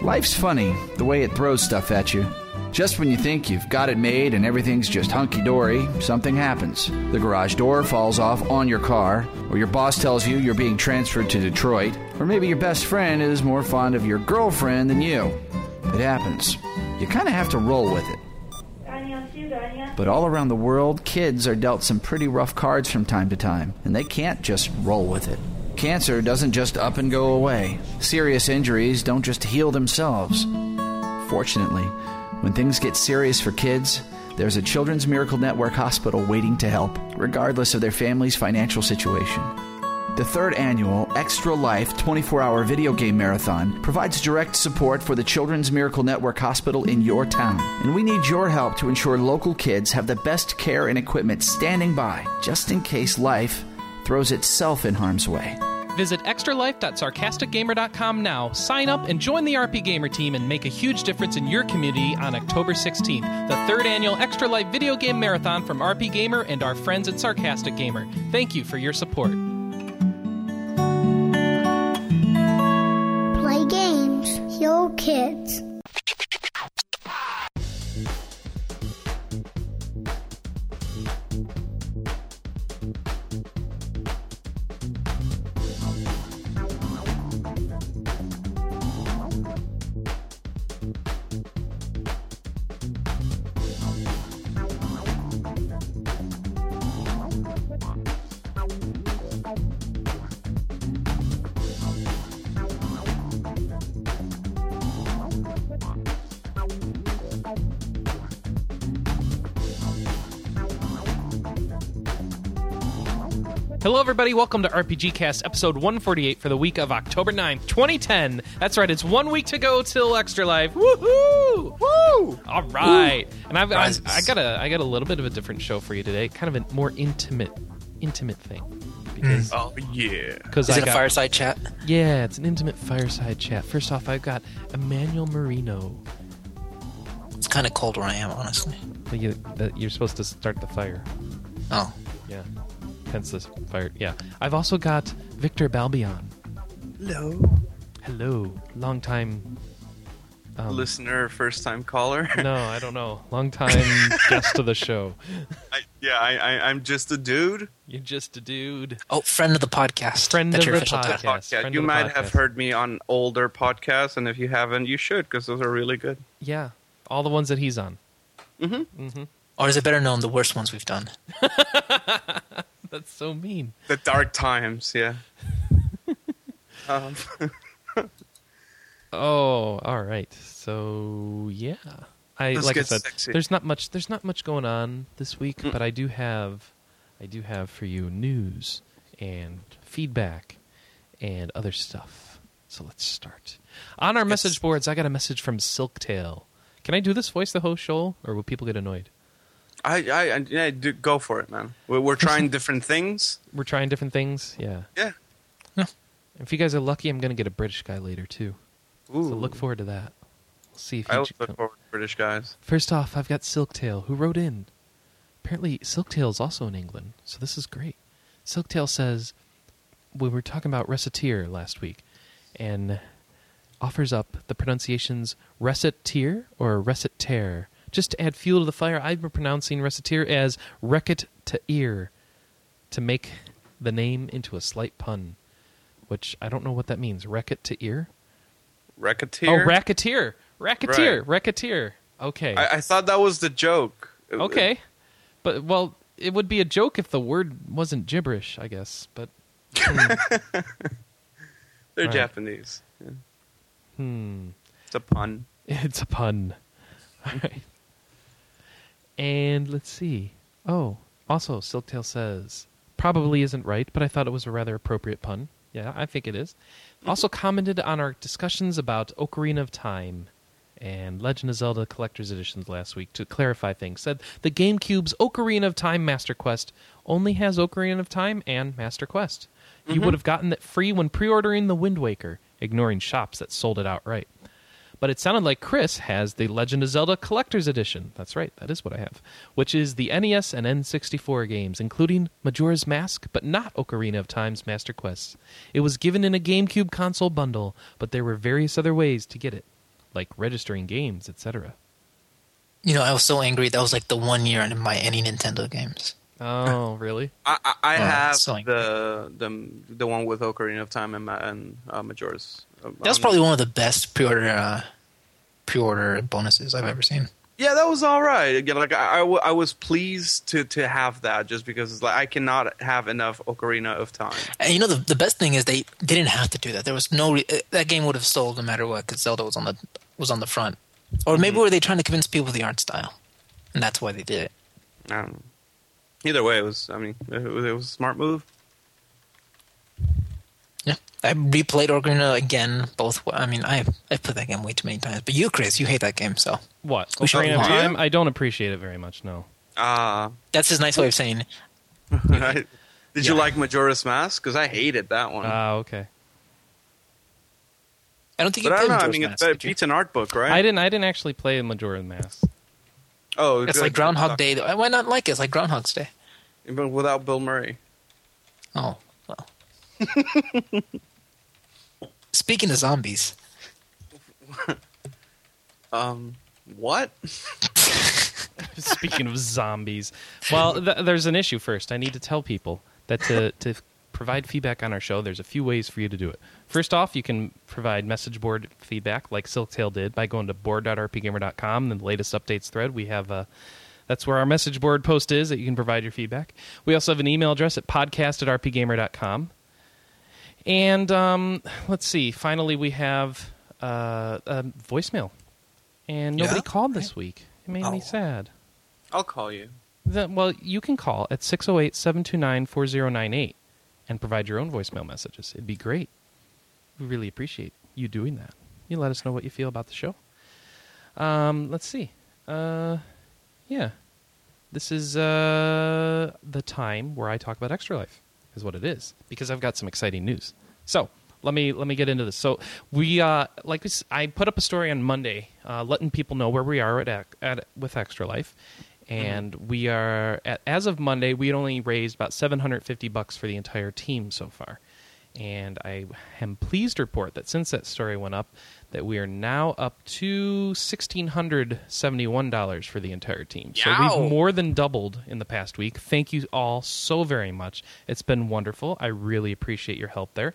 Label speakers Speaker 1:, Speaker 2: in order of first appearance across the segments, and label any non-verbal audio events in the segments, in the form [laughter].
Speaker 1: Life's funny, the way it throws stuff at you. Just when you think you've got it made and everything's just hunky dory, something happens. The garage door falls off on your car, or your boss tells you you're being transferred to Detroit, or maybe your best friend is more fond of your girlfriend than you. It happens. You kind of have to roll with it. But all around the world, kids are dealt some pretty rough cards from time to time, and they can't just roll with it. Cancer doesn't just up and go away. Serious injuries don't just heal themselves. Fortunately, when things get serious for kids, there's a Children's Miracle Network hospital waiting to help, regardless of their family's financial situation. The third annual Extra Life 24 hour video game marathon provides direct support for the Children's Miracle Network Hospital in your town. And we need your help to ensure local kids have the best care and equipment standing by, just in case life throws itself in harm's way.
Speaker 2: Visit extralife.sarcasticgamer.com now, sign up, and join the RP Gamer team and make a huge difference in your community on October 16th, the third annual Extra Life Video Game Marathon from RP Gamer and our friends at Sarcastic Gamer. Thank you for your support.
Speaker 3: Play games, heal kids.
Speaker 2: Hello, everybody. Welcome to RPG Cast episode 148 for the week of October 9th, 2010. That's right, it's one week to go till Extra Life. Woohoo! Woo! All right. And I've, I've I got a I got a little bit of a different show for you today, kind of a more intimate intimate thing because
Speaker 4: Oh yeah.
Speaker 2: because
Speaker 5: Is
Speaker 2: I
Speaker 5: it a
Speaker 2: got
Speaker 5: fireside chat?
Speaker 2: yeah, it's an intimate fireside chat. First off, I've got Emmanuel Marino.
Speaker 5: It's kind of cold where I am, honestly.
Speaker 2: Well, You, that you're supposed to start the fire.
Speaker 5: Oh,
Speaker 2: Yeah. Hence this fire. Yeah. I've also got Victor Balbion. Hello. Hello. Long time. Um,
Speaker 4: Listener, first time caller. [laughs]
Speaker 2: No, I don't know. Long
Speaker 5: [laughs]
Speaker 2: time guest to the show.
Speaker 4: I, yeah, I, I, I'm just a dude.
Speaker 2: You're just a dude.
Speaker 5: oh, friend of the podcast.
Speaker 2: Friend
Speaker 5: That's
Speaker 2: of
Speaker 5: your
Speaker 2: the
Speaker 5: official title.
Speaker 2: podcast.
Speaker 4: yeah,
Speaker 2: friend
Speaker 4: you
Speaker 2: of the
Speaker 4: might have
Speaker 2: podcast.
Speaker 4: heard me on older podcasts, and if you haven't, you should because those are really good.
Speaker 2: Yeah. All the ones that he's on.
Speaker 5: Or is it better known the worst ones we've done?
Speaker 2: That's so mean.
Speaker 4: The dark times, yeah. um,
Speaker 2: Oh, all right. So yeah, I
Speaker 4: Let's
Speaker 2: like I
Speaker 4: get
Speaker 2: said,
Speaker 4: sexy. Mm.
Speaker 2: there's not much. There's not much going on this week, but I do have, I do have for you news and feedback and other stuff. So let's start. On our message boards, I got a message from Silktail. Can I do this voice the whole show, or will people get annoyed?
Speaker 4: I, I, I yeah, do, go for it, man. We're, we're trying different things.
Speaker 2: We're trying different things. Yeah.
Speaker 4: Yeah.
Speaker 2: If you guys are lucky, I'm gonna get a British guy later too.
Speaker 4: Ooh,
Speaker 2: So look forward to that. We'll see if he
Speaker 4: I always
Speaker 2: ch-
Speaker 4: look forward to British guys.
Speaker 2: First off, I've got Silktail, who wrote in. Apparently, Silktail is also in England, so this is great. Silktail says, We were talking about reciteer last week, and offers up the pronunciations reciteer or recitaire. Just to add fuel to the fire, I've been pronouncing reciteer as recit to ear to make the name into a slight pun, which I don't know what that means. Recit to ear?
Speaker 4: Racketeer.
Speaker 2: Oh, racketeer! Racketeer! Racketeer! Okay.
Speaker 4: I, I thought that was the joke.
Speaker 2: Okay. But well, it would be a joke if the word wasn't gibberish, I guess. But
Speaker 4: They're
Speaker 2: Right.
Speaker 4: Japanese. Yeah.
Speaker 2: hmm,
Speaker 4: It's a pun.
Speaker 2: [laughs] it's a pun. All right. And let's see. Oh, also Silktail says probably isn't right, but I thought it was a rather appropriate pun. Yeah, I think it is. Also commented on our discussions about Ocarina of Time and Legend of Zelda Collector's Editions last week to clarify things. Said the GameCube's Ocarina of Time Master Quest only has Ocarina of Time and Master Quest. You would have gotten it free when pre ordering The Wind Waker, ignoring shops that sold it outright. But it sounded like Chris has the Legend of Zelda Collector's Edition. That's right, that is what I have, which is the NES and N64 games, including Majora's Mask, but not Ocarina of Time's Master Quests. It was given in a GameCube console bundle, but there were various other ways to get it. like registering games, etc.
Speaker 5: You know, I was so angry. That was like the one year I didn't buy any Nintendo games.
Speaker 2: [laughs] Oh, really?
Speaker 4: I, I, I
Speaker 5: Yeah,
Speaker 4: have
Speaker 5: it's like-
Speaker 4: the the the one with Ocarina of Time and, Ma- and uh, Majora's.
Speaker 5: That was probably one of the best pre-order uh, pre-order bonuses I've ever seen.
Speaker 4: Yeah, that was all right. Again, like I, I, w- I was pleased to to have that just because it's like I cannot have enough Ocarina of Time.
Speaker 5: And you know, the, the best thing is they, they didn't have to do that. There was no re- uh, that game would have sold no matter what because Zelda was on the was on the front. Or maybe were they trying to convince people of the art style, and that's why they did it.
Speaker 4: I don't know. Either way, it was. I mean, it was, it was a smart move.
Speaker 5: Yeah, I replayed Ocarina again. Both, I mean, I I put that game way too many times. But you, Chris, you hate that game, so
Speaker 2: What?
Speaker 5: We should
Speaker 2: Oh, Ocarina of
Speaker 5: move on.
Speaker 2: Time? I don't appreciate it very much. No.
Speaker 4: [laughs] Ah,
Speaker 5: that's his nice way of saying
Speaker 4: did you
Speaker 5: Yeah. Uh,
Speaker 4: like Majora's Mask? Because I hated that one.
Speaker 2: Ah, okay.
Speaker 5: I don't think you
Speaker 4: but I
Speaker 5: played
Speaker 4: don't know. I
Speaker 5: Majora's
Speaker 4: mean,
Speaker 5: Mask,
Speaker 4: it's, it
Speaker 5: did you?
Speaker 4: beats an art book, right?
Speaker 2: I didn't. I didn't actually play Majora's Mask.
Speaker 4: Oh,
Speaker 5: It's
Speaker 4: good.
Speaker 5: like Groundhog Day. though. Why not like it? It's like Groundhog's Day.
Speaker 4: but without Bill Murray.
Speaker 5: Oh, well.
Speaker 4: [laughs]
Speaker 5: Speaking of zombies,
Speaker 4: Um, what?
Speaker 2: [laughs] Speaking of zombies, well, th- there's an issue first. I need to tell people that to, to provide feedback on our show, there's a few ways for you to do it. First off, you can provide message board feedback like Silktail did by going to board.rpgamer.com, the latest updates thread. We have a that's where our message board post is that you can provide your feedback. We also have an email address at podcast at rpgamer.com. And um, let's see, finally, we have uh, a voicemail. And nobody
Speaker 5: Yeah?
Speaker 2: called this week. It made me
Speaker 5: Oh.
Speaker 2: sad.
Speaker 4: I'll call you.
Speaker 2: The, well, you can call at 608 729 4098 and provide your own voicemail messages. It'd be great. We really appreciate you doing that. You let us know what you feel about the show. Um, let's see. Uh, yeah. This is uh, the time where I talk about Extra Life, is what it is, because I've got some exciting news. So let me let me get into this. So we uh, like we s- I put up a story on Monday, uh, letting people know where we are at, ac- at with Extra Life, and we are at, as of Monday we had only raised about seven hundred fifty bucks for the entire team so far, and I am pleased to report that since that story went up, that we are now up to sixteen hundred seventy one dollars for the entire team. So
Speaker 5: Yow.
Speaker 2: we've more than doubled in the past week. Thank you all so very much. It's been wonderful. I really appreciate your help there.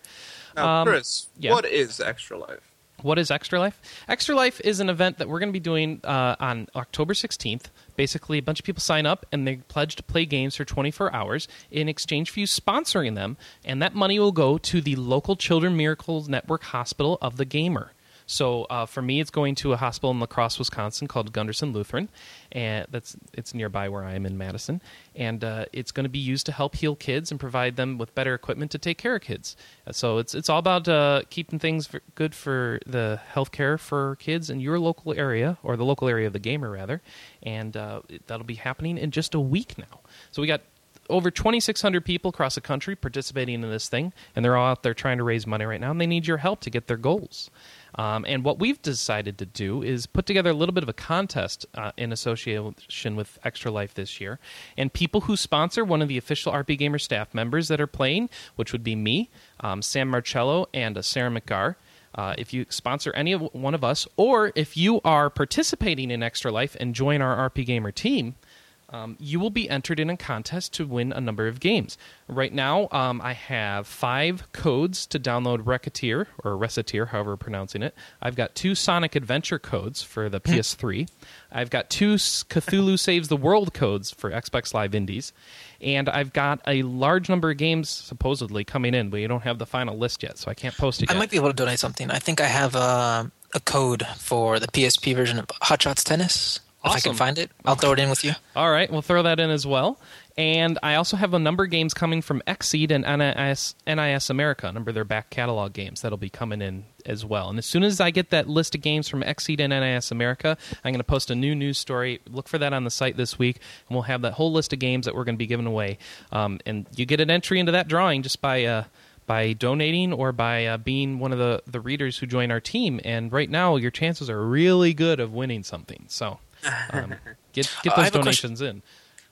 Speaker 4: Now,
Speaker 2: Um,
Speaker 4: Chris,
Speaker 2: yeah.
Speaker 4: what is Extra Life?
Speaker 2: What is Extra Life? Extra Life is an event that we're going to be doing uh, on October 16th. Basically, a bunch of people sign up and they pledge to play games for 24 hours in exchange for you sponsoring them, and that money will go to the local Children Miracles Network Hospital of the Gamer. So uh, for me, it's going to a hospital in La Crosse, Wisconsin called Gunderson Lutheran, and that's it's nearby where I am in Madison, and uh, it's going to be used to help heal kids and provide them with better equipment to take care of kids. Uh, So it's it's all about uh, keeping things for, good for the healthcare for kids in your local area or the local area of the gamer rather, and uh, it- that'll be happening in just a week now. So we got over 2,600 people across the country participating in this thing, and they're all out there trying to raise money right now, and they need your help to get their goals. Um, and what we've decided to do is put together a little bit of a contest uh, in association with Extra Life this year. And people who sponsor one of the official RP Gamer staff members that are playing, which would be me, um, Sam Marcello, and uh, Sarah McGar, uh, if you sponsor any of one of us, or if you are participating in Extra Life and join our RP Gamer team, um, you will be entered in a contest to win a number of games. Right now, um, I have five codes to download Reketeer or Reseteer, however we're pronouncing it. I've got two Sonic Adventure codes for
Speaker 5: Hmm.
Speaker 2: the PS3. I've got two S- Cthulhu Saves the World codes for Xbox Live Indies, and I've got a large number of games supposedly coming in. We don't have the final list yet, so I can't post it
Speaker 5: I
Speaker 2: yet.
Speaker 5: might be able to donate something. I think I have uh, a code for the PSP version of Hot Shots Tennis. If I
Speaker 2: Awesome.
Speaker 5: can find it, I'll throw it in with you.
Speaker 2: All right, we'll throw that in as well. And I also have a number of games coming from Xseed and NIS, NIS America, a number of their back catalog games that'll be coming in as well. And as soon as I get that list of games from Xseed and NIS America, I'm going to post a new news story. Look for that on the site this week, and we'll have that whole list of games that we're going to be giving away. Um, and you get an entry into that drawing just by. Uh, by donating or by uh, being one of the, the readers who join our team. And right now, your chances are really good of winning something. So um, get, get
Speaker 5: Uh, I
Speaker 2: those
Speaker 5: have a question.
Speaker 2: donations in.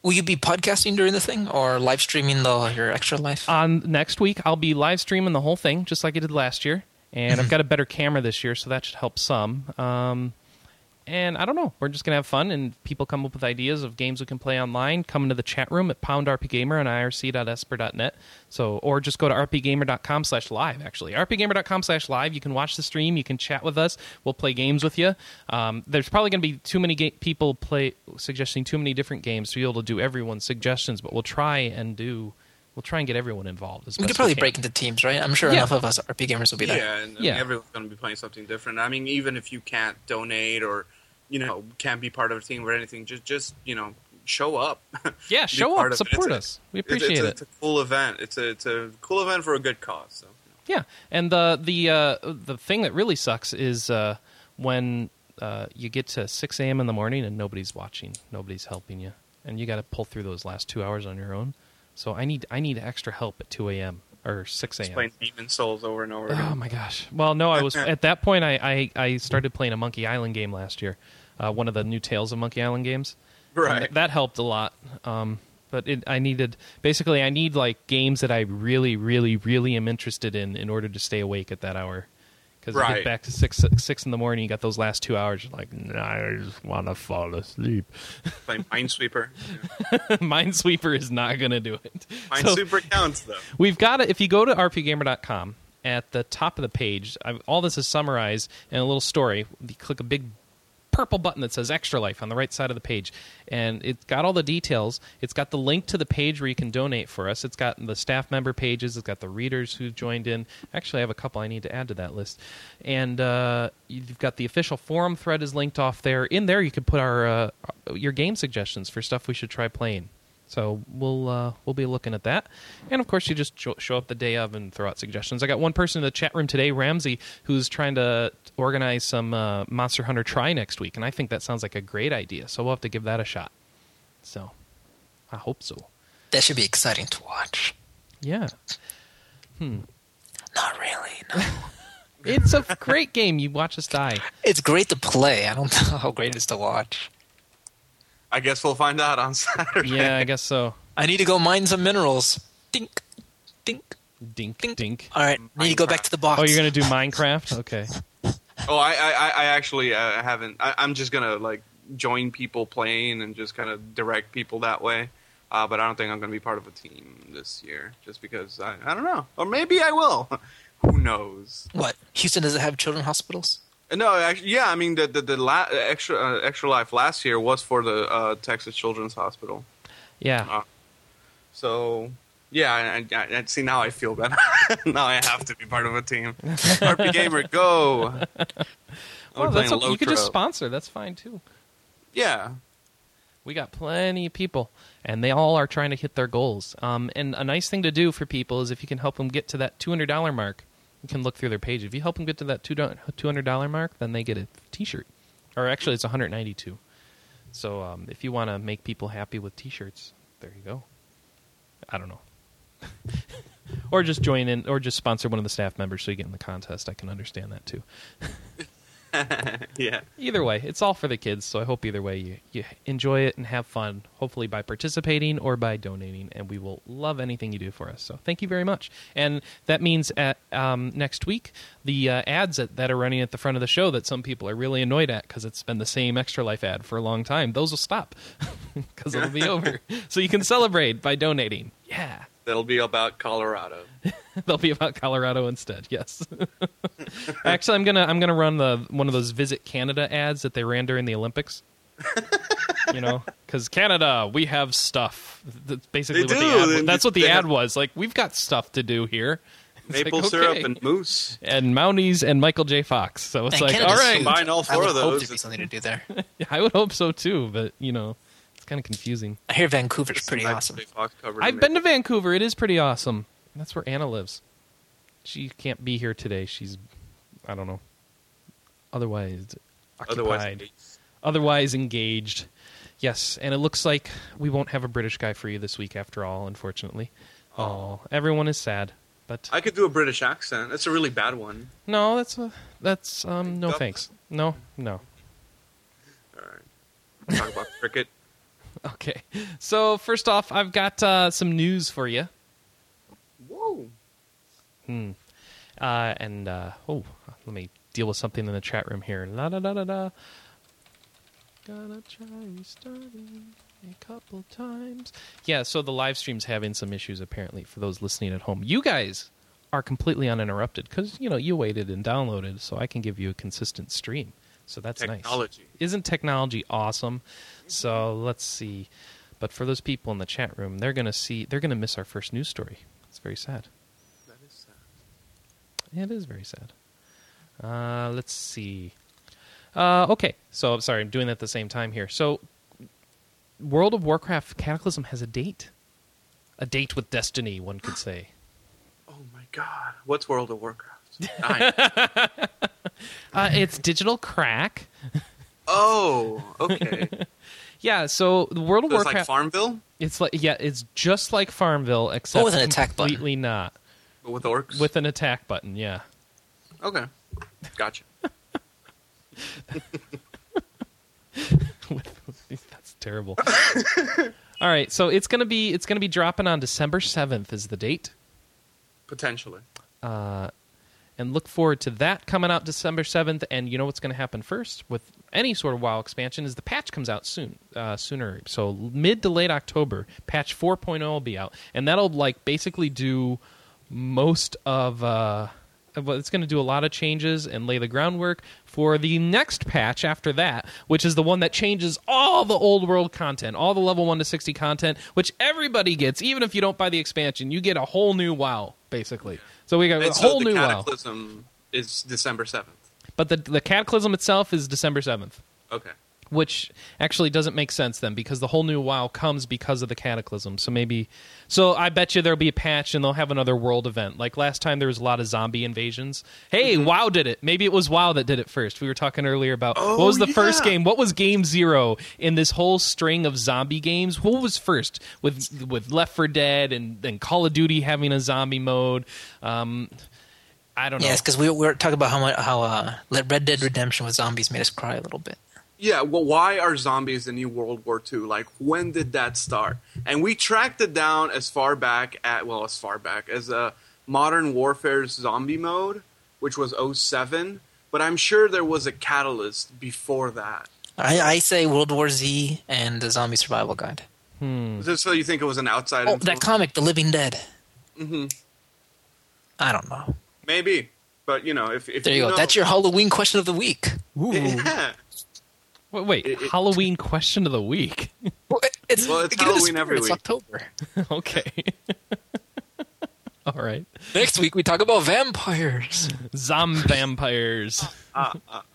Speaker 5: Will you be podcasting during the thing or live streaming the your extra life?
Speaker 2: On next week, I'll be live streaming the whole thing, just like I did last year. and I've got a better camera this year, so that should help some. Um, and I don't know. We're just gonna have fun, and people come up with ideas of games we can play online. Come into the chat room at Pound RP Gamer and IRC.esper.net. So, or just go to rpgamer.com/live. Actually, rpgamer.com/live. You can watch the stream. You can chat with us. We'll play games with you. Um, there's probably gonna be too many ga- people play suggesting too many different games to be able to do everyone's suggestions, but we'll try and do. We'll try and get everyone involved. As
Speaker 5: We
Speaker 2: best
Speaker 5: could probably
Speaker 2: can.
Speaker 5: break into teams, right? I'm sure
Speaker 2: Yeah.
Speaker 5: enough of us RP gamers will be there.
Speaker 4: Yeah, and I mean,
Speaker 2: Yeah.
Speaker 4: everyone's going to be playing something different. I mean, even if you can't donate or you know can't be part of a team or anything, just just you know show up. [laughs]
Speaker 2: Yeah,
Speaker 4: Be
Speaker 2: show
Speaker 4: part
Speaker 2: up,
Speaker 4: of it.
Speaker 2: support
Speaker 4: It's a-
Speaker 2: us. We
Speaker 4: It's-
Speaker 2: appreciate
Speaker 4: it's,
Speaker 2: it.
Speaker 4: It's a cool event. It's a it's a cool event for a good cause. So.
Speaker 2: Yeah, and the the uh, the thing that really sucks is uh, when uh, you get to six a.m. in the morning and nobody's watching, nobody's helping you, and you got to pull through those last two hours on your own. So I need I need extra help at two a.m. or six
Speaker 4: Just
Speaker 2: a.m.
Speaker 4: playing Demon Souls over and over.
Speaker 2: Oh
Speaker 4: again.
Speaker 2: my gosh! Well, no, I was at that point. I, I, I started playing a Monkey Island game last year, uh, one of the new Tales of Monkey Island games.
Speaker 4: Right.
Speaker 2: And that helped a lot. Um, but it, I needed basically I need like games that I really, really, really am interested in in order to stay awake at that hour. Because you
Speaker 4: Right.
Speaker 2: get back to six six in the morning, you got those last two hours. You're like, nah, I just want to fall asleep. [laughs]
Speaker 4: Playing Minesweeper.
Speaker 2: Minesweeper is not gonna do it. So-
Speaker 4: Minesweeper counts though.
Speaker 2: We've got it. If you go to rpgamer.com, at the top of the page, i all this is summarized in a little story. You click a big purple button that says Extra Life on the right side of the page. And it's got all the details. It's got the link to the page where you can donate for us. It's got the staff member pages. It's got the readers who joined in. Actually, I have a couple I need to add to that list. And uh, you've got the official forum thread is linked off there. In there, you can put our uh, your game suggestions for stuff we should try playing. So we'll uh, we'll be looking at that, and of course you just jo- show up the day of and throw out suggestions. I got one person in the chat room today, Ramsey, who's trying to organize some uh, Monster Hunter try next week, and I think that sounds like a great idea. So we'll have to give that a shot. So I hope so.
Speaker 5: That should be exciting to watch.
Speaker 2: Yeah,
Speaker 5: Not really. No. [laughs]
Speaker 2: it's a great game. You watch us die.
Speaker 5: it's great to play. I don't [laughs] know how great it is to watch.
Speaker 4: I guess we'll find out on [laughs] Saturday.
Speaker 2: Yeah, I guess so.
Speaker 5: I need to go mine some minerals. Dink, dink,
Speaker 2: Dink
Speaker 5: dink.
Speaker 2: dink.
Speaker 5: All right, need to go back to the box.
Speaker 2: Oh, you're gonna do Minecraft? Okay.
Speaker 4: Oh, I I, I- I actually uh, haven't. I, I'm just gonna like join people playing and just kind of direct people that way. Uh, but I don't think I'm gonna be part of a team this year, just because I I don't know, or maybe I will. [laughs] Who knows?
Speaker 5: What? Houston doesn't have children's hospitals?
Speaker 4: No, actually, yeah. I mean, the the, the la- extra uh, extra life last year was for the uh, Texas Children's Hospital.
Speaker 2: Yeah.
Speaker 4: So yeah, I, I, I see now I feel better. [laughs] now I have to be part of a team. RP Gamer, go!
Speaker 2: [laughs] Well,
Speaker 4: We're
Speaker 2: Oh, that's
Speaker 4: playing
Speaker 2: okay. You could just
Speaker 4: Lotro.
Speaker 2: sponsor. That's fine too.
Speaker 4: Yeah,
Speaker 2: We got plenty of people, and they all are trying to hit their goals. Um, and a nice thing to do for people is if you can help them get to that two hundred dollar mark, you can look through their page. If you help them get to that two hundred dollar mark, then they get a t shirt, or actually it's one hundred ninety two. So um, if you want to make people happy with t shirts, there you go. I don't know, [laughs] or just join in, or just sponsor one of the staff members so you get in the contest. I can understand that too.
Speaker 4: yeah.
Speaker 2: Either way, it's all for the kids, so I hope either way you, you enjoy it and have fun, hopefully by participating or by donating, and we will love anything you do for us. So thank you very much. And that means at um, next week, the uh, ads that, that are running at the front of the show that some people are really annoyed at because it's been the same Extra Life ad for a long time, those will stop [laughs] because it'll be over. So you can celebrate by donating. Yeah.
Speaker 4: That'll be about Colorado.
Speaker 2: [laughs] They'll be about Colorado instead. Yes. [laughs] Actually, I'm gonna I'm gonna run the one of those Visit Canada ads that they ran during the Olympics. you
Speaker 4: [laughs]
Speaker 2: know, because Canada, we have stuff. That's basically
Speaker 4: They
Speaker 2: what the
Speaker 4: do,
Speaker 2: ad.
Speaker 4: they-
Speaker 2: Was. That's what the
Speaker 4: they
Speaker 2: ad
Speaker 4: have-
Speaker 2: was. Like, we've got stuff to do here. It's like,
Speaker 4: Maple
Speaker 2: okay.
Speaker 4: syrup and moose.
Speaker 2: and Mounties and Michael J. Fox. So it's
Speaker 5: Man,
Speaker 2: like, all
Speaker 5: Canada's
Speaker 2: right,
Speaker 5: huge.
Speaker 4: Combine all four
Speaker 5: I would
Speaker 4: of
Speaker 5: hope
Speaker 4: those.
Speaker 5: there'd be something to
Speaker 4: [laughs]
Speaker 5: do there.
Speaker 2: [laughs] I would hope so too. But you know, it's kind of confusing.
Speaker 5: I hear Vancouver's pretty
Speaker 4: Some
Speaker 5: awesome.
Speaker 4: Michael J. Fox covered
Speaker 2: I've
Speaker 4: in
Speaker 2: been to
Speaker 4: it.
Speaker 2: Vancouver. It is pretty awesome. That's where Anna lives. She can't be here today. She's, I don't know, otherwise occupied,
Speaker 4: Otherwise,
Speaker 2: otherwise, engaged. Yes, and it looks like we won't have a British guy for you this week after all, unfortunately. Oh, everyone is sad. But
Speaker 4: I could do a British accent. That's a really bad one.
Speaker 2: no, that's a, that's um no thanks. No, no. [laughs]
Speaker 4: Talk about [laughs] cricket.
Speaker 2: Okay. So first off, I've got uh, some news for you.
Speaker 4: Whoa!
Speaker 2: Uh, and uh, oh, let me deal with something in the chat room here. La da da da da. Gotta try restarting a couple times. Yeah, so the live stream's having some issues apparently for those listening at home. You guys are completely uninterrupted because you know you waited and downloaded, so I can give you a consistent stream. So that's nice
Speaker 4: Technology.
Speaker 2: isn't technology awesome? So let's see. But for those people in the chat room, they're gonna see they're gonna miss our first news story. It's very sad.
Speaker 4: That is uh,
Speaker 2: It
Speaker 4: sad.
Speaker 2: is very sad. Uh, let's see. Uh, okay, so I'm sorry, I'm doing that at the same time here. So, World of Warcraft Cataclysm has a date, a date with destiny, one could
Speaker 5: [gasps]
Speaker 2: say.
Speaker 4: Oh my god. What's World
Speaker 2: [laughs]
Speaker 4: of Warcraft? Nine.
Speaker 2: Uh, it's digital crack.
Speaker 4: oh,
Speaker 2: [laughs]
Speaker 4: okay. So
Speaker 2: Yeah, so the World of
Speaker 4: it's
Speaker 2: Warcraft,
Speaker 4: like Farmville
Speaker 2: it's like yeah, it's just like Farmville, except
Speaker 5: Oh, with an attack button.
Speaker 2: completely not.
Speaker 4: but with orcs.
Speaker 2: with an attack button. Yeah, [laughs]
Speaker 4: okay, gotcha.
Speaker 2: [laughs] that's
Speaker 4: [laughs]
Speaker 2: terrible. All right, so it's gonna be it's gonna be dropping on December seventh is the date,
Speaker 4: Potentially.
Speaker 2: and look forward to that coming out December seventh. And you know what's gonna happen first with any sort of WoW expansion is the patch comes out soon, uh, sooner. So mid to late October, patch 4.0 will be out, and that'll like basically do most of. Uh, well, it's going to do a lot of changes and lay the groundwork for the next patch after that, which is the one that changes all the old world content, all the level 1 to 60 content, which everybody gets, even if you don't buy the expansion. You get a whole new WoW, basically. So we got a
Speaker 4: And
Speaker 2: whole
Speaker 4: so the
Speaker 2: new WoW.
Speaker 4: Cataclysm is December seventh.
Speaker 2: But the, the Cataclysm itself is December 7th,
Speaker 4: Okay.
Speaker 2: which actually doesn't make sense then because the whole new WoW comes because of the Cataclysm. So maybe. So I bet you there'll be a patch and they'll have another world event. Like last time there was a lot of zombie invasions. Hey,
Speaker 4: Mm-hmm.
Speaker 2: WoW did it. Maybe it was WoW that did it first. We were talking earlier about what was the
Speaker 4: Oh, yeah.
Speaker 2: first game? What was game zero in this whole string of zombie games? What was first with with Left for Dead and, and Call of Duty having a zombie mode? Um, I don't know.
Speaker 5: Yes, because we, we were talking about how much, how uh, Red Dead Redemption with zombies made us cry a little bit.
Speaker 4: Yeah, well, why are zombies the new World War II? Like, when did that start? And we tracked it down as far back at well, as far back as uh, Modern Warfare's zombie mode, which was 07. But I'm sure there was a catalyst before that.
Speaker 5: I, I say World War Z and the Zombie Survival Guide.
Speaker 4: So, so you think it was an outside?
Speaker 5: Oh, that
Speaker 4: influence?
Speaker 5: comic, The Living Dead. Mm-hmm. I don't know.
Speaker 4: Maybe, but you know, if, if
Speaker 5: There you go.
Speaker 4: know-
Speaker 5: That's your Halloween question of the week.
Speaker 4: yeah.
Speaker 2: Wait, wait
Speaker 4: It- it-
Speaker 2: Halloween question of the week.
Speaker 5: Well, it- it's,
Speaker 4: Well, it's
Speaker 5: get in the
Speaker 4: Halloween
Speaker 5: spirit,
Speaker 4: every
Speaker 5: it's
Speaker 4: week.
Speaker 5: October.
Speaker 2: [laughs] okay. All right.
Speaker 5: Next week we talk about vampires.
Speaker 2: Zom
Speaker 4: [laughs]
Speaker 2: vampires.
Speaker 4: Ah,
Speaker 2: [laughs]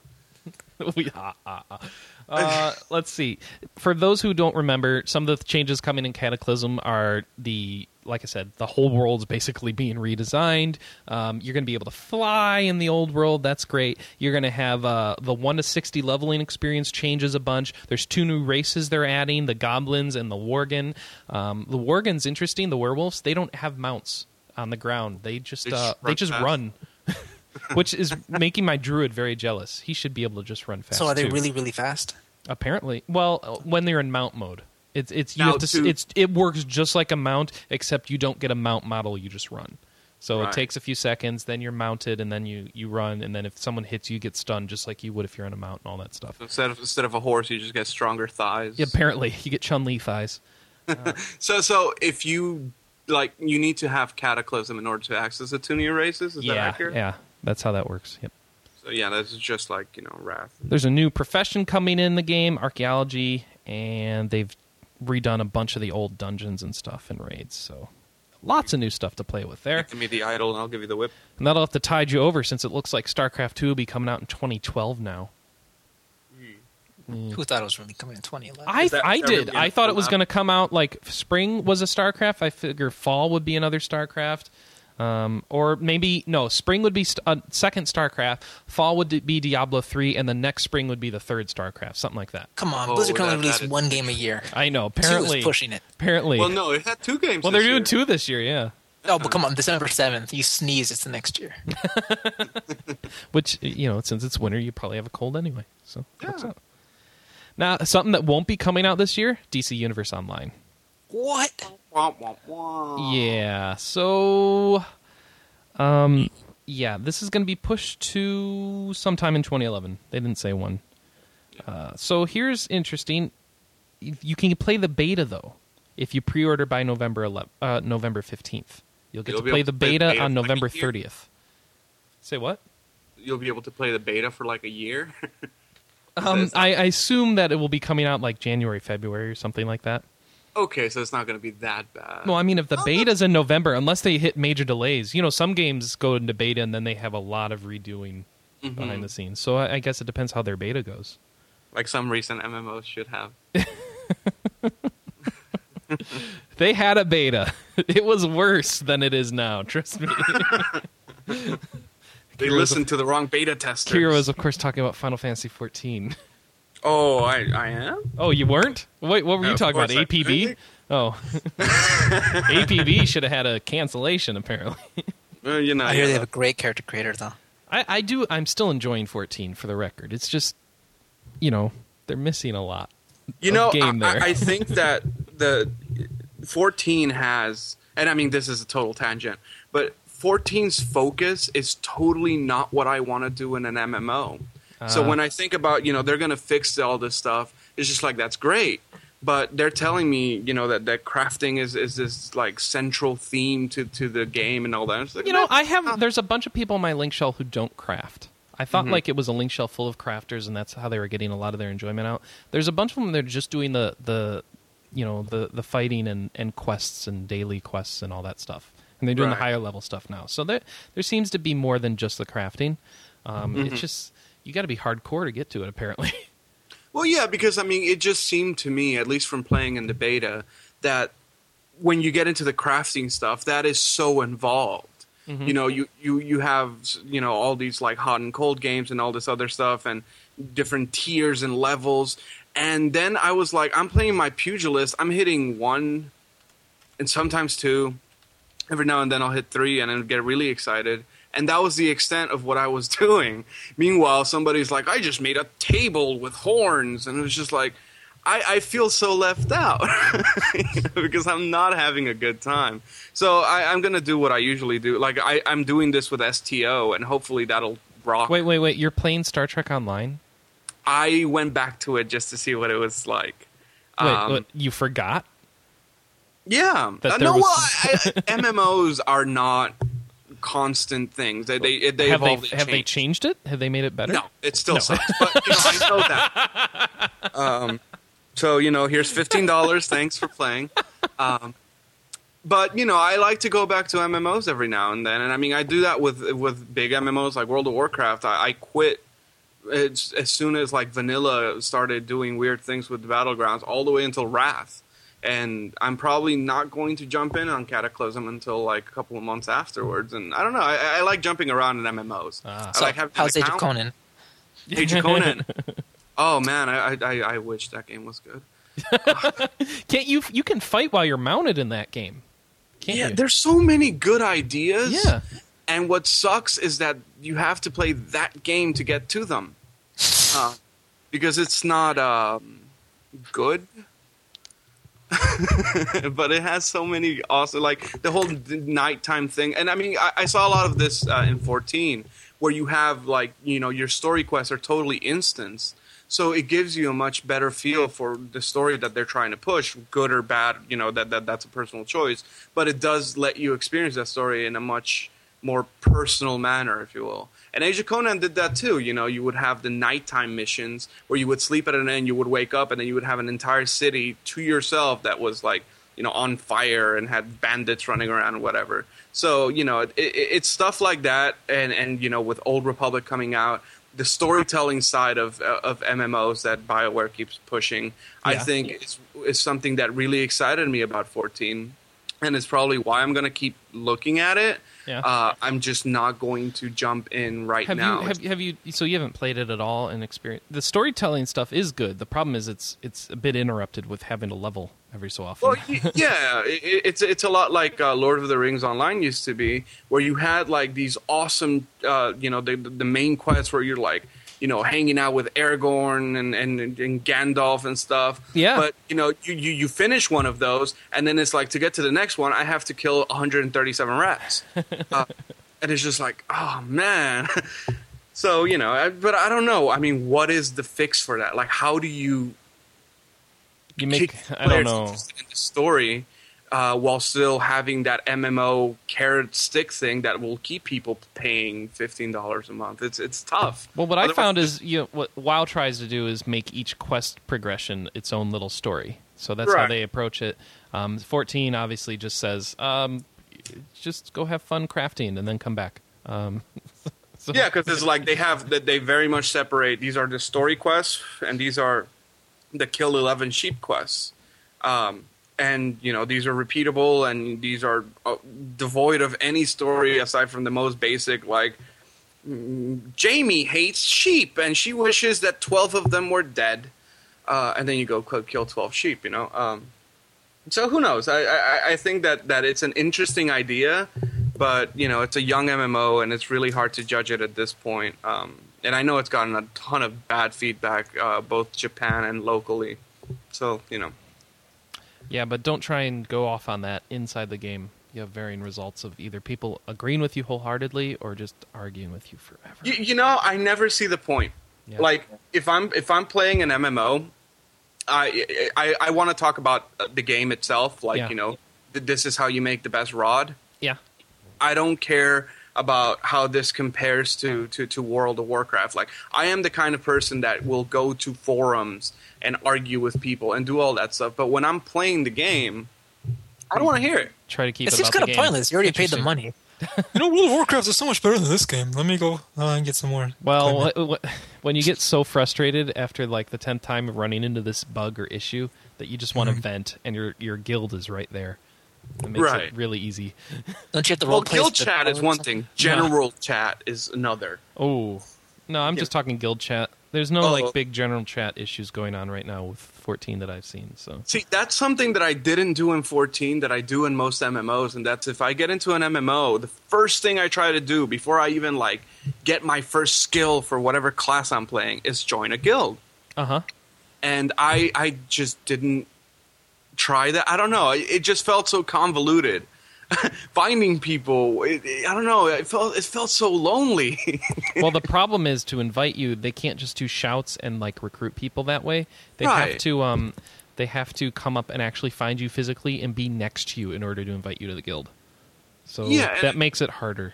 Speaker 2: We- ah, ah, ah. Uh, let's see. For those who don't remember, some of the changes coming in Cataclysm are the, like I said, the whole world's basically being redesigned. Um, you're going to be able to fly in the old world. That's great. You're going to have uh, the 1 to 60 leveling experience changes a bunch. There's two new races they're adding the goblins and the worgen. Um, the worgen's interesting. The werewolves, they don't have mounts on the ground, they just,
Speaker 4: They
Speaker 2: uh,
Speaker 4: just
Speaker 2: they
Speaker 4: run
Speaker 2: just
Speaker 4: fast.
Speaker 2: run which is making my druid very jealous. He should be able to just run fast.
Speaker 5: so are they
Speaker 2: too.
Speaker 5: really, really fast?
Speaker 2: Apparently, well, uh, when they're in mount mode, it's it's you
Speaker 4: Now
Speaker 2: have to, s
Speaker 4: to-
Speaker 2: it's it works just like a mount, except you don't get a mount model. You just run. So it
Speaker 4: Right.
Speaker 2: takes a few seconds, then you're mounted, and then you you run, and then if someone hits you, you get stunned, just like you would if you're on a mount and all that stuff.
Speaker 4: Instead of instead of a horse, you just get stronger thighs.
Speaker 2: Apparently, [laughs] you get Chun Li thighs.
Speaker 4: So so if you like, you need to have Cataclysm in order to access the two new races. Is that
Speaker 2: yeah,
Speaker 4: accurate?
Speaker 2: yeah, that's how that works. Yep.
Speaker 4: So yeah, that's just like you know Wrath.
Speaker 2: There's a new profession coming in the game, archaeology, and they've redone a bunch of the old dungeons and stuff and raids. So lots of new stuff to play with there.
Speaker 4: Give me the idol, and I'll give you the whip.
Speaker 2: And that'll have to tide you over since it looks like StarCraft 2 will be coming out in 2012 now.
Speaker 5: Who thought it was really coming in 2011?
Speaker 2: I,
Speaker 4: Is that-
Speaker 2: I
Speaker 4: is that
Speaker 2: did.
Speaker 4: really
Speaker 2: I thought it
Speaker 4: gonna
Speaker 2: was
Speaker 4: come
Speaker 2: going to come out like spring was a StarCraft. I figure fall would be another StarCraft. Um, or maybe, no, spring would be st- uh, second StarCraft, fall would be Diablo 3, and the next spring would be the third StarCraft, something like that.
Speaker 5: Come on,
Speaker 4: Oh,
Speaker 5: Blizzard can only
Speaker 4: that-
Speaker 5: release
Speaker 4: that is-
Speaker 5: one game a year.
Speaker 2: I know.
Speaker 5: Two
Speaker 2: Apparently,
Speaker 5: is pushing it.
Speaker 2: Apparently.
Speaker 4: Well, no, it had two games.
Speaker 2: Well, they're
Speaker 4: this
Speaker 2: doing
Speaker 4: year.
Speaker 2: two this year, yeah.
Speaker 5: Oh, but
Speaker 4: Uh-huh.
Speaker 5: come on, December 7th. You sneeze, it's the next year.
Speaker 2: Which you know, since it's winter, you probably have a cold anyway. So it works out. Now, something that won't be coming out this year: DC Universe Online.
Speaker 5: what?
Speaker 4: Womp, womp, womp.
Speaker 2: Yeah. So, um, Yeah, this is going to be pushed to sometime in 2011. They didn't say when. Uh, so here's interesting. If You can play the beta though, if you pre-order by November 11, uh, November 15th. You'll get
Speaker 4: You'll
Speaker 2: to
Speaker 4: be
Speaker 2: play
Speaker 4: able
Speaker 2: the
Speaker 4: to play the
Speaker 2: beta,
Speaker 4: beta
Speaker 2: on
Speaker 4: for like a
Speaker 2: November
Speaker 4: year?
Speaker 2: 30th. Say what?
Speaker 4: You'll be able to play the beta for like a year. [laughs]
Speaker 2: Um, I, I assume that it will be coming out like January, February, or something like that.
Speaker 4: okay, so it's not going to be that bad.
Speaker 2: No, I mean if
Speaker 4: Oh,
Speaker 2: the beta's in November, unless they hit major delays. You know, some games go into beta and then they have a lot of redoing
Speaker 4: Mm-hmm.
Speaker 2: behind the scenes. So I, I guess it depends how their beta goes.
Speaker 4: Like some recent MMOs should have.
Speaker 2: They had a beta. [laughs] It was worse than it is now. Trust
Speaker 4: [laughs]
Speaker 2: me.
Speaker 4: They
Speaker 2: Heroes of-
Speaker 4: listened to the wrong beta testers.
Speaker 2: Kira was, of course, talking about Final Fantasy 14.
Speaker 4: Oh, I, I am.
Speaker 2: [laughs] Oh, you weren't? Wait, what were you
Speaker 4: Of
Speaker 2: talking about?
Speaker 4: course I-
Speaker 2: APB? Oh, [laughs] APB should have had a cancellation. Apparently,
Speaker 4: Uh, you know,
Speaker 5: I hear
Speaker 4: yeah.
Speaker 5: they have a great character creator though.
Speaker 2: I, I do. I'm still enjoying 14 for the record. It's just, you know, they're missing a lot.
Speaker 4: you
Speaker 2: of
Speaker 4: know,
Speaker 2: game
Speaker 4: I,
Speaker 2: there.
Speaker 4: I,
Speaker 2: [laughs]
Speaker 4: I think that the 14 has, and I mean, this is a total tangent, but 14's focus is totally not what I want to do in an MMO. so
Speaker 2: Ah.
Speaker 4: when I think about, you know, they're going to fix all this stuff, it's just like, that's great. But they're telling me, you know, that, that crafting is, is this like central theme to, to the game and all that. It's like,
Speaker 2: You know,
Speaker 4: man,
Speaker 2: I have. There's a bunch of people in my link shell who don't craft. I thought like it was a link shell full of crafters, and that's how they were getting a lot of their enjoyment out. There's a bunch of them that are just doing the the you know the the fighting and and quests and daily quests and all that stuff, and they're doing the
Speaker 4: Right.
Speaker 2: higher level stuff now. So there there seems to be more than just the crafting. Um, It's just you got to be hardcore to get to it. Apparently, [laughs]
Speaker 4: Well, yeah, because I mean, it just seemed to me, at least from playing in the beta, that when you get into the crafting stuff, that is so involved. You know, you, you you have you know all these like hot and cold games and all this other stuff and different tiers and levels. And then I was like, I'm playing my pugilist. I'm hitting one, and sometimes two. Every now and then I'll hit three and then get really excited. And that was the extent of what I was [laughs] doing. Meanwhile, somebody's like, I just made a table with horns. And it was just like, I, I feel so left out [laughs] You know, because I'm not having a good time. So I, I'm going to do what I usually do. Like, I, I'm doing this with STO, and hopefully that'll rock.
Speaker 2: wait, wait, wait! You're playing Star Trek Online.
Speaker 4: I went back to it just to see what it was like.
Speaker 2: Wait,
Speaker 4: Um,
Speaker 2: what, you forgot?
Speaker 4: Yeah,
Speaker 2: That
Speaker 4: Uh,
Speaker 2: there
Speaker 4: no,
Speaker 2: was-
Speaker 4: well, I, I- MMOs are not constant things. They they
Speaker 2: [laughs]
Speaker 4: they
Speaker 2: have
Speaker 4: evolve.
Speaker 2: they have they
Speaker 4: change.
Speaker 2: changed it? Have they made it better?
Speaker 4: No, it still sucks. But you know, I know that. Um,
Speaker 2: [laughs]
Speaker 4: so you know, here's fifteen dollars. Thanks for playing. Um, but you know, I like to go back to MMOs every now and then, and I mean, I do that with with big MMOs like World of Warcraft. I, I quit. As, as soon as like vanilla started doing weird things with the battlegrounds, all the way until Wrath, and I'm probably not going to jump in on Cataclysm until like a couple of months afterwards. And I don't know. I, I like jumping around in MMOs.
Speaker 2: Ah.
Speaker 4: I
Speaker 5: So
Speaker 4: like having an
Speaker 5: how's Age of
Speaker 4: account.
Speaker 5: Conan?
Speaker 4: Age
Speaker 2: [laughs]
Speaker 4: of Conan. oh man, I, I I- I wish that game was good.
Speaker 2: Can't you? You can fight while you're mounted in that game. Can't
Speaker 4: Yeah,
Speaker 2: you?
Speaker 4: there's so many good ideas.
Speaker 2: Yeah.
Speaker 4: And what sucks is that you have to play that game to get to
Speaker 2: [laughs]
Speaker 4: them, uh, because it's not um, good. [laughs] but it has so many awesome, like the whole d- nighttime thing. And I mean, I, I saw a lot of this uh, in 14, where you have like you know your story quests are totally instanced, so it gives you a much better feel for the story that they're trying to push, good or bad. You know that, that that's a personal choice, but it does let you experience that story in a much more personal manner, if you will. And Asia Conan did that too. You know, you would have the nighttime missions where you would sleep at an end, you would wake up, and then you would have an entire city to yourself that was like, you know, on fire and had bandits running around and whatever. So, you know, it, it, it's stuff like that. And, and, you know, with Old Republic coming out, the storytelling side of, of MMOs that BioWare keeps pushing, I
Speaker 2: Yeah.
Speaker 4: think is, is something that really excited me about 14. And it's probably why I'm going to keep looking at it.
Speaker 2: Yeah.
Speaker 4: Uh, I'm just not going to jump in right
Speaker 2: have
Speaker 4: now.
Speaker 2: you have, have you so you haven't played it at all and experienced the storytelling stuff is good the problem is it's it's a bit interrupted with having to level every so often
Speaker 4: well, y- yeah, it, it's it's a lot like uh, Lord of the Rings Online used to be, where you had like these awesome, uh, you know, the the main quests where you're like, you know, hanging out with Aragorn and and, and Gandalf and stuff.
Speaker 2: Yeah.
Speaker 4: But you know, you, you you finish one
Speaker 2: [laughs]
Speaker 4: of those, and then it's like to get to the next one, I have to kill 137 rats. Uh, and it's just like, oh man. [laughs] so you know, I, but I don't know. I mean, what is the fix for that? Like, how do you
Speaker 2: You make
Speaker 4: keep
Speaker 2: I don't
Speaker 4: players
Speaker 2: know.
Speaker 4: interested in the story uh, while still having that MMO carrot stick thing that will keep people paying fifteen dollars a month? It's it's tough.
Speaker 2: Well, what I
Speaker 4: Otherwise-
Speaker 2: found is you know, what WoW tries to do is make each quest progression its own little story. So that's how
Speaker 4: Right.
Speaker 2: they approach it. Um, Fourteen obviously just says, um, just go have fun crafting and then come back. Um, so-
Speaker 4: yeah, because it's like they have that they very much separate. These are the story quests, and these are the kill eleven sheep quests. Um, and you know these are repeatable, and these are uh, devoid of any story aside from the most basic, like mm, Jamie hates sheep, and she wishes that twelve of them were dead. Uh, and then you go qu- kill twelve sheep. You know. Um, so who knows? I, I, I think that, that it's an interesting idea, but you know it's a young MMO and it's really hard to judge it at this point. Um, and I know it's gotten a ton of bad feedback, uh, both Japan and locally. So you know,
Speaker 2: Yeah, but don't try and go off on that inside the game. You have varying results of either people agreeing with you wholeheartedly or just arguing with you forever.
Speaker 4: you, you know, I never see the point.
Speaker 2: Yeah.
Speaker 4: Like if I'm if I'm playing an MMO, I I, I want to talk about the game itself. Like
Speaker 2: Yeah.
Speaker 4: you know, th- this is how you make the best rod.
Speaker 2: yeah,
Speaker 4: I don't care about how this compares to, to, to World of Warcraft. Like, I am the kind of person that will go to forums and argue with people and do all that stuff. But when I'm playing the game, I don't want to hear it.
Speaker 2: try to keep.
Speaker 5: It
Speaker 2: it
Speaker 5: seems
Speaker 2: about the
Speaker 5: kind of
Speaker 2: game.
Speaker 5: pointless. You already paid the
Speaker 2: Interesting.
Speaker 5: money. you know, World of Warcraft is so much better than this game. Let me go uh, and get some more.
Speaker 2: Well, wh- wh- when you get so frustrated after like the tenth time of running into this bug or issue that you just want
Speaker 4: Mm-hmm.
Speaker 2: to vent, and your your guild is right there. It makes
Speaker 4: Right.
Speaker 2: it really easy.
Speaker 5: don't you have to
Speaker 4: Well,
Speaker 5: role play?
Speaker 4: guild chat is one thing. General chat is another.
Speaker 2: Oh no, I'm just talking guild chat. There's no
Speaker 4: Oh.
Speaker 2: like big general chat issues going on right now with 14 that I've seen. So
Speaker 4: See, that's something that I didn't do in 14 that I do in most MMOs, and that's if I get into an MMO, the first thing I try to do before I even like get my first skill for whatever class I'm playing is join a guild.
Speaker 2: uh
Speaker 4: Uh-huh.
Speaker 2: huh.
Speaker 4: and I I just didn't try that. I don't know. It, it just felt so convoluted. [laughs] Finding people, it, it- I don't know. It felt it felt so lonely. [laughs]
Speaker 2: well, the problem is to invite you, they can't just do shouts and like recruit people that way. They have
Speaker 4: Right.
Speaker 2: to um they have to come up and actually find you physically and be next to you in order to invite you to the guild. So
Speaker 4: Yeah, and-
Speaker 2: that makes it harder.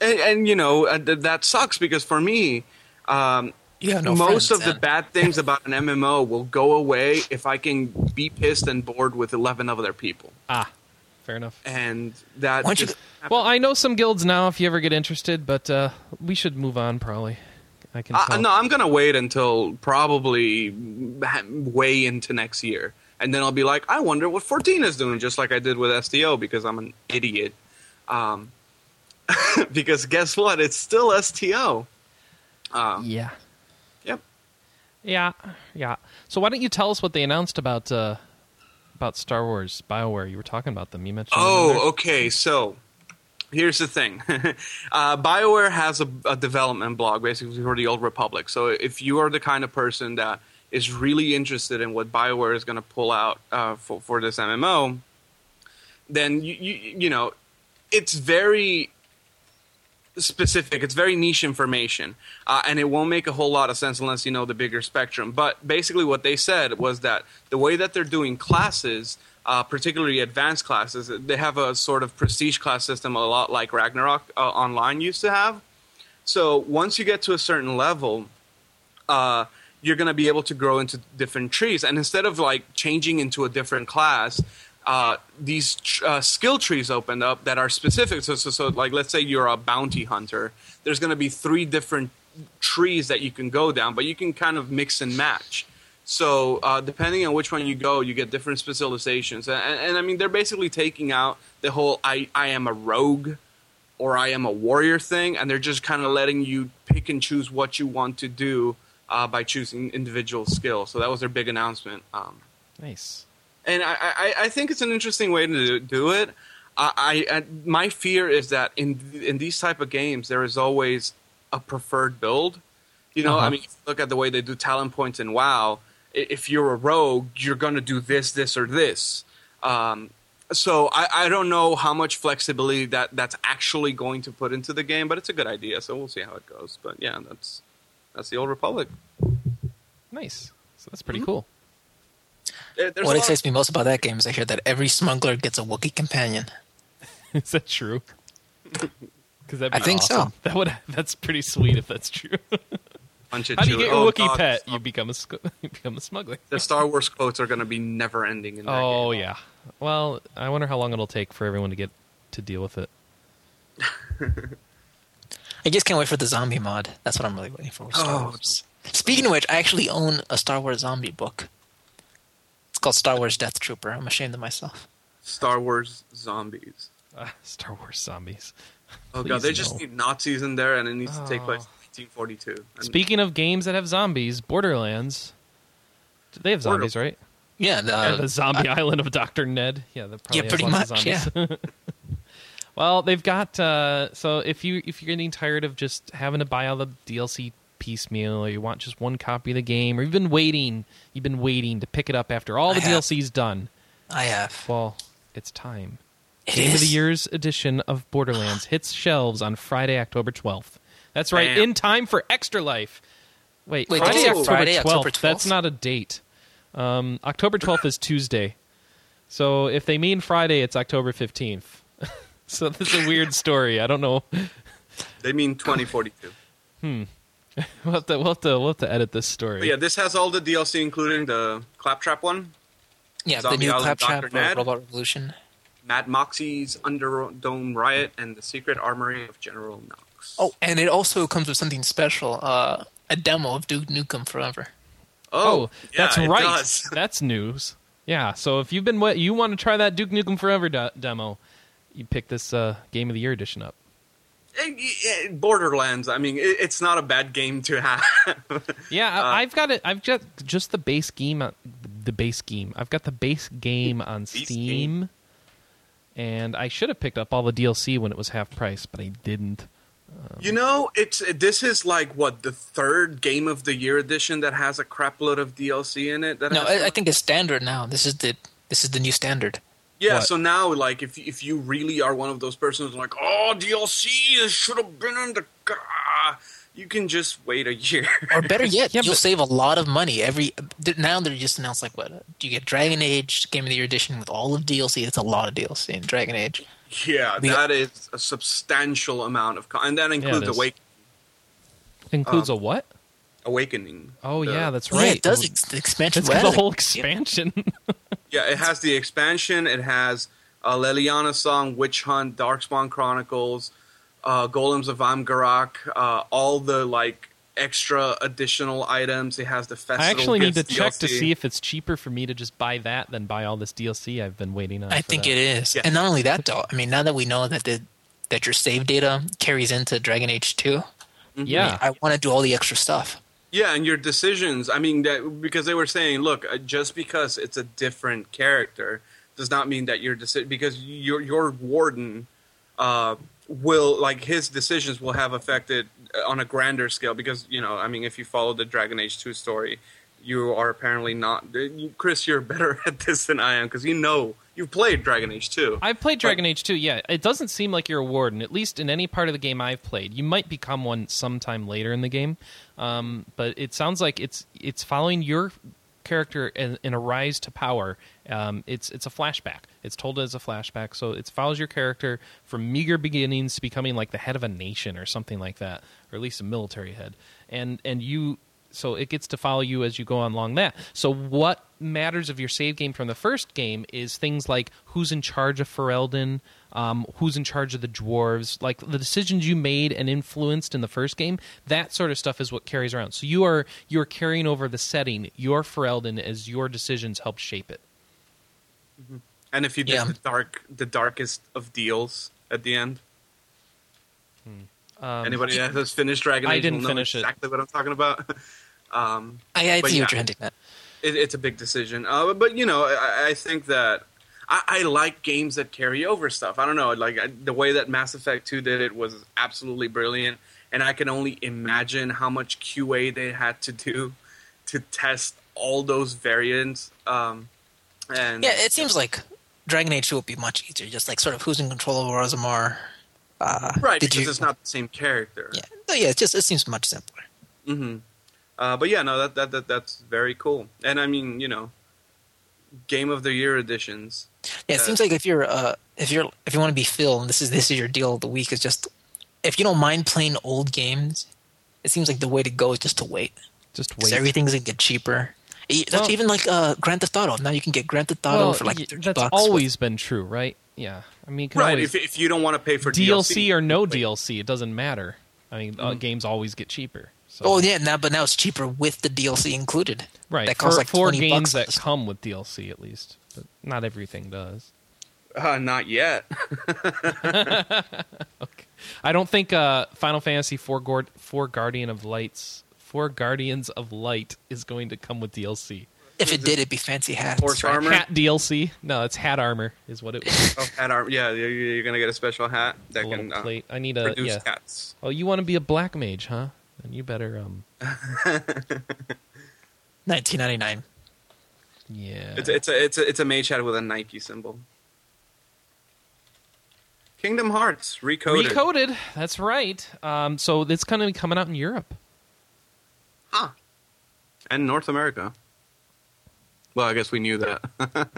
Speaker 4: and, and you know uh, th- that sucks because for me, um,
Speaker 5: You have no
Speaker 4: most
Speaker 5: friends,
Speaker 4: of the
Speaker 5: then. [laughs]
Speaker 4: bad things about an MMO will go away if I can be pissed and bored with eleven other people,
Speaker 2: Ah, fair enough.
Speaker 4: and that.
Speaker 5: Why don't you-
Speaker 4: just happened.
Speaker 2: Well, I know some guilds now if you ever get interested, but uh we should move on probably. I can
Speaker 4: I,
Speaker 2: tell.
Speaker 4: Uh, no, I'm gonna wait until probably ha- way into next year, and then I'll be like, I wonder what 14 is doing, just like I did with STO because I'm an idiot. Um, [laughs] because guess what? It's still STO. Um,
Speaker 2: Yeah.
Speaker 4: yep.
Speaker 2: Yeah. Yeah. So why don't you tell us what they announced about uh about Star Wars BioWare? You were talking about them. You mentioned them in there.
Speaker 4: Oh, okay. So here's the thing [laughs] uh, BioWare has a, a development blog, basically, for the Old Republic. So if you are the kind of person that is really interested in what BioWare is going to pull out uh, for, for this MMO, then you, you, you know, it's very specific. It's very niche information, uh, and it won't make a whole lot of sense unless you know the bigger spectrum. But basically, what they said was that the way that they're doing classes, uh, particularly advanced classes, they have a sort of prestige class system, a lot like Ragnarok uh, Online used to have. So once you get to a certain level, uh, you're going to be able to grow into different trees. And instead of like changing into a different class, uh, these tr- uh, skill trees open up that are specific. So, so, so, like, let's say you're a bounty hunter. There's going to be three different trees that you can go down, but you can kind of mix and match. So, uh, depending on which one you go, you get different specializations. And, and, and I mean, they're basically taking out the whole "I I am a rogue" or I am a warrior thing, and they're just kind of letting you pick and choose what you want to do uh, by choosing individual skills. So that was their big announcement. Um,
Speaker 2: Nice.
Speaker 4: and I, I, I think it's an interesting way to do, do it. I, I, I my fear is that in in these type of games there is always a preferred build. You know, I
Speaker 2: Uh-huh.
Speaker 4: mean, if you look at the way they do talent points in WoW. i- If you're a rogue, you're going to do this, this, or this. Um, so I, I don't know how much flexibility that that's actually going to put into the game, but it's a good idea. So we'll see how it goes. But yeah, that's that's the old Republic.
Speaker 2: Nice. So that's
Speaker 4: Mm-hmm.
Speaker 2: pretty cool.
Speaker 4: There- there's a
Speaker 5: what
Speaker 4: lot of-
Speaker 5: excites me most about that game is I hear that every smuggler gets a Wookiee companion.
Speaker 2: [laughs] Is that true? Because that'd
Speaker 5: I
Speaker 2: be
Speaker 5: think so.
Speaker 2: awesome. That would that's pretty sweet if that's true. [laughs]
Speaker 4: bunch of
Speaker 2: How do you
Speaker 4: chili-
Speaker 2: get your
Speaker 4: oh,
Speaker 2: Wookiee
Speaker 4: God,
Speaker 2: pet? You become a sc- [laughs] you become a smuggler.
Speaker 4: The Star Wars quotes are going to be never ending in that
Speaker 2: Oh
Speaker 4: game.
Speaker 2: yeah. Well, I wonder how long it'll take for everyone to get to deal with it. [laughs]
Speaker 5: I just can't wait for the zombie mod. That's what I'm really waiting for. with Star
Speaker 4: Oh,
Speaker 5: Wars. Speaking of which, I actually own a Star Wars zombie book. It's called Star Wars Death Trooper. I'm ashamed of myself.
Speaker 4: Star Wars zombies.
Speaker 2: Ah, Star Wars zombies.
Speaker 4: Oh
Speaker 2: Please
Speaker 4: god, they just
Speaker 2: no.
Speaker 4: need Nazis in there, and it needs to take place
Speaker 2: Oh.
Speaker 4: in 1942. And
Speaker 2: Speaking of games that have zombies, Borderlands. They have zombies,
Speaker 4: Border-
Speaker 2: right?
Speaker 5: Yeah, the,
Speaker 2: And the zombie [laughs] island of Doctor Ned. Yeah, that probably
Speaker 5: Uh, Yeah,
Speaker 2: has
Speaker 5: pretty
Speaker 2: lots
Speaker 5: much,
Speaker 2: Of zombies. [laughs] well, they've got uh, so if you if you're getting tired of just having to buy all the DLC piecemeal, or you want just one copy of the game, or you've been waiting, you've been waiting to pick it up after all
Speaker 5: I
Speaker 2: the
Speaker 5: have.
Speaker 2: DLC's done.
Speaker 5: I have.
Speaker 2: Well, it's time.
Speaker 5: It
Speaker 2: Game of the
Speaker 5: is.
Speaker 2: Year's edition of Borderlands hits shelves on Friday, October 12th. That's right,
Speaker 4: Bam.
Speaker 2: in time for Extra Life. Wait,
Speaker 5: Wait,
Speaker 2: Friday,
Speaker 4: that's
Speaker 2: October,
Speaker 5: Friday,
Speaker 2: 12th.
Speaker 5: October
Speaker 2: That's
Speaker 5: 12th?
Speaker 2: not a date. Um, October 12th is Tuesday. So if they mean Friday, it's October 15th. [laughs] so this is a weird story. I don't know.
Speaker 4: They
Speaker 2: [coughs]
Speaker 4: mean 2042.
Speaker 2: We'll have to, we'll have to, we'll have to edit this
Speaker 4: But
Speaker 2: story.
Speaker 4: yeah, this has all the DLC, including the Claptrap one,
Speaker 5: Yeah, the
Speaker 4: Zombie
Speaker 5: new
Speaker 4: Island,
Speaker 5: Claptrap
Speaker 4: Dr.
Speaker 5: for
Speaker 4: Ned.
Speaker 5: Robot Revolution.
Speaker 4: Mad Moxie's Underdome Riot, and the Secret Armory of General Knox.
Speaker 5: Oh, and it also comes with something special uh, a demo of Duke Nukem Forever.
Speaker 2: oh,
Speaker 4: yeah,
Speaker 2: that's
Speaker 4: it
Speaker 2: right.
Speaker 4: does.
Speaker 2: [laughs] That's news. Yeah. So if you've been, wa- you want to try that Duke Nukem Forever de- demo, you pick this uh, Game of the Year edition up.
Speaker 4: Eh, eh, Borderlands. I mean, it, it's not a bad game to have. [laughs]
Speaker 2: Yeah,
Speaker 4: Uh,
Speaker 2: I I've got it. I've got just the base game, on- the base game. I've got the base game on
Speaker 4: Base
Speaker 2: Steam, and I should have picked up all the DLC when it was half price, but I didn't.
Speaker 4: you know, it's this is like what the third game of the year edition that has a crapload of DLC in it. That
Speaker 5: No,
Speaker 4: has
Speaker 5: I, I think it's standard now. This is the this is the new standard.
Speaker 4: Yeah,
Speaker 2: What?
Speaker 4: so now, like, if if you really are one of those persons, like, oh, DLC this should have been in the, gah," you can just wait a year.
Speaker 5: Or better
Speaker 2: [laughs]
Speaker 5: yet,
Speaker 2: Yeah,
Speaker 5: you'll
Speaker 2: but-
Speaker 5: save a lot of money every. Now they're just announced like what you get Dragon Age Game of the Year edition with all of DLC. It's a lot of DLC in Dragon Age.
Speaker 4: [laughs] yeah,
Speaker 5: The-
Speaker 4: that is a substantial amount of, con- and that includes
Speaker 2: is.
Speaker 4: awake,
Speaker 2: Includes a what?
Speaker 4: awakening.
Speaker 2: Oh
Speaker 4: Um, The-
Speaker 2: yeah, that's
Speaker 5: Yeah,
Speaker 2: right.
Speaker 5: it does ex- the expansion.
Speaker 2: It's
Speaker 5: well,
Speaker 2: got the whole
Speaker 5: like-
Speaker 2: expansion. [laughs]
Speaker 4: yeah. It has the expansion. It has uh, Leliana song, Witch Hunt, Darkspawn Chronicles, uh, Golems of Amgarak, uh, all the like extra additional items. It has the festival.
Speaker 2: I actually need to
Speaker 4: gifts
Speaker 2: check to
Speaker 4: DLC.
Speaker 2: see if it's cheaper for me to just buy that than buy all this DLC I've been waiting on.
Speaker 5: I
Speaker 2: for
Speaker 5: think
Speaker 2: that.
Speaker 5: it is.
Speaker 4: Yeah.
Speaker 5: And not only that, though. I mean, now that we know that the that your save data carries into Dragon Age Two,
Speaker 2: Yeah,
Speaker 5: I want to do all the extra stuff.
Speaker 4: Yeah, and your decisions. I mean, that because they were saying, look, uh, just because it's a different character does not mean that your decision because your your warden uh, will like his decisions will have affected uh, on a grander scale because you know, I mean, if you follow the Dragon Age two story, you are apparently not. uh, you- Chris, you're [laughs] better at this than I am because you know you've played Dragon Age two.
Speaker 2: I've played Dragon Age 2, yeah. It doesn't seem like you're a warden, at least in any part of the game I've played. You might become one sometime later in the game, um, but it sounds like it's it's following your character in, in a rise to power. Um, it's it's a flashback. It's told as a flashback, so it follows your character from meager beginnings to becoming like the head of a nation or something like that, or at least a military head. And and you so it gets to follow you as you go on along that. So what matters of your save game from the first game is things like who's in charge of Ferelden, um, who's in charge of the dwarves, like the decisions you made and influenced in the first game. That sort of stuff is what carries around. So you are you are carrying over the setting, your Ferelden, as your decisions help shape it.
Speaker 4: And if you did
Speaker 5: Yeah.
Speaker 4: the dark, the darkest of deals at the end. Anybody that has finished Dragon
Speaker 2: Hmm. Um, I
Speaker 4: Age
Speaker 2: didn't
Speaker 4: will know
Speaker 2: finish it.
Speaker 4: exactly what I'm talking about. [laughs] um,
Speaker 5: I, I
Speaker 4: But
Speaker 5: see
Speaker 4: yeah.
Speaker 5: what you're hinting at.
Speaker 4: it, it's a big decision, uh, but you know, I, I think that I, I like games that carry over stuff. I don't know, like I, the way that Mass Effect Two did it was absolutely brilliant, and I can only imagine how much QA they had to do to test all those variants. Um, and
Speaker 5: Yeah, it seems like Dragon Age 2 will be much easier. Just like sort of who's in control of Orozamar. Uh,
Speaker 4: right,
Speaker 5: did
Speaker 4: because
Speaker 5: you-
Speaker 4: it's not the same character.
Speaker 5: Yeah, no, yeah. It just it seems much simpler.
Speaker 4: hmm Uh, but yeah, no, that, that that that's very cool. And I mean, you know, game of the year editions.
Speaker 5: Yeah, it
Speaker 4: Uh,
Speaker 5: seems like if you're uh, if you're if you want to be filmed, this is this is your deal of the week. Is just if you don't mind playing old games, it seems like the way to go is just to wait.
Speaker 2: Just
Speaker 5: Because
Speaker 2: wait.
Speaker 5: everything's gonna get cheaper. E- that's
Speaker 2: Well-
Speaker 5: even like uh, Grand Theft Auto. Now you can get Grand Theft Auto
Speaker 2: well,
Speaker 5: for like
Speaker 2: y-
Speaker 5: 30
Speaker 2: that's
Speaker 5: bucks.
Speaker 2: always been true, right? Yeah. I mean, you can
Speaker 4: Right.
Speaker 2: always-
Speaker 4: If if you don't want to pay for
Speaker 2: DLC,
Speaker 4: DLC
Speaker 2: or no DLC, it doesn't matter. I mean, uh, games always get cheaper. So.
Speaker 5: Mm. Oh yeah, now but now it's cheaper with the DLC included.
Speaker 2: right.
Speaker 5: That costs
Speaker 2: for,
Speaker 5: like
Speaker 2: for
Speaker 5: 20
Speaker 2: games
Speaker 5: bucks.
Speaker 2: that come with DLC, at least, but not everything does.
Speaker 4: Uh, not yet.
Speaker 2: I don't think uh, Final Fantasy Four, Gord- Four Guardian of Lights, Four Guardians of Light is going to come with DLC.
Speaker 5: if it did, it'd be fancy hats.
Speaker 4: Horse
Speaker 5: right?
Speaker 4: armor.
Speaker 2: Hat DLC? No, it's hat armor is
Speaker 4: [laughs]
Speaker 2: what it was.
Speaker 4: Oh, hat armor. Yeah, you're, you're gonna get a special hat
Speaker 2: a
Speaker 4: that
Speaker 2: little
Speaker 4: can uh,
Speaker 2: plate. I need a
Speaker 4: reduce
Speaker 2: yeah.
Speaker 4: hats.
Speaker 2: Oh, you want to be a black mage, huh? Then you better um
Speaker 5: 1999.
Speaker 2: yeah.
Speaker 4: It's it's a it's a it's a mage hat with a Nike symbol. Kingdom Hearts recoded.
Speaker 2: recoded. That's right. Um, so it's going to be coming out in Europe.
Speaker 4: Huh. And North America. Well, I guess we knew that. [laughs]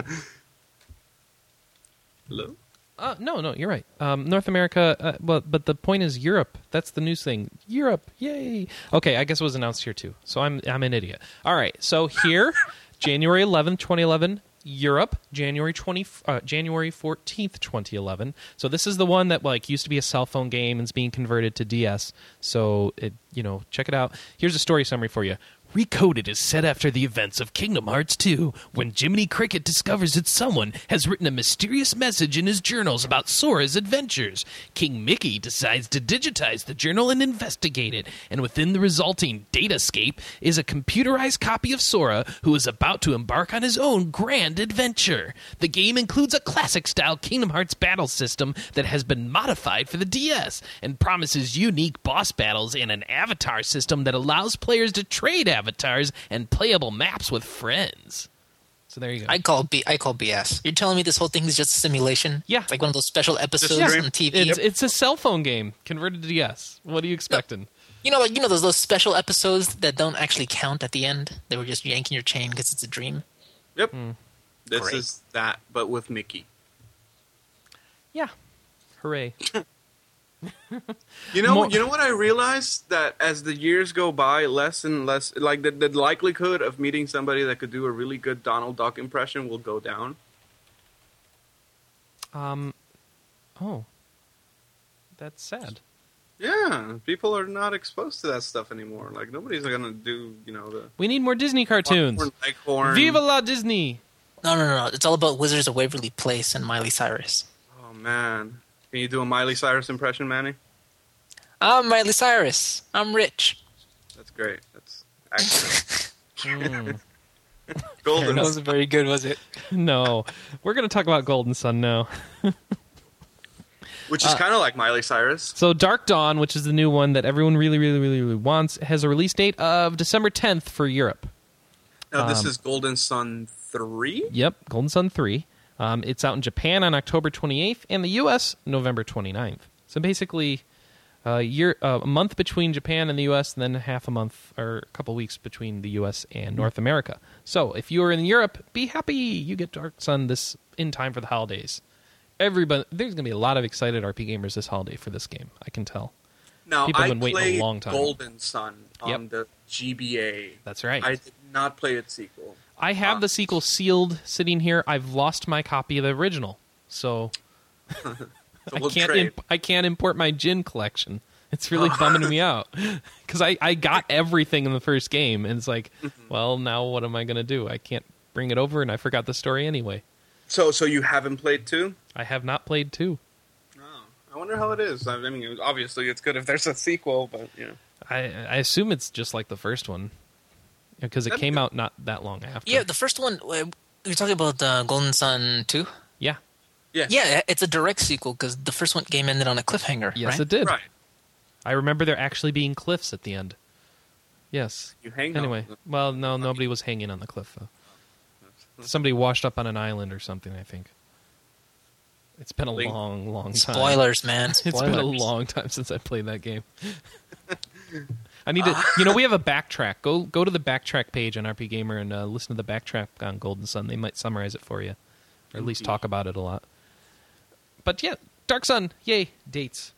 Speaker 4: Hello.
Speaker 2: Uh, no, no, you're right. Um, North America, uh, but but the point is Europe. That's the news thing. Europe, yay! Okay, I guess it was announced here too. So I'm I'm an idiot. All right, so here, [laughs] January 11th, 2011, Europe. January 20, uh, January 14th, 2011. So this is the one that like used to be a cell phone game and is being converted to DS. So it you know check it out. Here's a story summary for you. Recoded is set after the events of Kingdom Hearts 2, when Jiminy Cricket discovers that someone has written a mysterious message in his journals about Sora's adventures. King Mickey decides to digitize the journal and investigate it, and within the resulting datascape is a computerized copy of Sora who is about to embark on his own grand adventure. The game includes a classic style Kingdom Hearts battle system that has been modified for the DS and promises unique boss battles and an avatar system that allows players to trade avatars and playable maps with friends. So there you go.
Speaker 5: I call B. I call BS. You're telling me this whole thing is just a simulation?
Speaker 2: Yeah.
Speaker 5: It's like one of those special episodes
Speaker 4: stream.
Speaker 5: on TV.
Speaker 2: it's, it's a cell phone game converted to DS. What are you expecting?
Speaker 5: you know, like you know those those special episodes that don't actually count at the end. They were just yanking your chain because it's a dream.
Speaker 4: Yep. This
Speaker 5: Great.
Speaker 4: is that, but with Mickey.
Speaker 2: Yeah. Hooray.
Speaker 4: You know,
Speaker 2: More-
Speaker 4: you know what I realized that as the years go by, less and less, like the, the likelihood of meeting somebody that could do a really good Donald Duck impression will go down.
Speaker 2: Um, oh. That's sad.
Speaker 4: Yeah, people are not exposed to that stuff anymore. Like nobody's gonna do, you know, the
Speaker 2: We need more Disney cartoons.
Speaker 4: Longhorn, Leghorn.
Speaker 2: Viva la Disney!
Speaker 5: No, no, no, no. It's all about Wizards of Waverly Place and Miley Cyrus.
Speaker 4: Oh man, can you do a Miley Cyrus impression, Manny?
Speaker 5: I'm Miley Cyrus. I'm rich.
Speaker 4: That's great. That's excellent.
Speaker 2: Mm.
Speaker 4: [laughs] golden.
Speaker 5: That wasn't very good, was it?
Speaker 2: no. We're going to talk about Golden Sun now.
Speaker 4: Which
Speaker 2: Uh,
Speaker 4: is kind of like Miley Cyrus.
Speaker 2: So Dark Dawn, which is the new one that everyone really, really, really, really wants, has a release date of December 10th for Europe.
Speaker 4: Now
Speaker 2: um,
Speaker 4: this is Golden Sun three.
Speaker 2: Yep, Golden Sun 3. Um, it's out in Japan on October 28th and the US November 29th. So basically a year uh, a month between Japan and the US and then half a month or a couple weeks between the US and North America. So if you are in Europe, be happy you get Dark Sun this in time for the holidays. Everybody there's going to be a lot of excited RP gamers this holiday for this game. I can tell.
Speaker 4: Now
Speaker 2: People
Speaker 4: I
Speaker 2: have been waiting a
Speaker 4: played
Speaker 2: long time.
Speaker 4: Golden Sun on
Speaker 2: Yep.
Speaker 4: the GBA.
Speaker 2: That's right.
Speaker 4: I did not play its sequel.
Speaker 2: I have
Speaker 4: Ah.
Speaker 2: the sequel sealed sitting here. I've lost my copy of the original,
Speaker 4: [laughs]
Speaker 2: so, [laughs]
Speaker 4: So we'll
Speaker 2: I can't.
Speaker 4: trade.
Speaker 2: Imp- I can't import my gin collection. It's
Speaker 4: [laughs]
Speaker 2: really bumming me out because I, I got everything in the first game, and it's like,
Speaker 4: Mm-hmm.
Speaker 2: well, now what am I going to do? I can't bring it over, and I forgot the story anyway.
Speaker 4: so so you haven't played two?
Speaker 2: I have not played two.
Speaker 4: Oh, I wonder how it is. I I mean, obviously it's good if there's a sequel, but you know.
Speaker 2: I I assume it's just like the first one because it
Speaker 4: That'd
Speaker 2: came
Speaker 4: be-
Speaker 2: out not that long after.
Speaker 5: Yeah, the first one. uh, You're talking about uh, Golden Sun Two.
Speaker 2: yeah.
Speaker 4: Yeah.
Speaker 5: Yeah, it's a direct sequel because the first one game ended on a cliffhanger.
Speaker 2: Yes,
Speaker 5: right?
Speaker 2: it did.
Speaker 4: Right.
Speaker 2: I remember there actually being cliffs at the end. Yes.
Speaker 4: You hang on.
Speaker 2: Anyway, well, no, nobody was hanging on the cliff though. Somebody washed up on an island or something, I think. It's been a
Speaker 4: Link-
Speaker 2: long, long time.
Speaker 5: Spoilers, [laughs] man.
Speaker 2: It's
Speaker 5: Spoilers.
Speaker 2: been a long time since I played that
Speaker 4: [laughs]
Speaker 2: game. I need to. You know, we have a backtrack. Go go to the backtrack page on RP Gamer and uh, listen to the backtrack on Golden Sun. They might summarize it for you, or at least talk about it a lot. But yeah, Dark Sun, yay dates.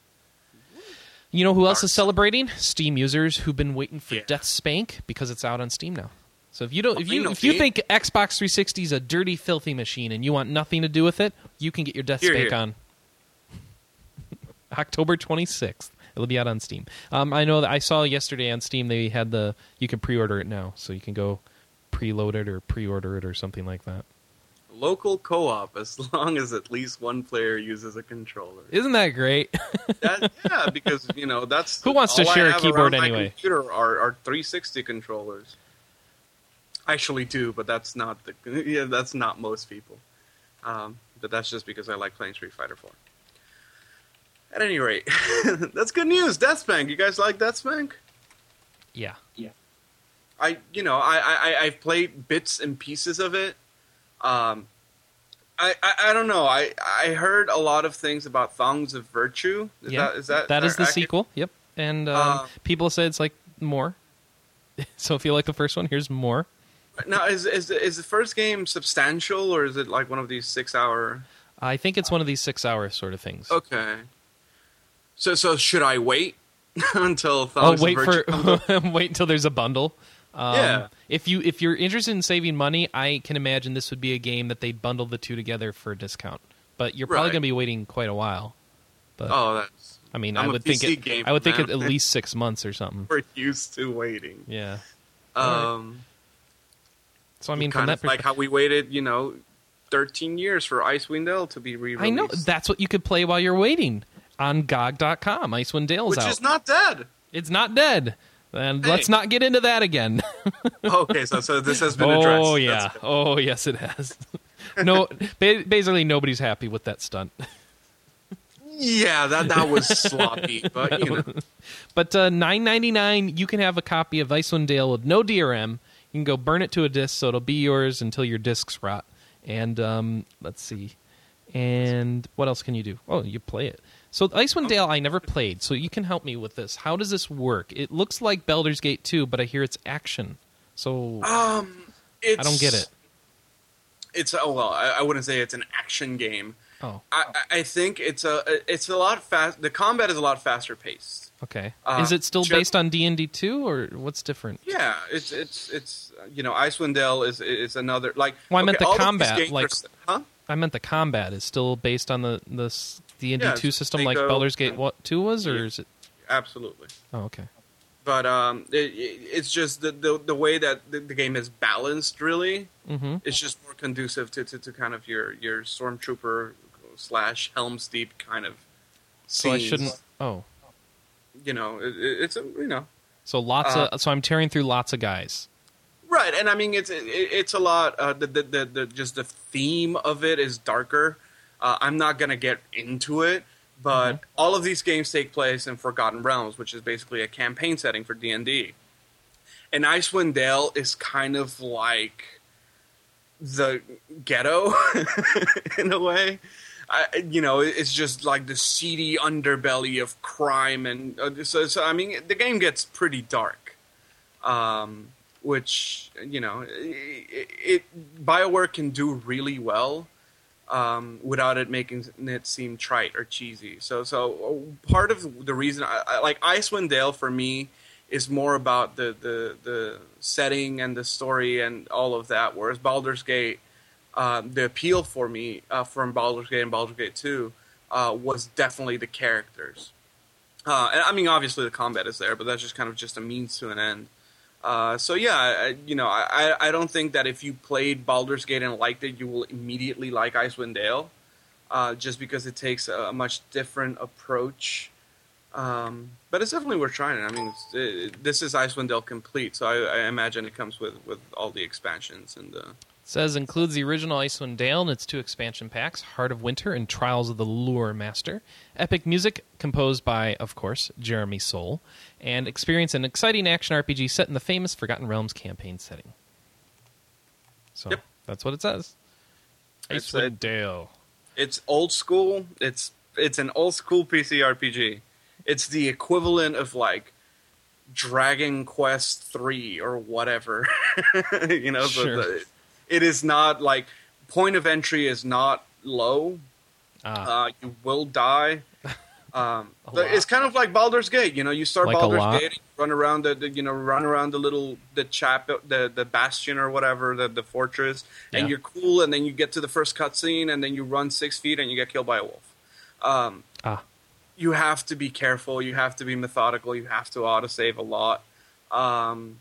Speaker 2: You know who else
Speaker 4: Dark
Speaker 2: is celebrating? Steam users who've been waiting for
Speaker 4: Yeah.
Speaker 2: Death Spank because it's out on Steam now. So if you don't, if
Speaker 4: I
Speaker 2: you
Speaker 4: know
Speaker 2: if you
Speaker 4: it.
Speaker 2: think Xbox 360 is a dirty, filthy machine and you want nothing to do with it, you can get your Death
Speaker 4: Here,
Speaker 2: Spank
Speaker 4: here.
Speaker 2: on [laughs] October 26th. It'll be out on Steam. Um, I know that I saw yesterday on Steam they had the you can pre-order it now, so you can go preload it or pre-order it or something like that.
Speaker 4: Local co-op, as [laughs] long as at least one player uses a controller.
Speaker 2: Isn't that
Speaker 4: [laughs]
Speaker 2: great?
Speaker 4: That- yeah, because you know that's
Speaker 2: Who wants to
Speaker 4: all I
Speaker 2: share a
Speaker 4: have
Speaker 2: keyboard
Speaker 4: around my
Speaker 2: anyway?
Speaker 4: Computer are, are 360 controllers. I actually do, but that's not the yeah, that's not most people. Um, but that's just because I like playing Street Fighter 4. At any rate, [laughs] that's good news. Deathspank, you guys like Deathspank?
Speaker 2: yeah.
Speaker 4: I you know I I- I I've played bits and pieces of it. Um, I, I I don't know. I I heard a lot of things about Thongs of Virtue. Is
Speaker 2: yeah.
Speaker 4: that is that
Speaker 2: that is the
Speaker 4: accurate?
Speaker 2: sequel. Yep. And um,
Speaker 4: Uh,
Speaker 2: people say it's like more. [laughs] so if you like the first one, here's more.
Speaker 4: Now is is is the first game substantial or is it like one of these six hour?
Speaker 2: I think it's one of these six-hour sort of things.
Speaker 4: Okay. So so should I wait [laughs] until
Speaker 2: Oh,
Speaker 4: Thongs
Speaker 2: wait
Speaker 4: of Virtue?
Speaker 2: for [laughs] wait until there's a bundle. Um,
Speaker 4: Yeah.
Speaker 2: If you if you're interested in saving money, I can imagine this would be a game that they'd bundle the two together for a discount. But you're probably
Speaker 4: Right.
Speaker 2: going to be waiting quite a while. But
Speaker 4: oh, that's
Speaker 2: I mean,
Speaker 4: I'm
Speaker 2: I
Speaker 4: a
Speaker 2: would think
Speaker 4: PC
Speaker 2: it.
Speaker 4: gamer,
Speaker 2: I would think
Speaker 4: man.
Speaker 2: it at least six months or something.
Speaker 4: we're used to waiting.
Speaker 2: Yeah. All
Speaker 4: Um,
Speaker 2: So I mean, from
Speaker 4: kind
Speaker 2: that
Speaker 4: of like
Speaker 2: perspective,
Speaker 4: how we waited, you know, thirteen years for Icewind Dale to be re-released.
Speaker 2: I know that's what you could play while you're waiting on GOG.com. Icewind Dale's
Speaker 4: which
Speaker 2: out.
Speaker 4: is not dead.
Speaker 2: it's not dead. And
Speaker 4: Hey.
Speaker 2: let's not get into that again.
Speaker 4: okay, so so this has been addressed.
Speaker 2: [laughs] oh
Speaker 4: That's
Speaker 2: yeah.
Speaker 4: good.
Speaker 2: Oh yes, it has. [laughs] no, ba- basically nobody's happy with that stunt. [laughs]
Speaker 4: yeah, that that was sloppy, but you know,
Speaker 2: But uh, nine ninety nine, you can have a copy of Icewind Dale with no DRM. You can go burn it to a disc, so it'll be yours until your discs rot. And um, let's see, and what else can you do? Oh, you play it. So Icewind Dale, I never played, so you can help me with this. How does this work? It looks like Baldur's Gate 2, but I hear it's action. So
Speaker 4: Oh, it's,
Speaker 2: [laughs] I don't get it.
Speaker 4: It's oh well, I, I wouldn't say it's an action game.
Speaker 2: Oh,
Speaker 4: I, I I think it's a it's a lot fast. The combat is a lot faster paced.
Speaker 2: okay.
Speaker 4: Uh,
Speaker 2: Is it still
Speaker 4: just-
Speaker 2: based on D and D two, or what's different?
Speaker 4: Yeah, it's it's it's uh, you know Icewind Dale is is another like.
Speaker 2: Well, I meant the
Speaker 4: all of these
Speaker 2: combat,
Speaker 4: games
Speaker 2: like-
Speaker 4: are- huh?
Speaker 2: I meant the combat is still based on the this D and D
Speaker 4: Yeah,
Speaker 2: two
Speaker 4: it's
Speaker 2: system, like
Speaker 4: Mako
Speaker 2: Baldur's Gate
Speaker 4: and-
Speaker 2: what two was, or is it?
Speaker 4: Absolutely.
Speaker 2: Oh, okay.
Speaker 4: But um, it, it, it's just the, the the way that the, the game is balanced. Really,
Speaker 2: Mm-hmm.
Speaker 4: it's just more conducive to, to, to kind of your your stormtrooper slash Helm's Deep kind of.
Speaker 2: So I
Speaker 4: scenes.
Speaker 2: shouldn't. Oh,
Speaker 4: You know, it, it- it's a you know
Speaker 2: so lots
Speaker 4: Uh,
Speaker 2: of. So I'm tearing through lots of guys.
Speaker 4: Right, and I mean it's it, it's a lot. Uh, the, the the the just the theme of it is darker. Uh, I'm not gonna get into it, but all of these games take place in Forgotten Realms, which is basically a campaign setting for D and D. And Icewind Dale is kind of like the ghetto [laughs] in a way. I, you know, it's just like the seedy underbelly of crime, and uh, so, so I mean, the game gets pretty dark. Um, which you know it, it Bioware can do really well um, without it making it seem trite or cheesy. So so part of the reason I, I like Icewind Dale for me is more about the, the the setting and the story and all of that. Whereas Baldur's Gate, um, the appeal for me uh, from Baldur's Gate and Baldur's Gate Two uh, was definitely the characters. Uh, and, I mean, obviously the combat is there, but that's just kind of just a means to an end. Uh, so yeah, I, you know, I, I I don't think that if you played Baldur's Gate and liked it, you will immediately like Icewind Dale, uh, just because it takes a, a much different approach. Um, but it's definitely worth trying. it. I mean, it's, it, this is Icewind Dale complete, so I, I imagine it comes with, with all the expansions and uh, the.
Speaker 2: It says includes the original Icewind Dale and its two expansion packs, Heart of Winter and Trials of the Lure Master. Epic music composed by, of course, Jeremy Soule, and experience an exciting action RPG set in the famous Forgotten Realms campaign setting. So
Speaker 4: Yep.
Speaker 2: that's what it says.
Speaker 4: That's it.
Speaker 2: Icewind Dale.
Speaker 4: It's old school. It's it's an old school PC RPG. It's the equivalent of like Dragon Quest three or whatever. [laughs] you know, so
Speaker 2: Sure.
Speaker 4: the- it is not like point of entry is not low.
Speaker 2: Ah,
Speaker 4: Uh, you
Speaker 2: [laughs]
Speaker 4: will die. Um,
Speaker 2: A
Speaker 4: but it's
Speaker 2: lot.
Speaker 4: kind of like Baldur's Gate. You know, you start
Speaker 2: Like a lot.
Speaker 4: Baldur's Gate, run around the, the you know run around the little the chap the the bastion or whatever the the fortress,
Speaker 2: Yeah.
Speaker 4: and you're cool, and then you get to the first cutscene, and then you run six feet and you get killed by a wolf. Um,
Speaker 2: ah,
Speaker 4: you have to be careful. You have to be methodical. You have to autosave a lot. Um,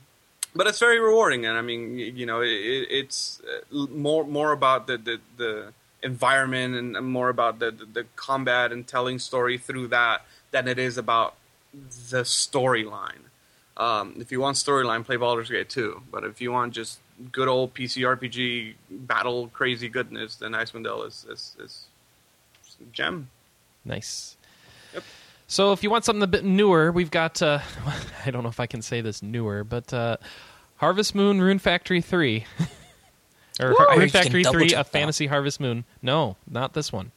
Speaker 4: but it's very rewarding, and I mean, y- you know, it, it's uh, l- more more about the the, the environment and and more about the, the the combat and telling story through that than it is about the storyline. Um, if you want storyline, play Baldur's Gate 2. But if you want just good old PC RPG battle crazy goodness, then Icewind Dale is is, is a gem.
Speaker 2: nice. So if you want something a bit newer, we've got. Uh, [laughs] I don't know if I can say this newer, but uh, Harvest Moon Rune Factory three, [laughs] or Har-
Speaker 5: Woo!
Speaker 2: Rune
Speaker 5: You can
Speaker 2: Factory
Speaker 5: double
Speaker 2: three, a
Speaker 5: check that.
Speaker 2: fantasy Harvest Moon. No, not this one.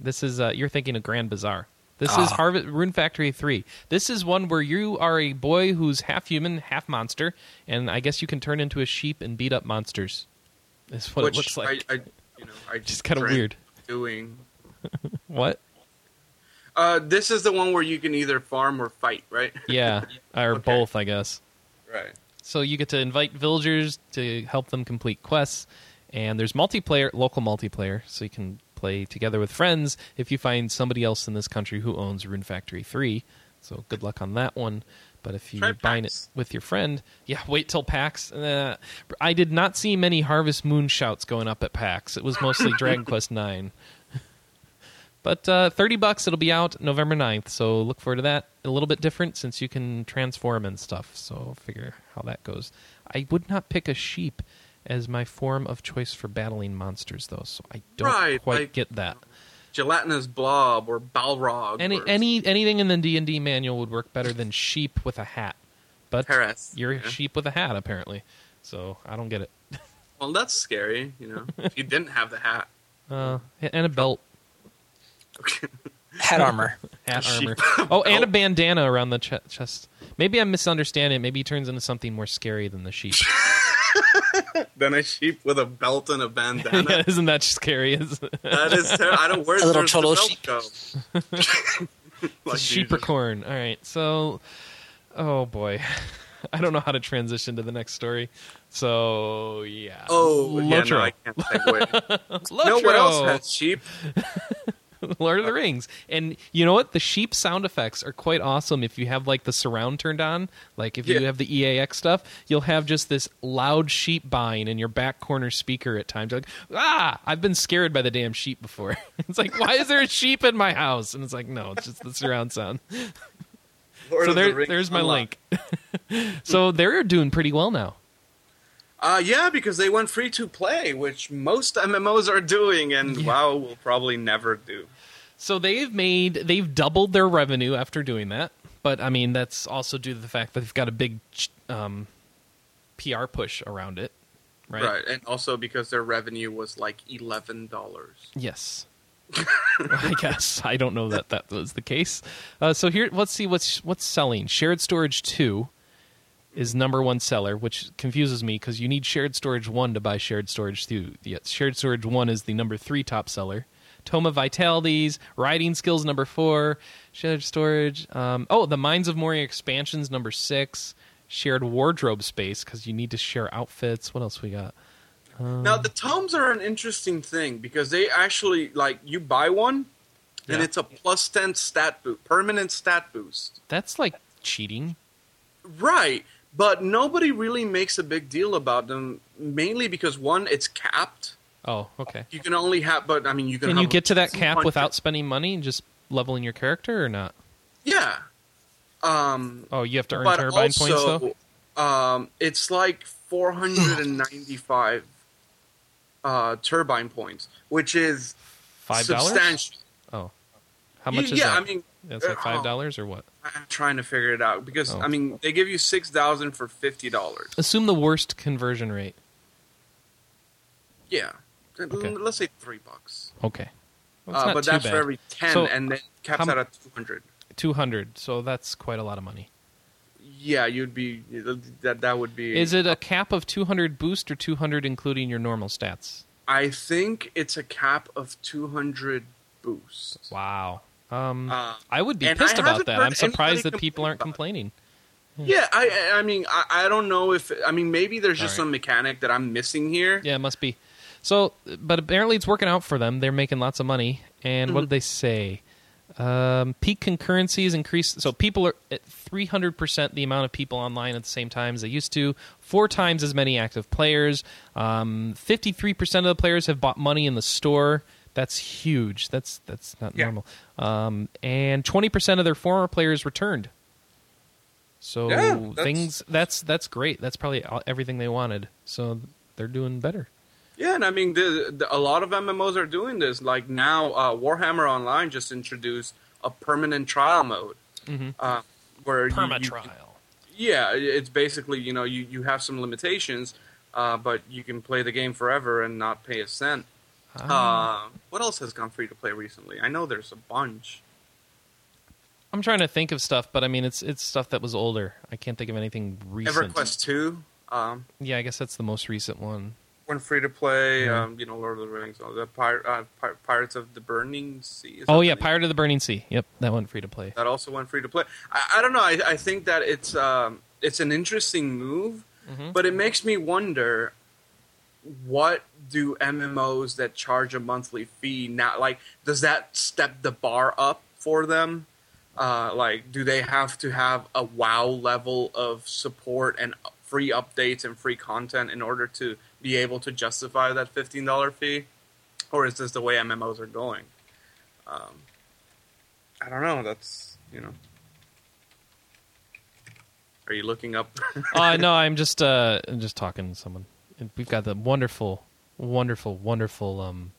Speaker 2: This is uh, you're thinking of Grand Bazaar. This is
Speaker 5: Ah.
Speaker 2: Harvest Rune Factory three. This is one where you are a boy who's half human, half monster, and I guess you can turn into a sheep and beat up monsters. Is what
Speaker 4: Which
Speaker 2: it looks like.
Speaker 4: I, I you know,
Speaker 2: [laughs]
Speaker 4: I
Speaker 2: Just kinda
Speaker 4: dread
Speaker 2: weird.
Speaker 4: Doing. [laughs]
Speaker 2: what?
Speaker 4: Uh, this is the one where you can either farm or fight, right?
Speaker 2: Yeah, or
Speaker 4: Okay.
Speaker 2: both, I guess.
Speaker 4: [laughs] right.
Speaker 2: So you get to invite villagers to help them complete quests, and there's multiplayer, local multiplayer, so you can play together with friends if you find somebody else in this country who owns Rune Factory 3. So good luck on that one. But if you
Speaker 4: Try
Speaker 2: bind it
Speaker 4: PAX.
Speaker 2: with your friend, yeah, wait till PAX. Uh, I did not see many Harvest Moon shouts going up at PAX. It was mostly Dragon Quest 9. But uh, 30 bucks, it'll be out November 9th. So look forward to that. A little bit different since you can transform and stuff. So figure how that goes. I would not pick a sheep as my form of choice for battling monsters, though. So I don't
Speaker 4: Right,
Speaker 2: quite
Speaker 4: like-
Speaker 2: get that.
Speaker 4: Gelatinous blob or Balrog.
Speaker 2: Any,
Speaker 4: or
Speaker 2: any anything in the D and D manual would work better than sheep with a hat. But
Speaker 4: Paris.
Speaker 2: you're
Speaker 4: Yeah.
Speaker 2: a sheep with a hat apparently, so I don't get it.
Speaker 4: Well, that's scary. You
Speaker 2: [laughs]
Speaker 4: know, if you didn't have the hat,
Speaker 2: Uh,
Speaker 4: Mm-hmm.
Speaker 2: and a belt,
Speaker 5: Hat armor.
Speaker 2: hat
Speaker 4: sheep [laughs]
Speaker 2: armor. Oh, and a bandana around the che- chest. Maybe I'm misunderstanding. Maybe he turns into something more scary than the
Speaker 4: [laughs]
Speaker 2: sheep.
Speaker 4: then a sheep with a belt and a
Speaker 2: [laughs] yeah,
Speaker 4: bandana.
Speaker 2: isn't that scary? [laughs] It's
Speaker 4: that is terrible. I don't. Where's
Speaker 5: A little
Speaker 4: where's
Speaker 5: cholo
Speaker 4: the belt
Speaker 5: sheep.
Speaker 2: [laughs]
Speaker 4: go? [laughs]
Speaker 2: a
Speaker 4: Like,
Speaker 2: sheep
Speaker 4: you
Speaker 2: or
Speaker 4: just-
Speaker 2: corn. All right, so oh boy, [laughs] I don't know how to transition to the next story. So yeah.
Speaker 4: Oh, yeah,
Speaker 2: Lotro.
Speaker 4: no, I
Speaker 2: [laughs]
Speaker 4: can't segue.
Speaker 2: Lotro.
Speaker 4: no, what else has sheep?
Speaker 2: [laughs] Lord of the Rings. And you know what? The sheep sound effects are quite awesome if you have like the surround turned on. Like if you
Speaker 4: Yeah.
Speaker 2: have the EAX stuff, you'll have just this loud sheep buying in your back corner speaker at times. You're like, ah, I've been scared by the damn sheep before. [laughs] it's like, why is there a sheep in my house? And it's like, no, it's just the surround sound.
Speaker 4: Lord
Speaker 2: so
Speaker 4: of the
Speaker 2: there,
Speaker 4: Rings
Speaker 2: there's my
Speaker 4: unlocked.
Speaker 2: link. [laughs] so they're doing pretty well now.
Speaker 4: Uh, yeah, because they went free to play, which most MMOs are doing, and WoW will probably never do.
Speaker 2: So they've made they've doubled their revenue after doing that. But I mean, that's also due to the fact that they've got a big ch- um, PR push around it, right?
Speaker 4: Right. And also because their revenue was like $11.
Speaker 2: Yes. [laughs] I guess I don't know that that was the case. Uh, so here, let's see what's what's selling. Shared storage two is number one seller, which confuses me because you need shared storage one to buy shared storage two. Yet shared storage one is the number three top seller. Toma Vitalities, Riding Skills number four, Shared Storage. Um, oh, the Minds of Moria expansions number six, Shared Wardrobe Space because you need to share outfits. What else we got? Mm.
Speaker 4: Now, the tomes are an interesting thing because they actually, like, you buy one, and
Speaker 2: Yeah.
Speaker 4: it's a plus 10 stat boost, permanent stat boost.
Speaker 2: That's like cheating.
Speaker 4: Right. But nobody really makes a big deal about them, mainly because one, it's capped.
Speaker 2: Oh, okay.
Speaker 4: You can only have, but I mean, you can.
Speaker 2: Can
Speaker 4: have
Speaker 2: you get to that
Speaker 4: two
Speaker 2: cap
Speaker 4: hundred-
Speaker 2: without spending money and just leveling your character or not?
Speaker 4: Yeah. Um,
Speaker 2: Oh, you have to earn turbine points though.
Speaker 4: Um, it's like 495 uh, turbine points, which is
Speaker 2: Five dollars.
Speaker 4: substantial.
Speaker 2: Oh, how much
Speaker 4: yeah,
Speaker 2: is that?
Speaker 4: I mean,
Speaker 2: that's like
Speaker 4: uh,
Speaker 2: five dollars or what?
Speaker 4: I'm trying to figure it out because
Speaker 2: Oh.
Speaker 4: I mean they give you six thousand for fifty dollars.
Speaker 2: Assume the worst conversion rate.
Speaker 4: Yeah,
Speaker 2: Okay.
Speaker 4: L- Let's say three bucks.
Speaker 2: Okay. Well, it's
Speaker 4: uh,
Speaker 2: not
Speaker 4: but
Speaker 2: too
Speaker 4: that's
Speaker 2: bad.
Speaker 4: for every ten,
Speaker 2: So,
Speaker 4: and then
Speaker 2: how
Speaker 4: caps
Speaker 2: m-
Speaker 4: out at two hundred.
Speaker 2: 200, so that's quite a lot of money.
Speaker 4: Yeah, you'd be that. That would be.
Speaker 2: Is it a cap of 200 boost or 200 including your normal stats?
Speaker 4: I think it's a cap of two hundred boost.
Speaker 2: Wow. Um,
Speaker 4: Uh,
Speaker 2: I would be
Speaker 4: and
Speaker 2: pissed
Speaker 4: I
Speaker 2: about
Speaker 4: haven't
Speaker 2: that.
Speaker 4: heard
Speaker 2: I'm surprised
Speaker 4: anybody
Speaker 2: that people
Speaker 4: complain
Speaker 2: aren't
Speaker 4: about it.
Speaker 2: complaining.
Speaker 4: Yeah, I I I mean I, I don't know if I mean maybe there's just
Speaker 2: Alright.
Speaker 4: some mechanic that I'm missing here.
Speaker 2: Yeah, it must be. So, but apparently it's working out for them. They're making lots of money. And
Speaker 4: Mm-hmm.
Speaker 2: what did they say? Um, peak concurrency is increased. So people are at 300% the amount of people online at the same time as they used to. Four times as many active players. Um, 53% of the players have bought money in the store. That's huge. That's that's not
Speaker 4: Yeah.
Speaker 2: normal. Um, and 20% of their former players returned. So
Speaker 4: Yeah, that's-
Speaker 2: things that's that's great. That's probably all- everything they wanted. So they're doing better.
Speaker 4: Yeah, and I mean, the, the, a lot of MMOs are doing this. Like now, uh, Warhammer Online just introduced a permanent trial mode, uh, where you-
Speaker 2: Mm-hmm. Perma
Speaker 4: you-
Speaker 2: trial.
Speaker 4: yeah, it's basically you know you, you have some limitations, uh, but you can play the game forever and not pay a cent.
Speaker 2: Ah.
Speaker 4: Uh, what else has gone free to play recently? I know there's a bunch.
Speaker 2: I'm trying to think of stuff, but I mean it's it's stuff that was older. I can't think of anything recent.
Speaker 4: EverQuest Two um,
Speaker 2: Yeah, I guess that's the most recent one.
Speaker 4: went free to play.
Speaker 2: Yeah.
Speaker 4: Um, you know, Lord of the Rings, all the Pir- uh, Pir- Pirates of the Burning Sea. is that
Speaker 2: Oh
Speaker 4: the
Speaker 2: yeah,
Speaker 4: name?
Speaker 2: Pirate of the Burning Sea. Yep, that one free to play.
Speaker 4: that also went free to play. I, I don't know. I, I think that it's um, it's an interesting move, but it makes me wonder what do MMOs that charge a monthly fee now like does that step the bar up for them? Uh, like, do they have to have a WoW level of support and free updates and free content in order to be able to justify that fifteen dollar fee, or is this the way MMOs are going? Um, I don't know. That's you know. Are you looking up? [laughs]
Speaker 2: [laughs] uh, no, I'm just uh, I'm just talking to someone. And We've got the wonderful, wonderful, wonderful um,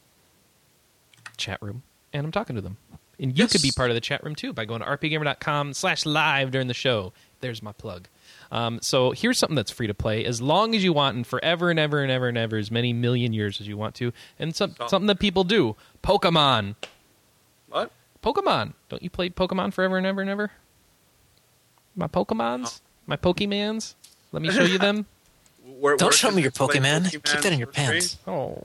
Speaker 2: chat room, and I'm talking to them. And you could be
Speaker 4: Yes.
Speaker 2: part of the chat room too by going to rpgamer.com slash live during the show. There's my plug. Um, so here's something that's free to play as long as you want and forever and ever and ever and ever as many million years as you want to. And some,
Speaker 4: Stop.
Speaker 2: something that people do Pokemon.
Speaker 4: what?
Speaker 2: Pokemon. Don't you play Pokemon forever and ever and ever? My Pokemons? My Pokemans? Let me show you them.
Speaker 4: Where, where
Speaker 5: Don't show
Speaker 4: can
Speaker 5: me your
Speaker 4: you play
Speaker 5: Pokemon. Keep that in your
Speaker 4: for free?
Speaker 5: pants.
Speaker 2: Oh.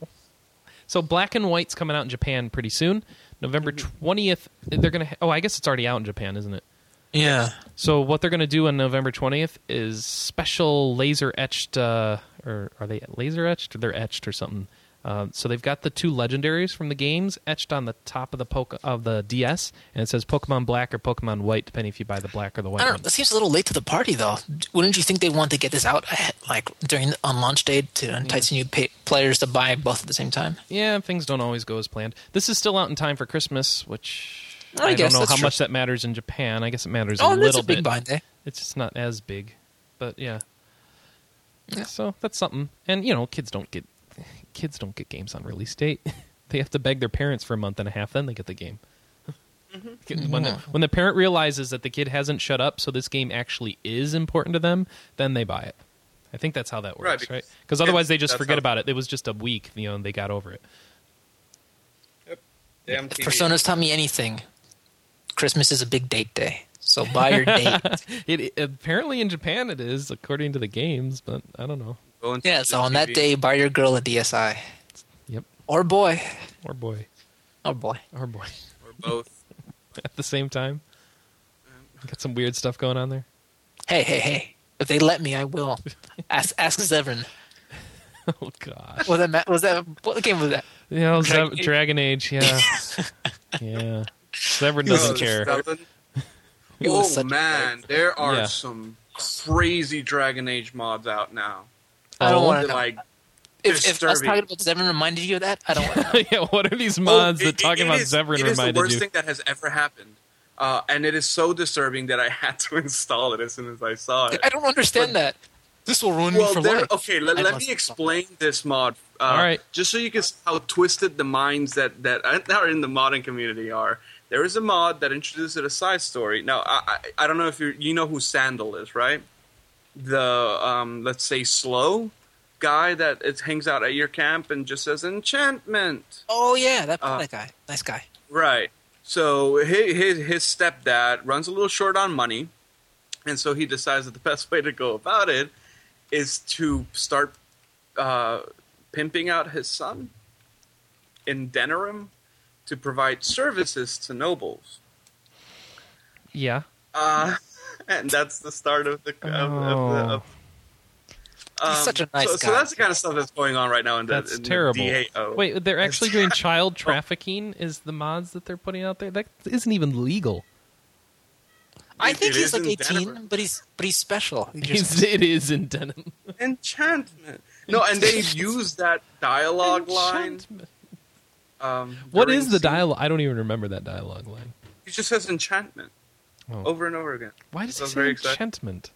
Speaker 2: So Black and White's coming out in Japan pretty soon. November 20th, they're going to Oh, I guess it's already out in Japan, isn't it?
Speaker 5: Yeah.
Speaker 2: So what they're going to do on November 20th is special laser etched uh or are they laser etched? They're etched or something. Uh, so they've got the two legendaries from the games etched on the top of the poke- of the DS, and it says Pokemon Black or Pokemon White, depending if you buy the black or the white.
Speaker 5: I don't
Speaker 2: one.
Speaker 5: know. That seems a little late to the party, though. Wouldn't you think they want to get this out ahead, like during on launch day to entice new pay- players to buy both at the same time?
Speaker 2: yeah, things don't always go as planned. This is still out in time for Christmas, which
Speaker 5: I
Speaker 2: I, don't
Speaker 5: guess
Speaker 2: know
Speaker 5: Oh, that's
Speaker 2: how
Speaker 5: true.
Speaker 2: much that matters in Japan. I guess it matters
Speaker 5: Oh,
Speaker 2: a
Speaker 5: and that's
Speaker 2: little
Speaker 5: a big
Speaker 2: bit.
Speaker 5: buy day.
Speaker 2: It's just not as big, but yeah.
Speaker 5: Yeah.
Speaker 2: So that's something. And you know, kids don't get kids don't get games on release date. [laughs] they have to beg their parents for a month and a half, then they get the game.
Speaker 5: Mm-hmm.
Speaker 2: [laughs] When, the, when the parent realizes that the kid hasn't shut up, so this game actually is important to them, then they buy it. I think that's how that
Speaker 4: Right,
Speaker 2: works,
Speaker 4: because-
Speaker 2: right? Because otherwise, they just
Speaker 4: That's
Speaker 2: forget
Speaker 4: how-
Speaker 2: about it. It was just a week, you know, and they got over it.
Speaker 4: Damn
Speaker 5: If
Speaker 4: TV.
Speaker 5: Persona's taught me anything, Christmas is a big date day. So buy
Speaker 2: [laughs]
Speaker 5: your date.
Speaker 2: It, it- apparently in Japan it is, according to the games, but I don't know.
Speaker 4: Go into
Speaker 5: Yeah,
Speaker 4: the
Speaker 5: so on that
Speaker 4: TV.
Speaker 5: day, buy your girl a DSI.
Speaker 2: Yep,
Speaker 5: Or boy.
Speaker 2: or boy,
Speaker 5: Or boy.
Speaker 2: or boy
Speaker 4: or
Speaker 5: [laughs]
Speaker 4: both.
Speaker 2: [laughs] at the same time. Got some weird stuff going on there. [laughs]
Speaker 5: Hey, hey, hey. If they let me, I will. Ask, ask Zevran.
Speaker 2: Oh God,
Speaker 5: Was that, ma- was that, what game was that?
Speaker 2: [laughs] yeah, it was
Speaker 5: Dragon
Speaker 2: Dra-
Speaker 5: Age.
Speaker 2: Dragon Age, yeah, [laughs] yeah. Severn doesn't
Speaker 4: Oh,
Speaker 2: care.
Speaker 4: something.
Speaker 5: [laughs] It was
Speaker 4: Oh
Speaker 5: such a
Speaker 4: man, there are
Speaker 2: Yeah.
Speaker 4: some crazy Dragon Age mods out now.
Speaker 5: I don't
Speaker 2: Oh.
Speaker 5: want to know.
Speaker 4: Like
Speaker 5: if, if us
Speaker 4: disturbing.
Speaker 5: talking about Zevran reminded you of that, I don't want to know.
Speaker 2: [laughs] yeah, what are these mods
Speaker 4: Oh,
Speaker 2: that
Speaker 4: it-
Speaker 2: talking
Speaker 4: it
Speaker 2: about
Speaker 4: is-
Speaker 2: Zevran
Speaker 4: It is the
Speaker 2: reminded
Speaker 4: worst
Speaker 2: you?
Speaker 4: thing that has ever happened, uh, and it is so disturbing that I had to [laughs] install it as soon as I saw it.
Speaker 5: [laughs] I don't understand that. This will ruin
Speaker 4: Well,
Speaker 5: me for
Speaker 4: there-
Speaker 5: life.
Speaker 4: okay, let,
Speaker 5: I
Speaker 4: let
Speaker 5: must-
Speaker 4: me explain this mod. Uh,
Speaker 2: All right.
Speaker 4: Just so you can see how twisted the minds that, that are in the modding community are. There is a mod that introduces a side story. Now, I, I, I don't know if you you know who Sandal is, right? The, um, let's say, Slow guy that it hangs out at your camp and just says enchantment.
Speaker 5: Oh yeah, that
Speaker 4: Uh,
Speaker 5: that guy, nice guy.
Speaker 4: Right. So his, his his stepdad runs a little short on money, and so he decides that the best way to go about it is to start uh, pimping out his son in Denerim to provide services to nobles.
Speaker 2: Yeah.
Speaker 4: Uh, [laughs] and that's the start of the. Of, of
Speaker 2: Oh.
Speaker 4: the of, um,
Speaker 5: He's such a nice
Speaker 4: so, so
Speaker 5: guy.
Speaker 4: that's the kind of stuff that's going on right now in the,
Speaker 2: That's
Speaker 4: in the
Speaker 2: terrible.
Speaker 4: DAO.
Speaker 2: Wait, they're actually
Speaker 4: [laughs]
Speaker 2: doing child trafficking is the mods that they're putting out there. That isn't even legal.
Speaker 5: I
Speaker 4: it-
Speaker 5: think
Speaker 4: it
Speaker 5: he's
Speaker 4: is
Speaker 5: like
Speaker 4: in
Speaker 5: 18,
Speaker 4: Denver.
Speaker 5: but he's but he's special.
Speaker 4: [laughs]
Speaker 5: He
Speaker 2: It's,
Speaker 5: just-
Speaker 2: [laughs] it is in denim.
Speaker 4: enchantment. No,
Speaker 2: [laughs]
Speaker 4: and they use that dialogue line.
Speaker 2: Enchantment.
Speaker 4: Um,
Speaker 2: What
Speaker 4: during
Speaker 2: is the
Speaker 4: scene-
Speaker 2: dialogue? I don't even remember that dialogue line.
Speaker 4: He just says enchantment
Speaker 2: Oh.
Speaker 4: over and over again
Speaker 2: Why does
Speaker 4: I'm
Speaker 2: it say
Speaker 4: very excited.
Speaker 2: enchantment?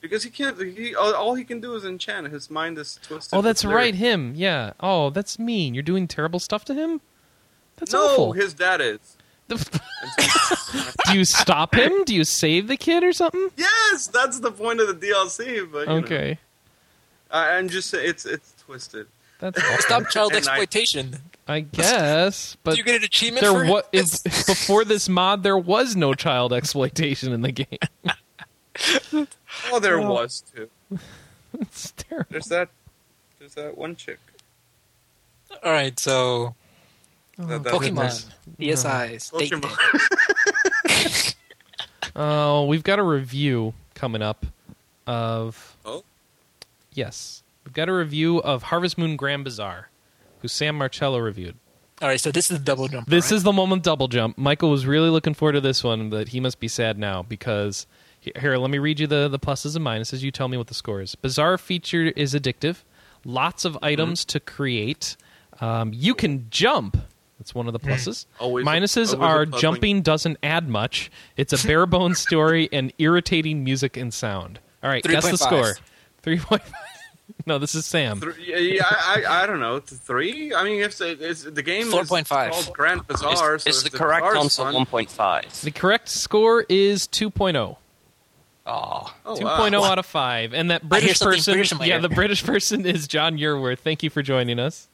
Speaker 4: because he can't. He all, all he can do is enchant. His mind is twisted.
Speaker 2: Oh,
Speaker 4: with
Speaker 2: that's
Speaker 4: lyrics.
Speaker 2: right, him. Yeah. Oh, that's mean. You're doing terrible stuff to him. That's
Speaker 4: no,
Speaker 2: awful.
Speaker 4: his dad is. [laughs]
Speaker 2: [laughs] Do you stop him? Do you save the kid or something?
Speaker 4: Yes, that's the point of the DLC. But you know,
Speaker 2: Okay,
Speaker 4: I, I'm just saying it's it's twisted.
Speaker 2: that's awful.
Speaker 5: Stop child
Speaker 4: And I-
Speaker 5: exploitation.
Speaker 2: I
Speaker 5: [laughs]
Speaker 2: guess, but
Speaker 5: Do you get an achievement
Speaker 2: there
Speaker 5: for it?
Speaker 2: what
Speaker 5: It's-
Speaker 2: [laughs] before this mod there was no child exploitation in the [laughs] game.
Speaker 4: Oh, there
Speaker 2: Well-
Speaker 4: was too.
Speaker 2: it's terrible.
Speaker 4: There's that. There's that one chick.
Speaker 5: All right, so
Speaker 4: That- that-
Speaker 5: Pokemon, ESIs, date
Speaker 4: Mm-hmm. Pokemon.
Speaker 5: day.
Speaker 2: Oh, we've got a review coming up of
Speaker 4: Oh,
Speaker 2: yes, we've got a review of Harvest Moon Grand Bazaar, who Sam Marcello reviewed.
Speaker 5: All right, so this is the double jump.
Speaker 2: This is the moment double jump. Michael was really looking forward to this one, but he must be sad now because here, let me read you the, the pluses and minuses. You tell me what the score is. Bizarre feature is addictive. Lots
Speaker 4: Mm-hmm.
Speaker 2: of items to create. Um, you can jump. That's one of the pluses.
Speaker 4: Mm-hmm. Always- always
Speaker 2: Minuses
Speaker 4: a
Speaker 2: are
Speaker 4: puzzling-
Speaker 2: jumping doesn't add much. It's a bare
Speaker 4: [laughs]
Speaker 2: bones story and irritating music and sound. All right, guess the
Speaker 5: 3.5.
Speaker 2: score. Three point five. [laughs] No, this is Sam.
Speaker 4: three, yeah, yeah, I, I I don't know. th- Three. I mean, if the, it's, the game is
Speaker 5: 4.5.
Speaker 4: called Grand Bazaar,
Speaker 6: it's
Speaker 4: so
Speaker 6: it's
Speaker 4: if
Speaker 6: the correct
Speaker 4: Bazaar's
Speaker 6: answer,
Speaker 4: fun-
Speaker 6: 1.5.
Speaker 2: The correct score is 2.0.
Speaker 6: Oh.
Speaker 4: Oh,
Speaker 2: Two
Speaker 4: wow.
Speaker 2: out of five, and that British
Speaker 5: something
Speaker 2: person,
Speaker 5: British in my
Speaker 2: yeah,
Speaker 5: ear.
Speaker 2: the British person is John Yerworth. Thank you for joining us.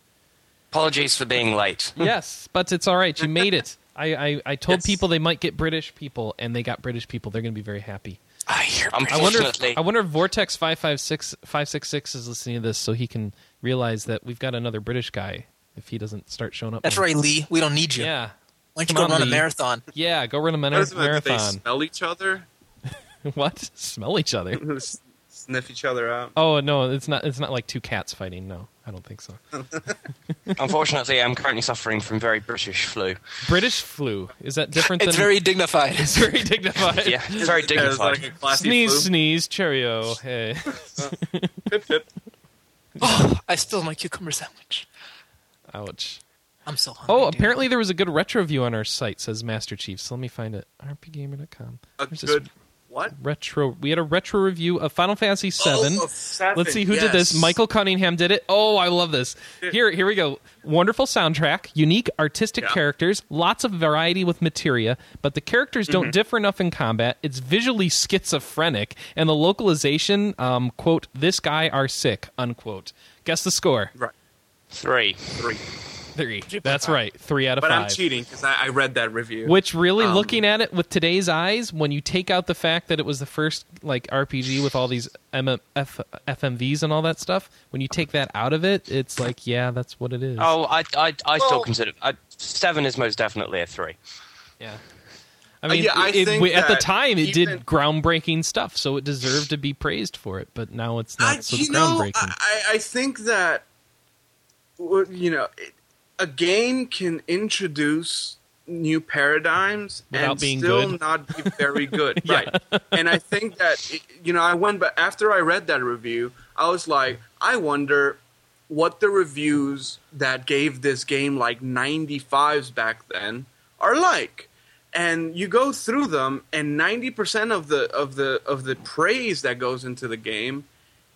Speaker 6: Apologies for being late.
Speaker 5: Hmm.
Speaker 2: yes, but it's all right. You made
Speaker 5: [laughs]
Speaker 2: it. I, I, I told
Speaker 6: Yes.
Speaker 2: people they might get British people, and they got British people. They're going to be very happy.
Speaker 5: I hear.
Speaker 6: I'm
Speaker 5: [laughs]
Speaker 2: I wonder.
Speaker 6: Fortunately-
Speaker 2: If, I wonder if Vortex 556 566 is listening to this, so he can realize that we've got another British guy. If he doesn't start showing up,
Speaker 5: That's
Speaker 2: more.
Speaker 5: right, Lee. We don't need you.
Speaker 2: Yeah,
Speaker 5: Why don't you
Speaker 2: Come
Speaker 5: go
Speaker 2: on,
Speaker 5: run a
Speaker 2: Lee.
Speaker 5: marathon?
Speaker 2: yeah. Go run a
Speaker 4: What
Speaker 2: mana-
Speaker 4: is it that They
Speaker 2: marathon. [laughs]
Speaker 4: smell each other, [laughs]
Speaker 2: what? Smell each
Speaker 5: [laughs]
Speaker 2: other.
Speaker 4: S- sniff each other out.
Speaker 2: Oh no, it's not. It's not like two cats fighting. No, I don't think
Speaker 5: [laughs]
Speaker 2: so.
Speaker 6: Unfortunately, I'm currently suffering from very British [laughs] flu.
Speaker 2: British flu is that different
Speaker 5: It's
Speaker 2: than?
Speaker 5: very dignified. [laughs]
Speaker 2: It's very
Speaker 4: [laughs]
Speaker 2: dignified.
Speaker 6: Yeah, it's very
Speaker 4: Yeah, it's
Speaker 6: dignified.
Speaker 4: like a classy
Speaker 2: Sneeze,
Speaker 4: flu.
Speaker 2: sneeze, cheerio. Hey.
Speaker 4: Pip, pip.
Speaker 5: oh, I spilled my cucumber sandwich.
Speaker 2: Ouch.
Speaker 5: I'm so hungry.
Speaker 2: Oh,
Speaker 5: dude.
Speaker 2: apparently there was a good retro review on our site, says Master Chief. So let me find it. rpgamer.com.
Speaker 4: A
Speaker 2: There's
Speaker 4: good
Speaker 2: this
Speaker 4: what?
Speaker 2: retro. We had a retro review of Final Fantasy VII.
Speaker 4: Oh, a seven,
Speaker 2: Let's see who did this.
Speaker 4: yes.
Speaker 2: Michael Cunningham did it. Oh, I love this. Here, here we go. Wonderful soundtrack, unique artistic
Speaker 4: Yeah.
Speaker 2: characters, lots of variety with materia, but the characters
Speaker 4: Mm-hmm.
Speaker 2: don't differ enough in combat. It's visually schizophrenic, and the localization, um, quote, "this guy are sick," unquote. Guess the score.
Speaker 4: Right,
Speaker 6: Three.
Speaker 4: three.
Speaker 2: Three. That's right. Three out of
Speaker 4: But
Speaker 2: five.
Speaker 4: I'm cheating because I, I read that review.
Speaker 2: Which really,
Speaker 4: Um,
Speaker 2: looking at it with today's eyes, when you take out the fact that it was the first like RPG with all these M- F- FMVs and all that stuff, when you take that out of it, it's like, yeah, that's what it is.
Speaker 6: Oh, I, I, I still
Speaker 4: Well-
Speaker 6: consider I, seven is most definitely a three.
Speaker 2: yeah. I mean,
Speaker 4: yeah, I
Speaker 2: it-
Speaker 4: think
Speaker 2: we- at the
Speaker 4: that
Speaker 2: time, it
Speaker 4: even-
Speaker 2: did groundbreaking stuff, so it deserved to be praised for it. But now it's
Speaker 4: I,
Speaker 2: not so
Speaker 4: you know,
Speaker 2: groundbreaking.
Speaker 4: I, I think that w- you know, it, a game can introduce new paradigms
Speaker 2: Without
Speaker 4: and
Speaker 2: being
Speaker 4: still
Speaker 2: good.
Speaker 4: not be
Speaker 2: [laughs]
Speaker 4: very good, right? And I think that it- you know, I went, but after I read that review, I was like, I wonder what the reviews that gave this game like 95s back then are like and you go through them and 90% of the of the of the praise that goes into the game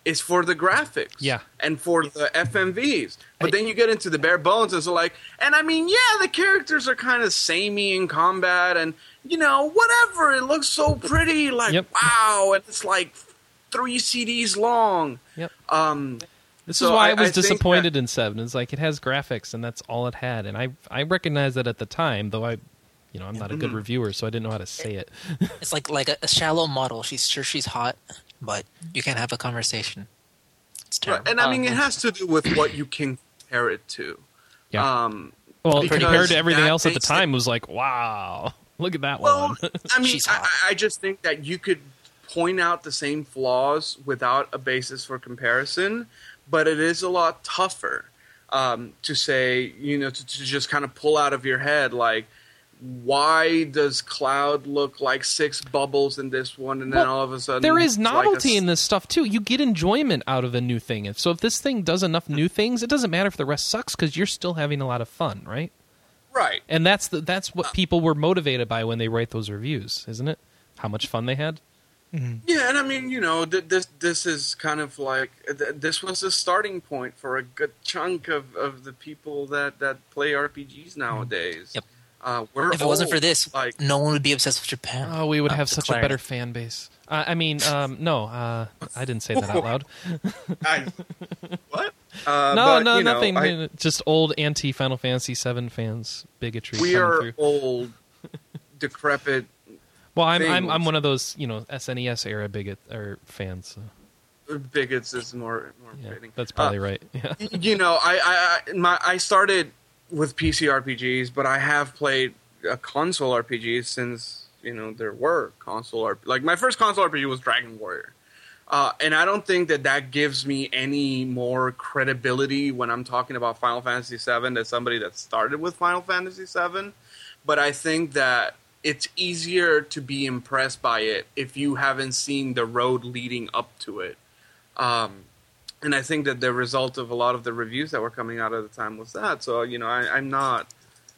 Speaker 4: is for the graphics
Speaker 2: Yeah.
Speaker 4: and for the FMVs. But then you get into the bare bones and so like and I mean yeah the characters are kind of samey in combat and you know whatever it looks so pretty [laughs] like
Speaker 2: Yep.
Speaker 4: wow and it's like 3 CDs long.
Speaker 2: yep.
Speaker 4: Um
Speaker 2: This
Speaker 4: So
Speaker 2: is why I,
Speaker 4: I- I
Speaker 2: was
Speaker 4: think that-
Speaker 2: disappointed in Seven. It's like it has graphics and that's all it had, and I I recognized that at the time, though I, you know, I'm not a
Speaker 4: Mm-hmm.
Speaker 2: good reviewer, so I didn't know how to say it.
Speaker 5: It's like like a, a shallow model. She's sure she's hot, but
Speaker 2: Mm-hmm.
Speaker 5: you can't have a conversation. It's
Speaker 4: Right,
Speaker 5: terrible.
Speaker 4: and I mean,
Speaker 2: Um, Uh-huh.
Speaker 4: it has to do with what you can compare it to.
Speaker 2: Yeah.
Speaker 4: Um,
Speaker 2: well,
Speaker 4: because
Speaker 2: compared to everything
Speaker 4: that
Speaker 2: else at the
Speaker 4: makes it-
Speaker 2: time, was like, wow, look at that
Speaker 4: Well,
Speaker 2: one. [laughs]
Speaker 4: I mean,
Speaker 5: She's
Speaker 4: I,
Speaker 5: hot.
Speaker 4: I- I just think that you could point out the same flaws without a basis for comparison, but it is a lot tougher um, to say, you know, to, to just kind of pull out of your head, like, why does Cloud look like six bubbles in this one, and then
Speaker 2: Well,
Speaker 4: all of a sudden
Speaker 2: there is
Speaker 4: it's like a
Speaker 2: novelty
Speaker 4: s-
Speaker 2: in this stuff too. You get enjoyment out of a new thing. If so, if this thing does enough new things, it doesn't matter if the rest sucks because you're still having a lot of fun, right?
Speaker 4: right?
Speaker 2: And that's the, that's
Speaker 4: Uh,
Speaker 2: what people were motivated by when they write those reviews, isn't it? How much fun they had.
Speaker 4: Yeah, and I mean, you know, th- this this is kind of like th- this was the starting point for a good chunk of, of the people that, that play RPGs
Speaker 2: Mm-hmm.
Speaker 4: nowadays.
Speaker 5: Yep.
Speaker 4: Uh, we're
Speaker 5: if it wasn't for
Speaker 4: old,
Speaker 5: this,
Speaker 4: like
Speaker 5: no one would be obsessed with Japan.
Speaker 2: Oh, we would
Speaker 5: I'm
Speaker 2: have such a
Speaker 5: declaring
Speaker 2: better
Speaker 5: it.
Speaker 2: fan base. Uh, I mean, um, no, uh, I didn't say that out loud.
Speaker 4: I, what? Uh,
Speaker 2: [laughs] No,
Speaker 4: [laughs] but,
Speaker 2: no,
Speaker 4: you know,
Speaker 2: nothing.
Speaker 4: I-
Speaker 2: just old anti Final Fantasy VII fans bigotry.
Speaker 4: we
Speaker 2: coming
Speaker 4: are
Speaker 2: through. [laughs]
Speaker 4: old, decrepit.
Speaker 2: well. I'm, I'm
Speaker 4: things.
Speaker 2: I'm one of those you know SNES era bigot or fans. So,
Speaker 4: Bigots is more more
Speaker 2: yeah,
Speaker 4: fitting.
Speaker 2: that's
Speaker 4: Uh,
Speaker 2: probably right. [laughs] Yeah.
Speaker 4: you know, I, I I- my I started with PC RPGs, but I have played a console RPGs since you know there were console RP- like my first console RPG was Dragon Warrior, uh, and I don't think that that gives me any more credibility when I'm talking about Final Fantasy VII as somebody that started with Final Fantasy VII, but I think that. It's easier to be impressed by it if you haven't seen the road leading up to it. Um, and I think that the result of a lot of the reviews that were coming out at the time was that. So you know, I, I'm not,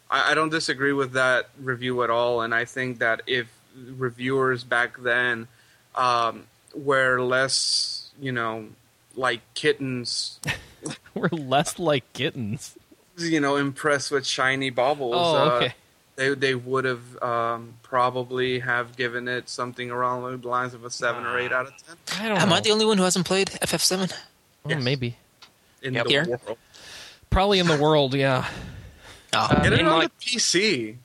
Speaker 4: I, I don't disagree with that review at all, and I think that if reviewers back then um, were less, you know, like kittens,
Speaker 2: We're less like kittens.
Speaker 4: you know, impressed with shiny baubles,
Speaker 2: Oh,
Speaker 4: uh,
Speaker 2: okay.
Speaker 4: they they would have um, probably have given it something around the lines of a seven or
Speaker 2: Ah.
Speaker 4: eight out of ten
Speaker 2: I don't
Speaker 5: Am
Speaker 2: know.
Speaker 5: I the only one who hasn't played FF7?
Speaker 2: Well,
Speaker 4: Yes.
Speaker 2: Mm, Maybe.
Speaker 4: in
Speaker 5: Yep.
Speaker 4: the
Speaker 5: Here?
Speaker 4: world.
Speaker 2: Probably in the world. Yeah.
Speaker 5: Oh,
Speaker 2: Uh,
Speaker 4: Get it
Speaker 6: in
Speaker 4: on
Speaker 6: my-
Speaker 4: the PC.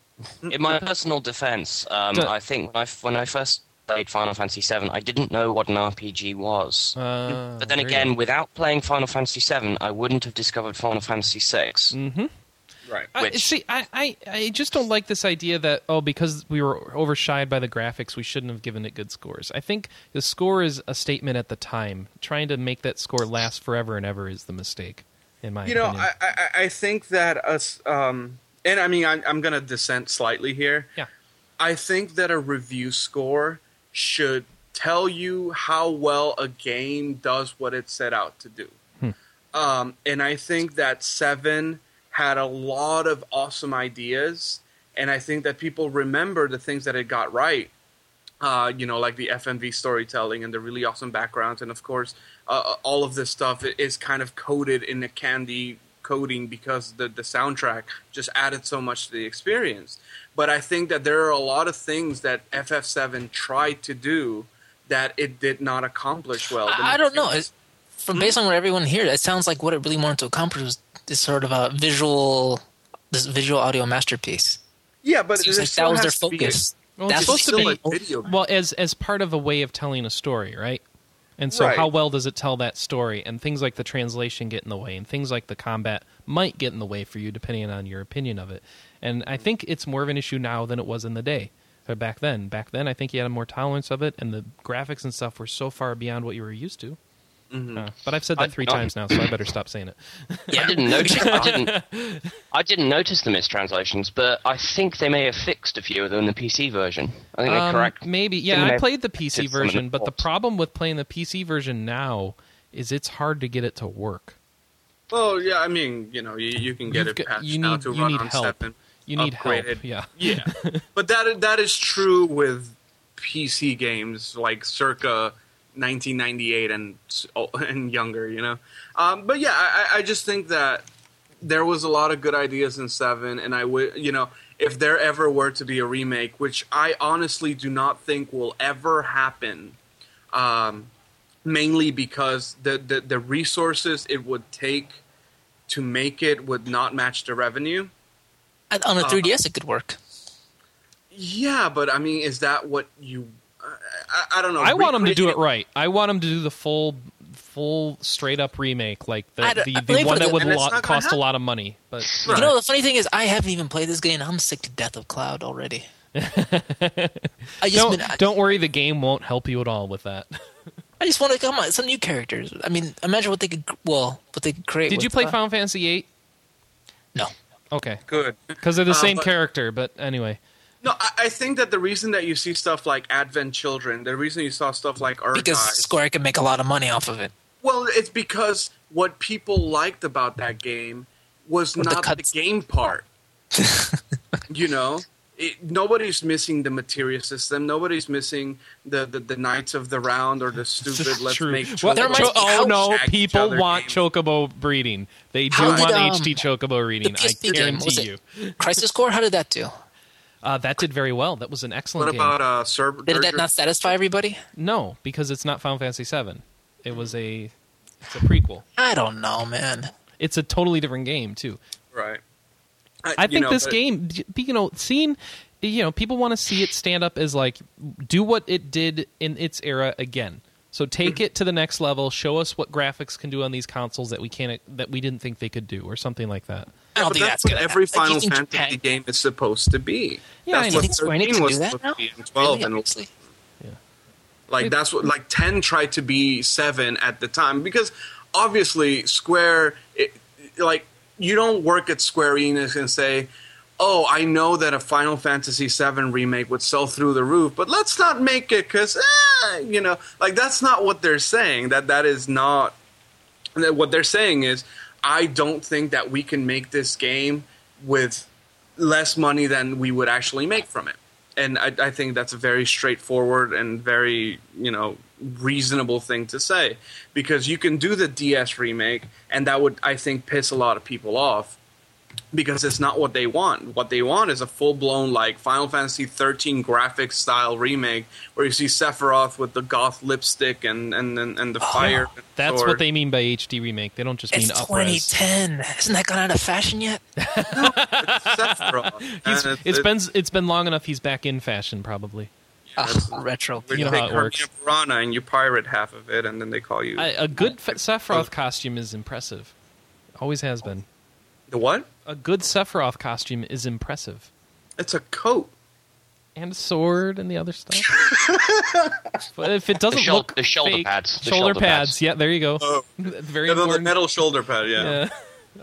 Speaker 6: In my personal defense, um,
Speaker 2: Duh.
Speaker 6: I think when I, f- when I first played Final Fantasy VII, I didn't know what an RPG was.
Speaker 2: Uh,
Speaker 6: but then again, without playing Final Fantasy VII, I wouldn't have discovered Final Fantasy VI.
Speaker 2: Mm-hmm.
Speaker 4: Right.
Speaker 2: I,
Speaker 6: which-
Speaker 2: see, I, I, I just don't like this idea that oh, because we were overshied by the graphics, we shouldn't have given it good scores. I think the score is a statement at the time. Trying to make that score last forever and ever is the mistake, in my
Speaker 4: you know
Speaker 2: opinion.
Speaker 4: I, I I- i think that us um and i mean i'm, I'm gonna dissent slightly here
Speaker 2: yeah,
Speaker 4: i think that a review score should tell you how well a game does what it set out to do um and i think that seven had a lot of awesome ideas and i think that people remember the things that it got right uh, you know, like the FMV storytelling and the really awesome backgrounds, and of course, uh, all of this stuff i- is kind of coded in a candy coding because the the soundtrack just added so much to the experience. But I think that there are a lot of things that FF7 tried to do that it did not accomplish well. The
Speaker 5: Oh. I, I don't know.
Speaker 4: mechanics-
Speaker 5: It's,
Speaker 4: Hmm?
Speaker 5: from based on what everyone here, it sounds like what it really wanted to accomplish was this sort of a visual, this visual audio masterpiece.
Speaker 4: Yeah, but
Speaker 5: It seems
Speaker 4: there
Speaker 5: like
Speaker 4: still
Speaker 5: that was their
Speaker 4: has to be a-
Speaker 5: focus.
Speaker 2: Well,
Speaker 5: That's
Speaker 2: it's
Speaker 5: what
Speaker 2: supposed
Speaker 5: they-
Speaker 2: to
Speaker 4: still a video game.
Speaker 2: well, as as part of a way of telling a story, right? And so,
Speaker 4: Right.
Speaker 2: how well does it tell that story? And things like the translation get in the way, and things like the combat might get in the way for you, depending on your opinion of it. And
Speaker 6: Mm-hmm.
Speaker 2: I think it's more of an issue now than it was in the day or back then. Back then, I think you had a more tolerance of it, and the graphics and stuff were so far beyond what you were used to. Uh, but I've said that
Speaker 6: Mm-hmm. I-
Speaker 2: three
Speaker 6: I-
Speaker 2: times now, so I better stop saying
Speaker 6: [laughs]
Speaker 2: it.
Speaker 5: Yeah.
Speaker 6: I didn't notice. I didn't. I didn't notice the mistranslations, but I think they may have fixed a few of them in the PC version. I think
Speaker 2: Um,
Speaker 6: they're correct.
Speaker 2: Maybe. Yeah,
Speaker 6: Didn't
Speaker 2: I
Speaker 6: they
Speaker 2: played the PC
Speaker 6: fix some of the
Speaker 2: version, but the
Speaker 6: faults?
Speaker 2: problem with playing the PC version now is it's hard to get it to work.
Speaker 4: Well, yeah, I mean, you know, you, you can
Speaker 2: You've
Speaker 4: get it
Speaker 2: got-
Speaker 4: patched
Speaker 2: you
Speaker 4: now
Speaker 2: need-
Speaker 4: to
Speaker 2: you
Speaker 4: run
Speaker 2: need
Speaker 4: on
Speaker 2: help.
Speaker 4: seven.
Speaker 2: You need help.
Speaker 4: Upgraded.
Speaker 2: Yeah.
Speaker 4: Yeah, but that that is true with PC games like circa 1998 and oh, [laughs] and younger, you know. Um, but yeah, I, I- I just think that there was a lot of good ideas in Seven, and I would, you know, if there ever were to be a remake, which I honestly do not think will ever happen. Um, mainly because the, the the resources it would take to make it would not match the revenue.
Speaker 5: And on a
Speaker 4: uh,
Speaker 5: 3DS, it could work.
Speaker 4: Yeah, but I mean, is that what you? I, I- I don't know.
Speaker 2: I want them to do it
Speaker 4: Recreating-
Speaker 2: right. I want them to do the full, full straight up remake, like the
Speaker 5: I
Speaker 2: the,
Speaker 5: don't-
Speaker 2: the,
Speaker 5: let me
Speaker 2: one
Speaker 5: put
Speaker 2: that
Speaker 5: it-
Speaker 2: would
Speaker 4: and it's
Speaker 2: lot,
Speaker 4: not gonna
Speaker 2: cost a
Speaker 4: happen.
Speaker 2: lot of money. But
Speaker 4: Right.
Speaker 5: You know, the funny thing is, I haven't even played this game. I'm sick to death of Cloud already.
Speaker 2: [laughs]
Speaker 5: I just
Speaker 2: don't
Speaker 5: been, I,
Speaker 2: don't worry, the game won't help you at all with that.
Speaker 5: I just want to come on some new characters. I mean, imagine what they could well, what they could create.
Speaker 2: Did you
Speaker 5: with,
Speaker 2: play
Speaker 5: uh,
Speaker 2: Final Fantasy VIII?
Speaker 5: No.
Speaker 2: Okay,
Speaker 4: Good.
Speaker 2: because they're the
Speaker 4: Uh,
Speaker 2: same
Speaker 4: but-
Speaker 2: character. But anyway,
Speaker 4: No, I, I think that the reason that you see stuff like Advent Children, the reason you saw stuff like Urkai,
Speaker 5: Because Square can make a lot of money
Speaker 2: [laughs]
Speaker 5: off of it.
Speaker 4: well, it's because what people liked about that game was
Speaker 5: the
Speaker 4: not the,
Speaker 5: cuts.
Speaker 4: game part. you know, it, nobody's missing the materia system. Nobody's missing the, the, the Knights of the Round or the
Speaker 2: This
Speaker 4: stupid
Speaker 2: is
Speaker 4: Let's
Speaker 2: true.
Speaker 4: Make
Speaker 2: Well,
Speaker 5: There
Speaker 4: Chocobo
Speaker 5: might be
Speaker 2: oh
Speaker 5: how
Speaker 2: no,
Speaker 4: shag each
Speaker 2: people
Speaker 4: other
Speaker 2: want
Speaker 4: game.
Speaker 2: chocobo breeding. They do
Speaker 5: How did,
Speaker 2: want
Speaker 5: um,
Speaker 2: HD chocobo
Speaker 5: The
Speaker 2: reading. I
Speaker 5: PSP game, was
Speaker 2: guarantee you.
Speaker 5: it? Crisis Core, how did that do?
Speaker 2: Uh, that did very well. That was an excellent
Speaker 4: What
Speaker 2: game.
Speaker 4: about uh, Serb-
Speaker 5: Did that
Speaker 4: Dirge-
Speaker 5: not satisfy everybody?
Speaker 2: No, because it's not Final Fantasy VII. It was a it's a prequel.
Speaker 5: I don't know, man.
Speaker 2: It's a totally different game too.
Speaker 4: Right.
Speaker 2: I
Speaker 4: you
Speaker 2: think
Speaker 4: know,
Speaker 2: this
Speaker 4: but-
Speaker 2: game, d- you know, seeing, you know, people want to see it stand up as like do what it did in its era again. So take it to the next level. Show us what graphics can do on these consoles that we can't that we didn't think they could do, or something like that.
Speaker 5: I don't
Speaker 4: but
Speaker 5: think
Speaker 4: that's
Speaker 5: that's,
Speaker 4: what
Speaker 5: gonna
Speaker 4: every
Speaker 5: happen. Like,
Speaker 4: Final
Speaker 5: you think
Speaker 4: Fantasy
Speaker 5: Japan-
Speaker 4: game is supposed to be.
Speaker 2: Yeah, I
Speaker 4: that's
Speaker 2: know.
Speaker 5: You
Speaker 4: what
Speaker 5: think Square
Speaker 4: 13
Speaker 5: Enix can
Speaker 4: was
Speaker 5: do that
Speaker 4: supposed
Speaker 5: now?
Speaker 4: to be, and 12,
Speaker 5: Really?
Speaker 4: and
Speaker 5: Obviously.
Speaker 4: like that's what like 10 tried to be 7 at the time because obviously square it, like you don't work at square enix and say oh i know that a final fantasy 7 remake would sell through the roof but let's not make it because you know like that's not what they're saying that that is not that what they're saying is i don't think that we can make this game with less money than we would actually make from it. And I, I think that's a very straightforward and very, you know, reasonable thing to say because you can do the DS remake, and that would, I think, piss a lot of people off because it's not what they want. What they want is a full blown, like, Final Fantasy 13 graphics style remake where you see Sephiroth with the goth lipstick and, and, and, and the fire. and
Speaker 2: Ah, That's
Speaker 4: sword.
Speaker 2: what they mean by HD remake. They don't just mean
Speaker 5: It's
Speaker 2: up
Speaker 5: 2010. Hasn't that gone out of
Speaker 4: [laughs]
Speaker 5: fashion yet?
Speaker 2: [laughs]
Speaker 4: Sephiroth. And it's-
Speaker 2: Uh, it's
Speaker 4: it-
Speaker 2: been it's been long enough. He's back in fashion, probably. [laughs]
Speaker 5: Ugh, retro.
Speaker 4: where
Speaker 2: you know
Speaker 4: they
Speaker 2: how it
Speaker 4: Carmina
Speaker 2: works.
Speaker 4: Burana and you pirate half of it, and then they call you
Speaker 2: I, a good fe- Sephiroth costume is impressive. Always has been.
Speaker 4: the what?
Speaker 2: A good Sephiroth costume is impressive,
Speaker 4: It's a coat.
Speaker 2: and a sword and the other
Speaker 4: [laughs]
Speaker 2: stuff. but if it doesn't
Speaker 6: The shou-
Speaker 2: look
Speaker 6: the shoulder
Speaker 2: fake-
Speaker 6: pads, the
Speaker 2: shoulder,
Speaker 6: shoulder
Speaker 2: pads.
Speaker 6: pads.
Speaker 2: Yeah, there you go.
Speaker 4: Oh.
Speaker 2: Very
Speaker 4: Yeah, the- the
Speaker 2: important.
Speaker 4: metal shoulder pad, yeah.
Speaker 2: Yeah.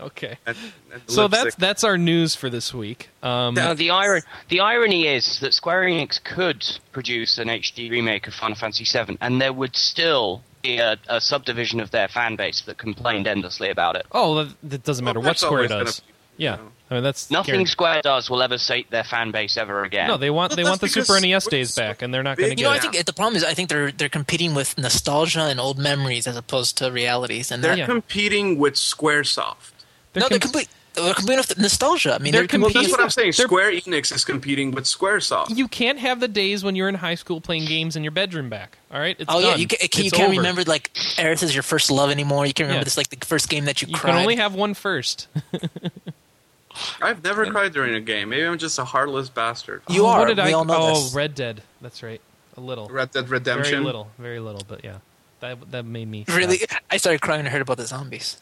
Speaker 2: [laughs] okay.
Speaker 4: And- and
Speaker 2: So that's
Speaker 4: lipstick.
Speaker 2: that's our news for this week. Um,
Speaker 6: Uh, the, iron, the irony is that Square Enix could produce an HD remake of Final Fantasy VII, and there would still be a, a subdivision of their fan base that complained endlessly about it.
Speaker 2: oh, that, that doesn't matter
Speaker 4: Well,
Speaker 2: what
Speaker 4: that's
Speaker 2: Square
Speaker 4: always gonna
Speaker 2: does.
Speaker 4: be-
Speaker 2: yeah,
Speaker 4: know.
Speaker 2: I mean that's
Speaker 6: Nothing
Speaker 2: guaranteed.
Speaker 6: Square does will ever sate their fan base ever again.
Speaker 2: No, they want they
Speaker 4: Well,
Speaker 2: want the
Speaker 4: that's
Speaker 2: Super
Speaker 4: because
Speaker 2: NES
Speaker 4: Square's
Speaker 2: days
Speaker 4: so
Speaker 2: back, and they're not going to
Speaker 4: big.
Speaker 2: get.
Speaker 5: You know,
Speaker 2: it.
Speaker 5: I think it- the problem is, I think they're they're competing with nostalgia and old memories as opposed to realities. And
Speaker 4: They're
Speaker 5: they're,
Speaker 2: Yeah.
Speaker 4: competing with SquareSoft.
Speaker 5: no, they're
Speaker 2: com-
Speaker 5: complete. They're competing with nostalgia. I mean,
Speaker 2: They're
Speaker 5: they're,
Speaker 4: Well,
Speaker 5: competing.
Speaker 4: that's what I'm saying.
Speaker 2: They're-
Speaker 4: Square Enix is competing with SquareSoft.
Speaker 2: you can't have the days when you're in high school playing games in your bedroom back. All right, it's
Speaker 5: Oh yeah,
Speaker 2: done.
Speaker 5: you, ca- you
Speaker 2: It's over.
Speaker 5: can't remember like Aerith is your first love anymore. You can't remember
Speaker 2: Yeah.
Speaker 5: this like the first game that you,
Speaker 2: You
Speaker 5: cried.
Speaker 2: can only have one first.
Speaker 4: I've never cried during a game. Maybe I'm just a heartless bastard.
Speaker 5: you
Speaker 2: Oh,
Speaker 5: are.
Speaker 2: What did
Speaker 5: we
Speaker 2: I?
Speaker 5: all know
Speaker 2: oh,
Speaker 5: this.
Speaker 2: Red Dead. That's right. A little.
Speaker 4: Oh, Red Dead
Speaker 2: very
Speaker 4: Redemption.
Speaker 2: little. Very little. But yeah, that that made me sad.
Speaker 5: [laughs] Really, I started crying when I heard about the zombies.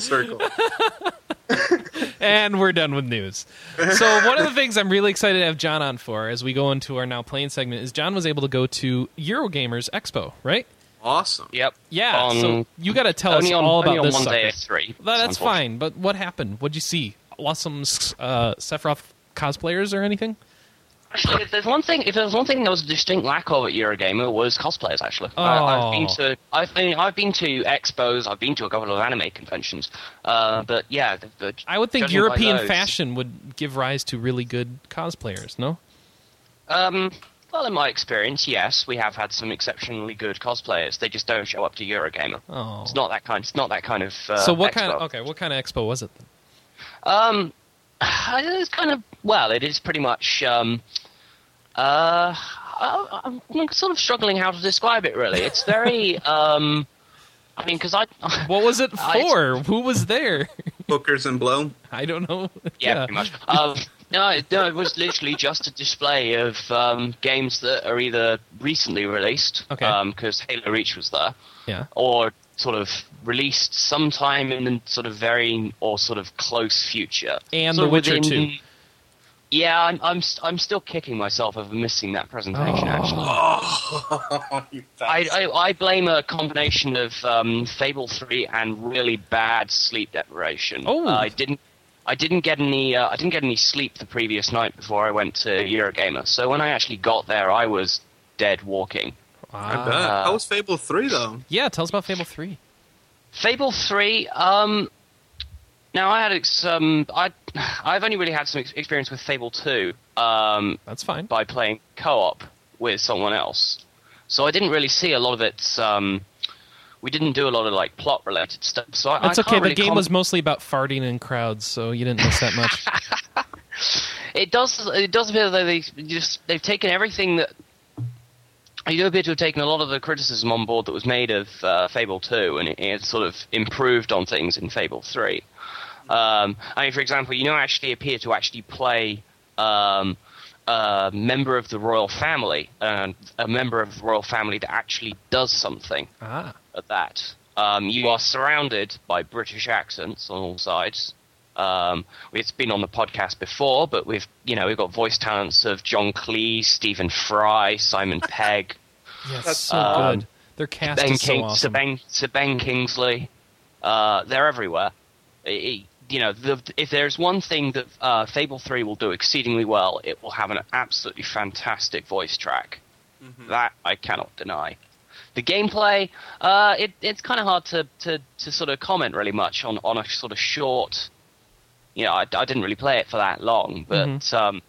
Speaker 2: [laughs]
Speaker 4: circle.
Speaker 2: And we're done with news. So one of the things I'm really excited to have John on for as we go into our now playing segment is John was able to go to Eurogamers Expo, right?
Speaker 4: awesome.
Speaker 6: Yep.
Speaker 2: Yeah.
Speaker 6: On-
Speaker 2: so you got to tell us
Speaker 6: only on,
Speaker 2: all
Speaker 6: only
Speaker 2: about
Speaker 6: on
Speaker 2: this
Speaker 6: one
Speaker 2: sucker.
Speaker 6: day of three.
Speaker 2: Well, that's
Speaker 6: unfortunate.
Speaker 2: fine. But what happened? What'd you see? Awesome uh, Sephiroth cosplayers or anything?
Speaker 6: Actually, if there's one thing, if there's one thing there was a distinct lack of at Eurogamer was cosplayers. Actually, I,
Speaker 2: Oh.
Speaker 6: I've been to, I've been, I've been to expos, I've been to a couple of anime conventions, uh, but yeah, the, the,
Speaker 2: I would think
Speaker 6: judging by
Speaker 2: European
Speaker 6: those-
Speaker 2: fashion would give rise to really good cosplayers. No.
Speaker 6: Um, well, in my experience, yes, we have had some exceptionally good cosplayers. They just don't show up to Eurogamer.
Speaker 2: Oh.
Speaker 6: It's not that kind. It's not that kind of. Uh,
Speaker 2: so what
Speaker 6: expo.
Speaker 2: kind of okay? What kind of expo was it? Then?
Speaker 6: Um, [sighs] it's kind of well. It is pretty much. Um, uh, I, I'm I'm sort of struggling how to describe it. Really, it's very. [laughs] um, I mean, because I [laughs]
Speaker 2: What was it
Speaker 6: I-
Speaker 2: for? [laughs] Who was there?
Speaker 4: Hookers and blow. [laughs]
Speaker 2: I don't know.
Speaker 6: [laughs] yeah, pretty much. Um, no, no, it was literally just a display of um, games that are either recently released,
Speaker 2: Okay.
Speaker 6: because Halo Reach was there,
Speaker 2: Yeah.
Speaker 6: or sort of released sometime in the sort of very or sort of close future.
Speaker 2: And
Speaker 6: Sort
Speaker 2: The
Speaker 6: of
Speaker 2: Witcher
Speaker 6: within-
Speaker 2: 2.
Speaker 6: Yeah, I'm, I'm st- I'm still kicking myself over missing that
Speaker 2: Oh.
Speaker 6: presentation. Actually,
Speaker 2: Ah.
Speaker 6: I, I I blame a combination of um, Fable Three and really bad sleep deprivation.
Speaker 2: Oh.
Speaker 6: I didn't. I didn't get any. Uh, I didn't get any sleep the previous night before I went to Eurogamer. So when I actually got there, I was dead walking.
Speaker 4: I
Speaker 2: Ah.
Speaker 4: bet. How was Fable 3, though?
Speaker 2: yeah, tell us about Fable 3.
Speaker 6: Fable Three. Um, now I had some. I [sighs] I've only really had some ex- experience with Fable Two. Um,
Speaker 2: That's fine.
Speaker 6: by playing co-op with someone else. So I didn't really see a lot of its. Um, we didn't do a lot of like plot-related stuff. So I,
Speaker 2: That's
Speaker 6: I
Speaker 2: okay.
Speaker 6: Can't
Speaker 2: The
Speaker 6: really
Speaker 2: game
Speaker 6: comment-
Speaker 2: was mostly about farting in crowds, so you didn't miss that
Speaker 6: [laughs]
Speaker 2: much.
Speaker 6: It does. It does appear that they just they've taken everything that. I do appear to have taken a lot of the criticism on board that was made of uh, Fable 2, and it, it sort of improved on things in Fable 3. Um, I mean, for example, you don't actually appear to actually play um, a member of the royal family, and a member of the royal family that actually does something
Speaker 2: ah.
Speaker 6: at that. Um, you are surrounded by British accents on all sides. Um, it's been on the podcast before, but we've you know we've got voice talents of John Cleese, Stephen Fry, Simon Pegg,
Speaker 2: Yeah, it's so
Speaker 6: um,
Speaker 2: good. Their cast
Speaker 6: Ben,
Speaker 2: is so
Speaker 6: King,
Speaker 2: awesome.
Speaker 6: Sir ben, Sir ben Kingsley. Uh, they're everywhere. I- I- you know, the, if there's one thing that uh, Fable Three will do exceedingly well, it will have an absolutely fantastic voice track. That I cannot deny. The gameplay, uh, it, it's kind of hard to, to, to sort of comment really much on, on a sort of short. You know, I, I didn't really play it for that long, but
Speaker 2: Mm-hmm.
Speaker 6: um,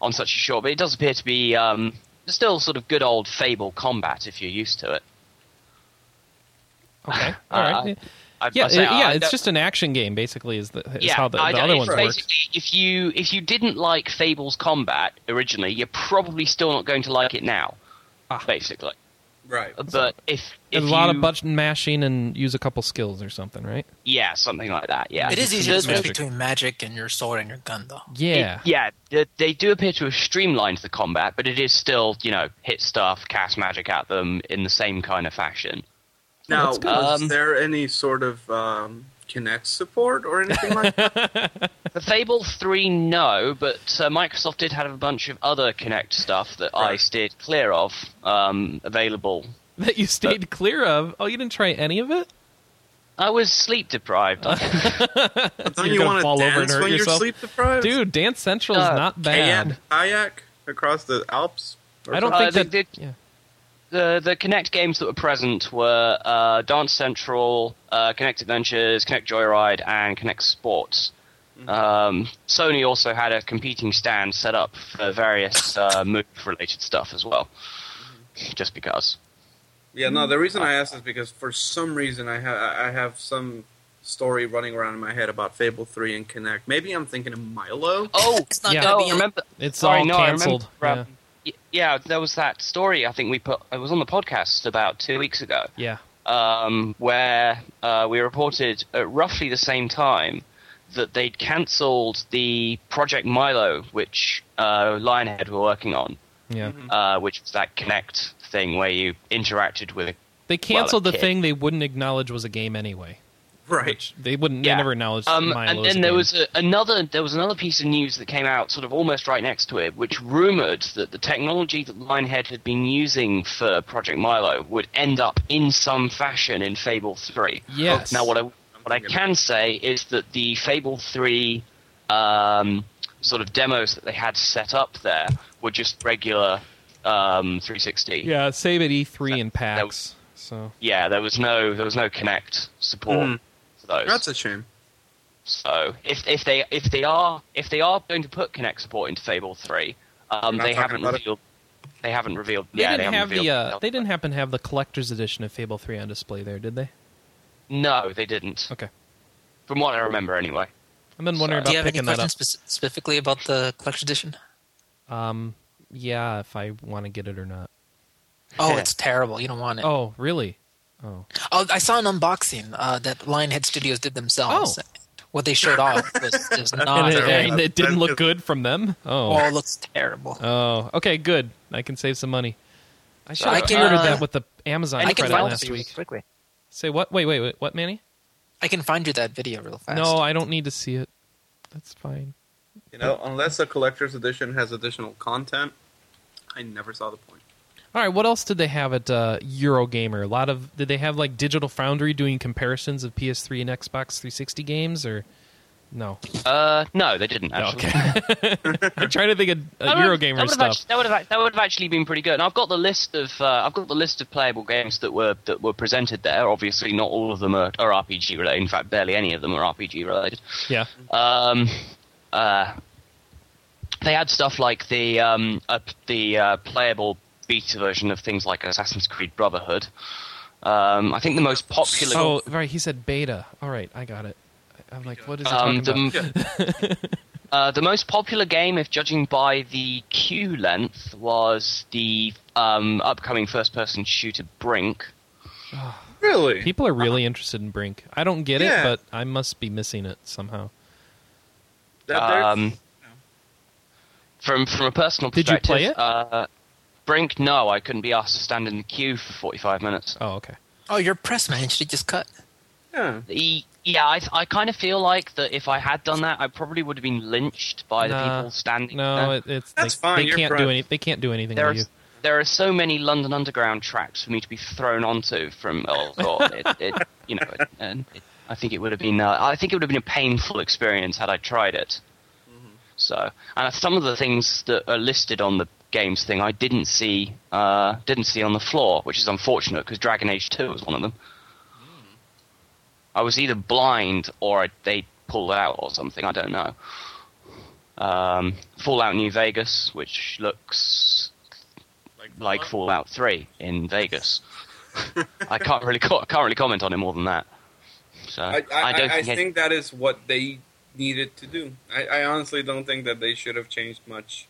Speaker 6: on such a short, but it does appear to be um, still sort of good old Fable combat if you're used to it.
Speaker 2: Okay. All right.
Speaker 6: Uh, I,
Speaker 2: yeah,
Speaker 6: I say,
Speaker 2: it- yeah.
Speaker 6: I-
Speaker 2: It's just an action game, basically. Is, the, is
Speaker 6: yeah,
Speaker 2: how the, the
Speaker 6: I don't-
Speaker 2: other
Speaker 6: it's
Speaker 2: ones work.
Speaker 6: basically, If you if you didn't like Fable's combat originally, you're probably still not going to like it now. Basically,
Speaker 4: Right.
Speaker 6: but if, if
Speaker 2: Ah. a lot
Speaker 6: you-
Speaker 2: of button mashing and use a couple skills or something, right?
Speaker 6: yeah, something like that. Yeah,
Speaker 5: It is
Speaker 6: It
Speaker 5: easier to
Speaker 6: does-
Speaker 5: switch
Speaker 2: magic.
Speaker 5: between magic and your sword and your gun, though.
Speaker 2: Yeah.
Speaker 6: It- yeah, they, they do appear to have streamlined the combat, but it is still, you know, hit stuff, cast magic at them in the same kind of fashion.
Speaker 4: Now,
Speaker 2: that's good.
Speaker 4: was
Speaker 6: Um,
Speaker 4: there any sort of um, Kinect support or anything like that?
Speaker 6: For Fable 3, no, but uh, Microsoft did have a bunch of other Kinect stuff that I
Speaker 4: Right.
Speaker 6: steered clear of um, available.
Speaker 2: [laughs] That you stayed clear of. Oh, you didn't try any of it.
Speaker 6: I was sleep deprived.
Speaker 4: Don't
Speaker 2: You're
Speaker 4: you
Speaker 2: gonna
Speaker 4: want
Speaker 2: fall
Speaker 4: to
Speaker 2: over and
Speaker 4: dance
Speaker 2: hurt yourself?
Speaker 4: when you're sleep deprived?
Speaker 2: Dude, Dance Central is
Speaker 6: Uh,
Speaker 2: not bad.
Speaker 4: kayak, kayak across the Alps. or
Speaker 2: I don't
Speaker 6: Uh,
Speaker 2: think
Speaker 6: they
Speaker 2: that.
Speaker 6: did-
Speaker 2: yeah.
Speaker 6: the the Kinect games that were present were uh, Dance Central, uh, Kinect Adventures, Kinect Joyride, and Kinect Sports.
Speaker 5: Mm-hmm.
Speaker 6: Um, Sony also had a competing stand set up for various uh, move related stuff as well.
Speaker 5: Mm-hmm.
Speaker 6: Just because.
Speaker 4: Yeah, no. The reason I asked is because for some reason I ha- I have some story running around in my head about Fable Three and Kinect. Maybe I'm thinking of
Speaker 6: [laughs]
Speaker 4: Milo.
Speaker 6: Oh,
Speaker 5: It's not
Speaker 2: Yeah.
Speaker 5: gonna
Speaker 6: no,
Speaker 5: be
Speaker 6: remember?
Speaker 2: It's
Speaker 6: sorry,
Speaker 2: all
Speaker 6: no, I remember,
Speaker 2: canceled.
Speaker 6: um, y- yeah, there was that story. I think we put. It was on the podcast about two weeks ago.
Speaker 2: Yeah.
Speaker 6: um, where uh, we reported at roughly the same time that they'd cancelled the Project Milo, which uh, Lionhead were working on,
Speaker 2: Yeah.
Speaker 6: uh, which was that Connect thing where you interacted with.
Speaker 2: They canceled the
Speaker 6: kid.
Speaker 2: thing they wouldn't acknowledge was a game anyway.
Speaker 4: right.
Speaker 2: They wouldn't.
Speaker 6: Yeah.
Speaker 2: They never acknowledged
Speaker 6: Um,
Speaker 2: Milo as
Speaker 6: and
Speaker 2: a
Speaker 6: then there
Speaker 2: game.
Speaker 6: was a, another there was another piece of news that came out sort of almost right next to it, which rumored that the technology that Lionhead had been using for Project Milo would end up in some fashion in Fable Three.
Speaker 2: Yes.
Speaker 6: Now, what I what I can say is that the Fable Three um, sort of demos that they had set up there were just regular um, 360.
Speaker 2: Yeah. Save E at E3 and
Speaker 6: that
Speaker 2: PAX.
Speaker 6: was-
Speaker 2: So.
Speaker 6: Yeah, There was no there was no Connect support
Speaker 4: Mhm.
Speaker 6: for those.
Speaker 4: That's a shame.
Speaker 6: so if if they if they are if they are going to put Connect support into Fable Three, um,
Speaker 4: not
Speaker 6: they
Speaker 4: talking
Speaker 6: haven't
Speaker 4: about it.
Speaker 6: revealed. They haven't revealed.
Speaker 2: They
Speaker 6: yeah,
Speaker 2: didn't
Speaker 6: they
Speaker 2: have
Speaker 6: haven't
Speaker 2: the.
Speaker 6: revealed
Speaker 2: Uh, they didn't happen to have the collector's edition of Fable 3 on display there, did they?
Speaker 6: No, they didn't.
Speaker 2: Okay.
Speaker 6: From what I remember, anyway.
Speaker 2: I've been wondering
Speaker 6: Sorry.
Speaker 5: Do you
Speaker 2: about
Speaker 5: have any
Speaker 2: picking that up.
Speaker 5: questions speci- specifically about the collection edition?
Speaker 2: Um, yeah if I want to get it or not.
Speaker 5: Oh, it's terrible. You don't want
Speaker 6: Uh,
Speaker 5: it. Oh,
Speaker 2: Oh, really? Oh,
Speaker 5: I saw an unboxing uh, that Lionhead Studios did themselves.
Speaker 2: Oh.
Speaker 5: What they showed off was,
Speaker 2: [laughs]
Speaker 5: is
Speaker 6: uh,
Speaker 5: not
Speaker 2: and it,
Speaker 5: very.
Speaker 2: and it didn't look good from them.
Speaker 5: Oh,
Speaker 2: Oh,
Speaker 5: it looks terrible.
Speaker 2: oh, okay, good. I can save some money. I should
Speaker 5: I
Speaker 2: have
Speaker 5: can,
Speaker 2: ordered
Speaker 5: uh,
Speaker 2: that with the Amazon
Speaker 5: I can
Speaker 2: credit
Speaker 5: find
Speaker 2: last
Speaker 5: you
Speaker 2: week.
Speaker 5: quickly.
Speaker 2: Say what? Wait, wait, wait. What, Manny?
Speaker 5: I can find you that video real fast.
Speaker 2: No, I don't need to see it. That's fine.
Speaker 4: You know, unless a collector's edition has additional content, I never saw the point.
Speaker 2: All right, what else did they have at uh, Eurogamer? A lot of did they have like Digital Foundry doing comparisons of PS3 and Xbox 360 games or no?
Speaker 6: Uh, no, they didn't. Actually.
Speaker 2: [laughs] I'm trying to think of uh,
Speaker 6: [laughs] That would've- that
Speaker 2: Eurogamer
Speaker 6: would've
Speaker 2: stuff.
Speaker 6: actu- that would have that would have actually been pretty good. And I've got the list of uh, I've got the list of playable games that were that were presented there. Obviously, not all of them are, are RPG related. In fact, barely any of them are RPG related.
Speaker 2: yeah.
Speaker 6: Um, uh, they had stuff like the um, uh, the uh, playable beta version of things like Assassin's Creed Brotherhood. Um, I think the most popular.
Speaker 2: Oh, right. He said beta. All right, I got it. I- I'm like, what is he
Speaker 6: Um,
Speaker 2: talking about?
Speaker 6: the, uh, the most popular game, if judging by the queue length, was the um, upcoming first-person shooter Brink.
Speaker 4: Really?
Speaker 2: People are really interested in Brink. I don't get
Speaker 4: Yeah.
Speaker 2: it, but I must be missing it somehow.
Speaker 4: That there's-
Speaker 6: Um, from from a personal
Speaker 2: Did you
Speaker 6: perspective,
Speaker 2: play it?
Speaker 6: Uh, Brink, no, I couldn't be asked to stand in the queue for 45 minutes.
Speaker 2: Oh, okay.
Speaker 5: Oh, your press man should have just cut.
Speaker 4: yeah.
Speaker 6: The, yeah, I, I kind of feel like that if I had done that, I probably would have been lynched by the
Speaker 2: Nah,
Speaker 6: people standing there.
Speaker 2: No, it, it's
Speaker 4: That's
Speaker 2: they,
Speaker 4: fine,
Speaker 2: They
Speaker 4: you're
Speaker 2: can't do
Speaker 4: correct.
Speaker 2: any. They can't do anything
Speaker 6: there
Speaker 2: to
Speaker 6: are
Speaker 2: you.
Speaker 6: there are so many London Underground tracks for me to be thrown onto from oh god, it, it [laughs] you know, it, and it, I think it would have been uh, I think it would have been a painful experience had I tried it. So, and some of the things that are listed on the games thing I didn't see uh, didn't see on the floor, which is unfortunate because Dragon Age Two was one of them. I was either blind or I, they pulled it out or something. I don't know. Um, Fallout New Vegas, which looks like Fallout 3 in Vegas. [laughs] I can't really co- I can't really comment on it more than that. So Uh, I,
Speaker 4: I, I, I,
Speaker 6: don't
Speaker 4: I
Speaker 6: think, it-
Speaker 4: think that is what they needed to do. I, I honestly don't think that they should have changed much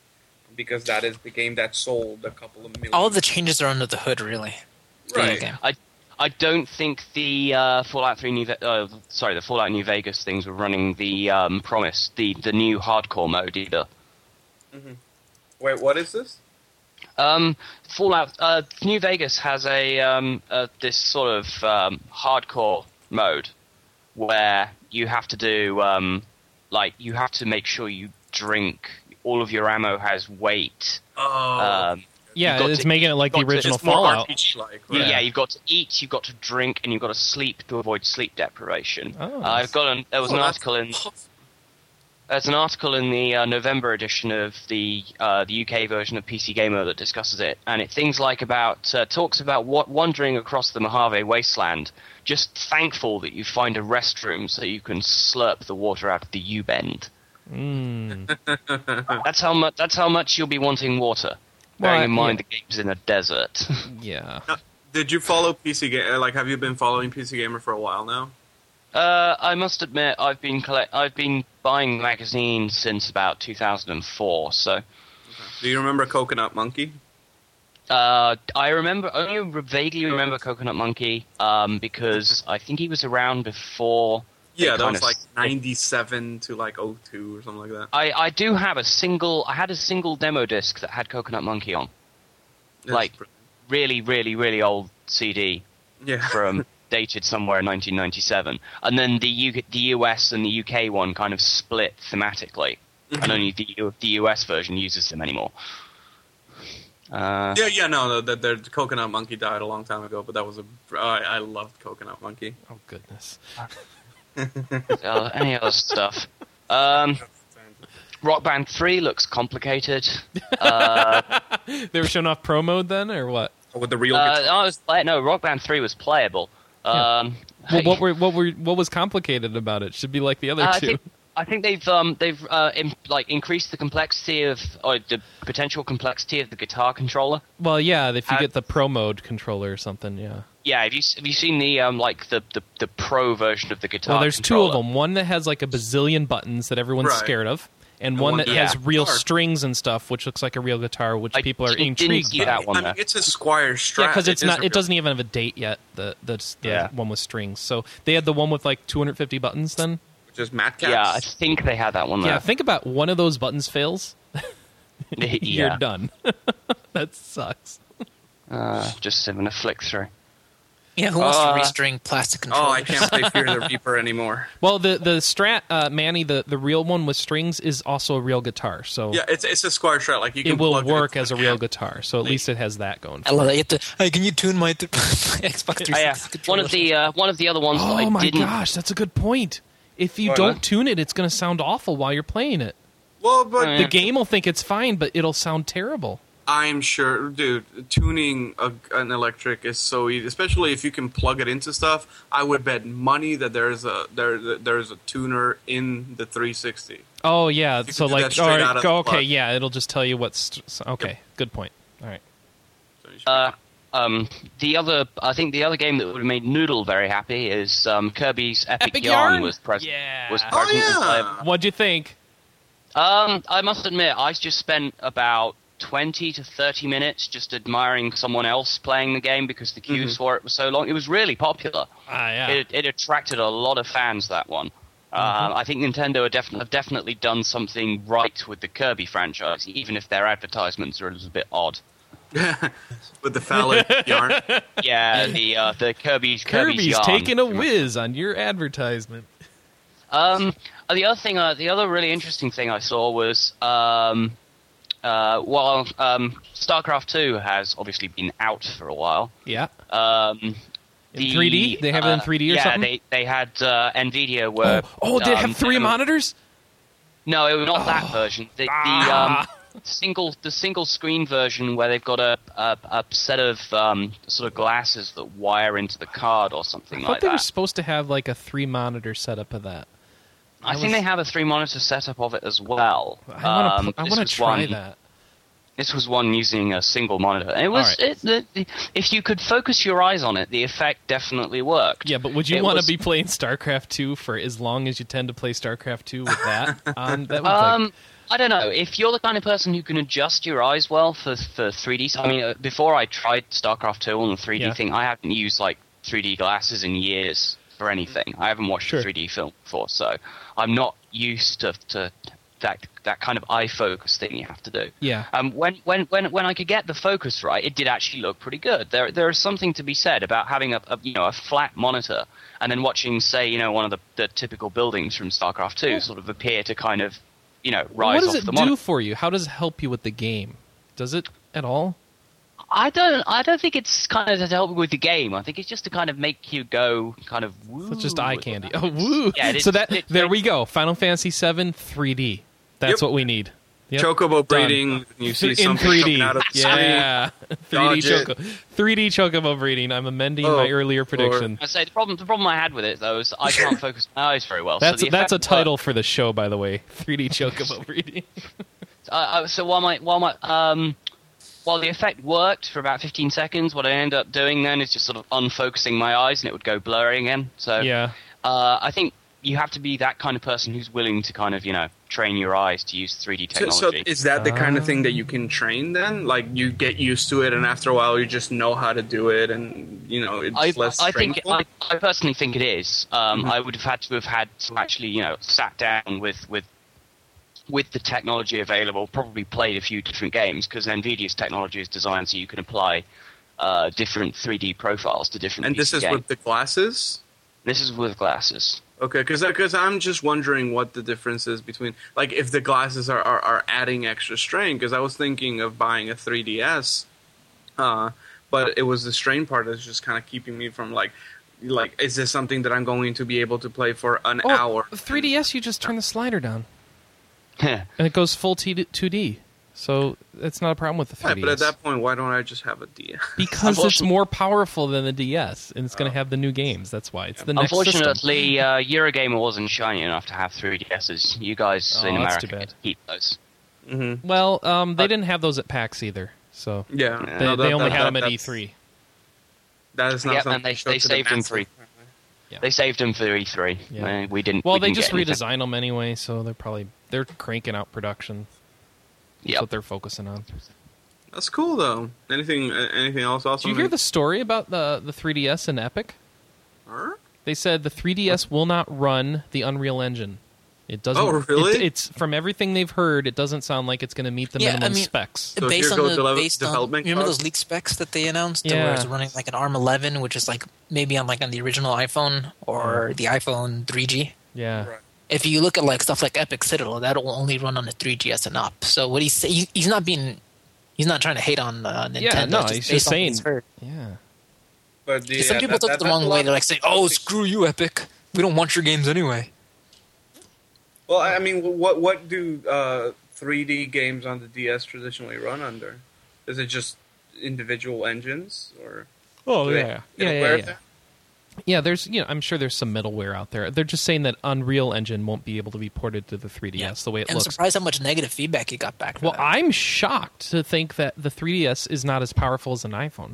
Speaker 4: because that is the game that sold a couple of million.
Speaker 5: All the changes are under the hood,
Speaker 6: [laughs]
Speaker 5: really.
Speaker 4: right.
Speaker 5: Video game.
Speaker 6: I I don't think the uh, Fallout 3 New Ve- uh, sorry the Fallout New Vegas things were running the um, promise the the new hardcore mode either.
Speaker 4: Wait, what is this?
Speaker 6: Um, Fallout uh, New Vegas has a um, uh, this sort of um, hardcore mode where you have to do um, like you have to make sure you drink all of your ammo has weight.
Speaker 4: Oh,
Speaker 6: Um, you've
Speaker 2: Yeah,
Speaker 6: got
Speaker 2: it's
Speaker 6: to-
Speaker 2: making it like the
Speaker 6: got to-
Speaker 2: original
Speaker 4: it's more
Speaker 2: Fallout.
Speaker 4: RPG like.
Speaker 6: Yeah.
Speaker 4: Right?
Speaker 6: you've got to eat, you've got to drink, and you've got to sleep to avoid sleep deprivation.
Speaker 2: Oh,
Speaker 6: Uh,
Speaker 2: nice.
Speaker 6: I've got an, there was an article in there's an article in the uh, November edition of the uh, the UK version of PC Gamer that discusses it, and it things like about uh, talks about what wandering across the Mojave wasteland, just thankful that you find a restroom so you can slurp the water out of the U bend. [laughs]
Speaker 2: Mm.
Speaker 6: That's how much. That's how much you'll be wanting water. Bearing
Speaker 2: Well,
Speaker 6: in mind the game's in a desert. [laughs]
Speaker 2: Yeah.
Speaker 4: Did you follow PC Gamer? uh, Like, have you been following PC Gamer for a while now?
Speaker 6: Uh, I must admit, I've been collect- I've been buying magazines since about 2004. So
Speaker 4: Do you remember Coconut Monkey?
Speaker 6: uh, I remember only re- vaguely remember Coconut Monkey um, because I think he was around before. they
Speaker 4: Yeah, that
Speaker 6: kind
Speaker 4: was
Speaker 6: of-
Speaker 4: like 97 to like 02 or something like that.
Speaker 6: I, I do have a single. I had a single demo disc that had Coconut Monkey on.
Speaker 4: It's
Speaker 6: Like-
Speaker 4: pretty-
Speaker 6: Really, really, really old CD
Speaker 4: yeah.
Speaker 6: from dated somewhere in 1997, and then the U- the US and the UK one kind of split thematically,
Speaker 2: Mm-hmm.
Speaker 6: and only the U- the US version uses them anymore. Uh,
Speaker 4: [laughs] Yeah, yeah, no, no, that the Coconut Monkey died a long time ago, but that was a I, I loved Coconut Monkey.
Speaker 2: Oh goodness.
Speaker 6: uh,
Speaker 2: [laughs]
Speaker 6: any other stuff? Um, Rock Band 3 looks complicated. Uh,
Speaker 2: They were showing off pro mode then, or what?
Speaker 4: With the real
Speaker 6: uh, I was play- no, Rock Band 3 was playable. Um,
Speaker 2: Well, what were what were what was complicated about it? Should be like the other
Speaker 6: Uh, I
Speaker 2: two.
Speaker 6: think, I think they've um, they've uh, im- like increased the complexity of or the potential complexity of the guitar controller.
Speaker 2: [laughs] well, yeah, if you
Speaker 6: Uh,
Speaker 2: get the pro mode controller or something, yeah.
Speaker 6: Yeah, have you s- have you seen the um like the the, the pro version of the guitar?
Speaker 2: Well, there's two of
Speaker 6: controller?
Speaker 2: them. One that has like a bazillion buttons that everyone's
Speaker 4: Right.
Speaker 2: scared of, and
Speaker 4: The
Speaker 2: one
Speaker 4: one
Speaker 2: that
Speaker 4: that
Speaker 2: has
Speaker 6: has
Speaker 2: real
Speaker 4: guitar.
Speaker 2: strings and stuff, which looks like a real guitar, which
Speaker 6: I
Speaker 2: people are
Speaker 6: didn't
Speaker 2: intrigued
Speaker 6: see
Speaker 2: by.
Speaker 6: that one.
Speaker 4: I mean,
Speaker 6: there.
Speaker 4: it's a Squire Strat.
Speaker 2: Yeah, because it's
Speaker 4: It is
Speaker 2: not.
Speaker 4: a
Speaker 2: It
Speaker 4: real-
Speaker 2: doesn't even have a date yet. The the, the
Speaker 6: Yeah.
Speaker 2: one with strings. So they had the one with like 250 buttons. Then
Speaker 4: Just Matt
Speaker 6: Yeah, I think they had that one
Speaker 2: yeah,
Speaker 6: there.
Speaker 2: think about one of those buttons fails,
Speaker 6: [laughs] Yeah,
Speaker 2: you're done. [laughs] that sucks.
Speaker 6: Uh, just having a flick through.
Speaker 5: Yeah, who wants
Speaker 6: Uh,
Speaker 5: to restring plastic controllers?
Speaker 4: Oh, I can't play Fear
Speaker 2: [laughs]
Speaker 4: the Reaper anymore.
Speaker 2: Well, the the Strat uh, Manny, the the real one with strings, is also a real guitar. So
Speaker 4: Yeah, it's it's a Squire Strat. Like you can
Speaker 2: it will
Speaker 4: plug
Speaker 2: work
Speaker 4: in-
Speaker 2: as a real guitar. So at least it has that going.
Speaker 5: I
Speaker 2: For it.
Speaker 5: love that. You have to, hey, can you tune my, th- [laughs] my Xbox 360
Speaker 6: Oh, yeah. One
Speaker 5: controller?
Speaker 6: of the uh, one of the other ones that
Speaker 2: Oh
Speaker 6: I
Speaker 2: my
Speaker 6: didn't.
Speaker 2: gosh, that's a good point. If you
Speaker 4: Why
Speaker 2: don't
Speaker 4: not?
Speaker 2: tune it, it's going to sound awful while you're playing it.
Speaker 4: Well, but
Speaker 6: Oh,
Speaker 2: The
Speaker 6: Yeah.
Speaker 2: game will think it's fine, but it'll sound terrible.
Speaker 4: I'm sure, dude. Tuning a, an electric is so easy, especially if you can plug it into stuff. I would bet money that there's a there there's a tuner in the 360.
Speaker 2: Oh yeah,
Speaker 4: can
Speaker 2: so
Speaker 4: do that
Speaker 2: like,
Speaker 4: straight
Speaker 2: all right,
Speaker 4: out of
Speaker 2: go, okay,
Speaker 4: the plug.
Speaker 2: yeah, it'll just tell you what's so- okay. Good point. All right,
Speaker 4: So you should-
Speaker 6: Uh, um, the other, I think the other game that would have made Noodle very happy is um, Kirby's Epic,
Speaker 2: Epic
Speaker 6: Yarn,
Speaker 2: Yarn?
Speaker 6: was present.
Speaker 2: Yeah.
Speaker 6: Was
Speaker 4: oh
Speaker 6: present and playable.
Speaker 4: yeah.
Speaker 2: what'd you think?
Speaker 6: Um, I must admit, I just spent about twenty to thirty minutes just admiring someone else playing the game because the
Speaker 2: Mm-hmm.
Speaker 6: queues for it were so long. It was really popular.
Speaker 2: Ah, yeah. Mm-hmm.
Speaker 6: It, it attracted a lot of fans. That one. Uh, I think Nintendo are defin- have definitely done something right with the Kirby franchise, even if their advertisements are a little bit
Speaker 2: [laughs]
Speaker 6: odd.
Speaker 4: With the phallic yarn.
Speaker 6: Yeah, the uh, the Kirby's Kirby's,
Speaker 2: Kirby's
Speaker 6: yarn.
Speaker 2: taking a whiz on your advertisement.
Speaker 6: Um, uh, the other thing, uh, the other really interesting thing I saw was, um, uh, while um, StarCraft Two has obviously been out for a while,
Speaker 2: Yeah,
Speaker 6: um,
Speaker 2: In
Speaker 6: the,
Speaker 2: 3D? They have it in
Speaker 6: uh,
Speaker 2: 3D or
Speaker 6: yeah,
Speaker 2: something?
Speaker 6: they they had uh, Nvidia were.
Speaker 2: oh, oh, did it
Speaker 6: um,
Speaker 2: have three
Speaker 6: um,
Speaker 2: monitors?
Speaker 6: No, it was not that version. The, the
Speaker 2: Oh. Ah.
Speaker 6: um, single the single screen version where they've got a a, a set of um, sort of glasses that wire into the card or something
Speaker 2: I thought
Speaker 6: like
Speaker 2: they
Speaker 6: that.
Speaker 2: were supposed to have like a three monitor setup of that.
Speaker 6: I
Speaker 2: I
Speaker 6: think
Speaker 2: was-
Speaker 6: they have a three monitor setup of it as well.
Speaker 2: I want to.
Speaker 6: Um,
Speaker 2: I
Speaker 6: this
Speaker 2: want to
Speaker 6: was
Speaker 2: try
Speaker 6: one-
Speaker 2: that.
Speaker 6: This was one using a single monitor. It was
Speaker 2: right.
Speaker 6: it, the, the, if you could focus your eyes on it, the effect definitely worked.
Speaker 2: Yeah, but would you
Speaker 6: It
Speaker 2: want to
Speaker 6: was-
Speaker 2: be playing StarCraft two for as long as you tend to play StarCraft two with that?
Speaker 6: [laughs]
Speaker 2: um, that would like,
Speaker 6: Um, I don't know. If you're the kind of person who can adjust your eyes well for for 3D, I mean, uh, before I tried StarCraft 2 on the 3D
Speaker 2: Yeah.
Speaker 6: thing, I haven't used like 3D glasses in years for anything. I haven't watched
Speaker 2: Sure.
Speaker 6: a 3D film before, so I'm not used to, to that that kind of eye focus thing you have to do.
Speaker 2: Yeah.
Speaker 6: Um, when when when when I could get the focus right, it did actually look pretty good. There there is something to be said about having a, a you know a flat monitor and then watching say you know one of the, the typical buildings from StarCraft Two sort of appear to kind of you know
Speaker 2: what
Speaker 6: rise
Speaker 2: does
Speaker 6: off
Speaker 2: it
Speaker 6: the
Speaker 2: do
Speaker 6: monitor.
Speaker 2: for you? How does it help you with the game? Does it at all?
Speaker 6: I don't I don't think it's kind of to help with the game. I think it's just to kind of make you go kind of woo.
Speaker 2: So it's just eye
Speaker 6: [laughs]
Speaker 2: candy. [laughs]
Speaker 6: It's-
Speaker 2: Oh, woo!
Speaker 6: Yeah, it-
Speaker 2: so that
Speaker 6: it-
Speaker 2: there we go. Final Fantasy VII 3D. That's
Speaker 4: Yep.
Speaker 2: what we need. [laughs] Yep.
Speaker 4: Chocobo
Speaker 2: Done.
Speaker 4: breeding. You see
Speaker 2: in
Speaker 4: something
Speaker 2: 3D.
Speaker 4: coming out of the
Speaker 2: yeah, [laughs] 3D
Speaker 4: Dodge it.
Speaker 2: choco, 3D chocobo breeding. I'm amending
Speaker 4: Oh,
Speaker 2: my earlier prediction.
Speaker 6: I say the problem the problem I had with it though is I
Speaker 2: [laughs]
Speaker 6: can't focus my eyes very well. So
Speaker 2: That's
Speaker 6: the
Speaker 2: that's a
Speaker 6: effect worked.
Speaker 2: title for the show, by the way. [laughs] 3D chocobo [laughs] breeding.
Speaker 6: uh, uh, so while my while my um, while the effect worked for about 15 seconds, what I ended up doing then is just sort of unfocusing my eyes, and it would go blurry again. So
Speaker 2: yeah,
Speaker 6: uh, I think you have to be that kind of person who's willing to kind of you know train your eyes to use 3D
Speaker 4: So,
Speaker 6: technology.
Speaker 4: so is that the kind of thing that you can train then? Like you get used to it, and after a while, you just know how to do it, and you know it's
Speaker 6: I,
Speaker 4: less. Mm-hmm.
Speaker 6: I think
Speaker 4: trainable?
Speaker 6: I, I personally think it is. Um, I would have had to have had to actually, you know, sat down with with with the technology available, probably played a few different games because Nvidia's technology is designed so you can apply uh, different 3D profiles to different.
Speaker 4: and this
Speaker 6: PC
Speaker 4: is
Speaker 6: games.
Speaker 4: with the glasses.
Speaker 6: this is with glasses. [laughs]
Speaker 4: Okay, because I'm just wondering what the difference is between like if the glasses are are, are adding extra strain. Because I was thinking of buying a 3ds, uh, but it was the strain part that's just kind of keeping me from like like is this something that I'm going to be able to play for an
Speaker 2: oh,
Speaker 4: hour?
Speaker 2: 3DS. You just turn the slider down,
Speaker 6: yeah,
Speaker 2: and it goes full T- 2D. So that's not a problem with the 3DS
Speaker 4: Yeah, but at that point, why don't I just have a DS?
Speaker 2: because it's
Speaker 6: Unfortunately-
Speaker 2: more powerful than the DS, and it's
Speaker 4: Oh.
Speaker 2: going to have the new games. That's why it's the next system.
Speaker 6: Unfortunately, uh, Eurogamer wasn't shiny enough to have 3DSs. You guys
Speaker 2: Oh,
Speaker 6: in
Speaker 2: that's
Speaker 6: America
Speaker 2: too bad.
Speaker 6: keep those.
Speaker 2: Well, um, they didn't have those at PAX either, so
Speaker 4: Yeah,
Speaker 2: they,
Speaker 4: Uh, no, that-
Speaker 2: they only
Speaker 4: that-
Speaker 2: had them
Speaker 4: that-
Speaker 2: at E
Speaker 4: that's-
Speaker 2: E3.
Speaker 4: That is not
Speaker 6: Yep,
Speaker 4: something
Speaker 6: and they,
Speaker 4: to show
Speaker 6: they
Speaker 4: to the
Speaker 6: saved them
Speaker 4: masses.
Speaker 6: for
Speaker 2: Yeah.
Speaker 6: they saved them for E3.
Speaker 2: Yeah.
Speaker 6: Uh, we didn't.
Speaker 2: Well,
Speaker 6: we
Speaker 2: they
Speaker 6: didn't
Speaker 2: just
Speaker 6: get anything.
Speaker 2: redesign them anyway, so they're probably they're cranking out production. That's
Speaker 6: Yep.
Speaker 2: what they're focusing on.
Speaker 4: That's cool though. Anything uh, anything else
Speaker 2: Did
Speaker 4: awesome?
Speaker 2: you hear the story about the the 3DS and Epic?
Speaker 4: Huh?
Speaker 2: They said the 3DS will not run the Unreal Engine. It doesn't.
Speaker 4: Oh, really?
Speaker 2: it- it's from everything they've heard. It doesn't sound like it's going to meet the
Speaker 5: Yeah, I
Speaker 2: minimum
Speaker 5: mean,
Speaker 2: specs.
Speaker 4: So
Speaker 5: based
Speaker 4: here
Speaker 5: on
Speaker 4: goes
Speaker 5: the
Speaker 4: develop-
Speaker 5: based on,
Speaker 4: development
Speaker 5: remember
Speaker 4: cost?
Speaker 5: those leak specs that they announced,
Speaker 2: Yeah.
Speaker 5: where it was running like an ARM 11, which is like maybe on like on the original iPhone
Speaker 4: Uh-huh.
Speaker 5: or the iPhone 3G.
Speaker 2: Yeah,
Speaker 4: Right.
Speaker 5: If you look at like stuff like Epic Citadel, that'll only run on the 3GS and up. So what he's he- he's not being he's not trying to hate on uh, Nintendo.
Speaker 2: Yeah, no,
Speaker 5: it's
Speaker 2: he's
Speaker 5: based
Speaker 2: just
Speaker 5: on what
Speaker 2: saying-
Speaker 5: he's heard.
Speaker 2: yeah.
Speaker 4: But the,
Speaker 5: 'Cause Some
Speaker 4: yeah,
Speaker 5: people
Speaker 4: that-
Speaker 5: took
Speaker 4: that-
Speaker 5: it the
Speaker 4: that's
Speaker 5: wrong
Speaker 4: a
Speaker 5: way.
Speaker 4: lot-
Speaker 5: They're like saying, "Oh, screw you, Epic. We don't want your games anyway."
Speaker 4: Well, I I mean, what what do uh, 3D games on the DS traditionally run under? Is it just individual engines, or
Speaker 2: Oh
Speaker 4: do they
Speaker 2: yeah,
Speaker 4: get
Speaker 2: yeah,
Speaker 4: aware
Speaker 2: yeah,
Speaker 4: of
Speaker 2: yeah.
Speaker 4: that?
Speaker 2: Yeah, there's you know I'm sure there's some middleware out there. They're just saying that Unreal Engine won't be able to be ported to the 3DS the way it
Speaker 5: and I'm
Speaker 2: looks.
Speaker 5: surprised how much negative feedback he got back. for
Speaker 2: well,
Speaker 5: that.
Speaker 2: I'm shocked to think that the 3DS is not as powerful as an iPhone.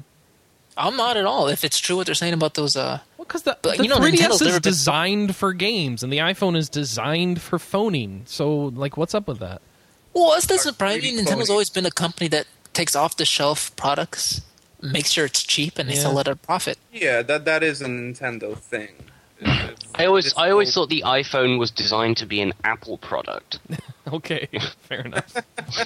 Speaker 5: I'm not at all. If it's true what they're saying about those, uh,
Speaker 2: Well, because the,
Speaker 5: But,
Speaker 2: the
Speaker 5: you know,
Speaker 2: 3DS
Speaker 5: Nintendo's
Speaker 2: is
Speaker 5: never been-
Speaker 2: designed for games, and the iPhone is designed for phoning. So, like, what's up with that?
Speaker 5: Well, it's not
Speaker 4: Are
Speaker 5: surprising.
Speaker 4: really
Speaker 5: Nintendo's
Speaker 4: phony.
Speaker 5: always been a company that takes off the shelf products, makes sure it's cheap, and they
Speaker 2: Yeah.
Speaker 5: sell it at a profit.
Speaker 4: Yeah, that that is a Nintendo thing. It's-
Speaker 6: I always
Speaker 4: it's
Speaker 6: I always
Speaker 4: old-
Speaker 6: thought the iPhone was designed to be an
Speaker 5: [laughs]
Speaker 6: Apple product.
Speaker 2: Okay, [laughs] fair enough.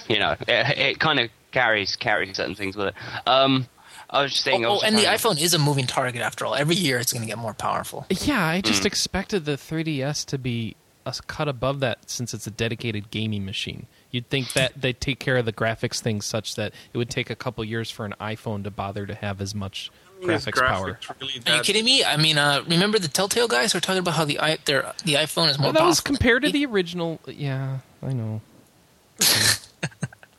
Speaker 6: you know, it, it kind of carries carries certain things with it. Um, I was just saying. I
Speaker 5: Oh,
Speaker 6: was
Speaker 5: oh, and the
Speaker 6: trying to-
Speaker 5: iPhone is a moving target after all. Every year, it's going to get more powerful.
Speaker 2: Yeah, I
Speaker 5: Hmm.
Speaker 2: just expected the 3DS to be a s- cut above that since it's a dedicated gaming machine. You'd think that they'd take care of the graphics things such that it would take a couple years for an iPhone to bother to have as much
Speaker 4: Is
Speaker 2: graphics power.
Speaker 4: really
Speaker 5: Are you
Speaker 4: that-
Speaker 5: kidding me? I mean, uh, remember the Telltale guys who were talking about how the i their the iPhone is
Speaker 2: Well,
Speaker 5: more
Speaker 2: that was
Speaker 5: powerful?
Speaker 2: compared to the original. Yeah, I know.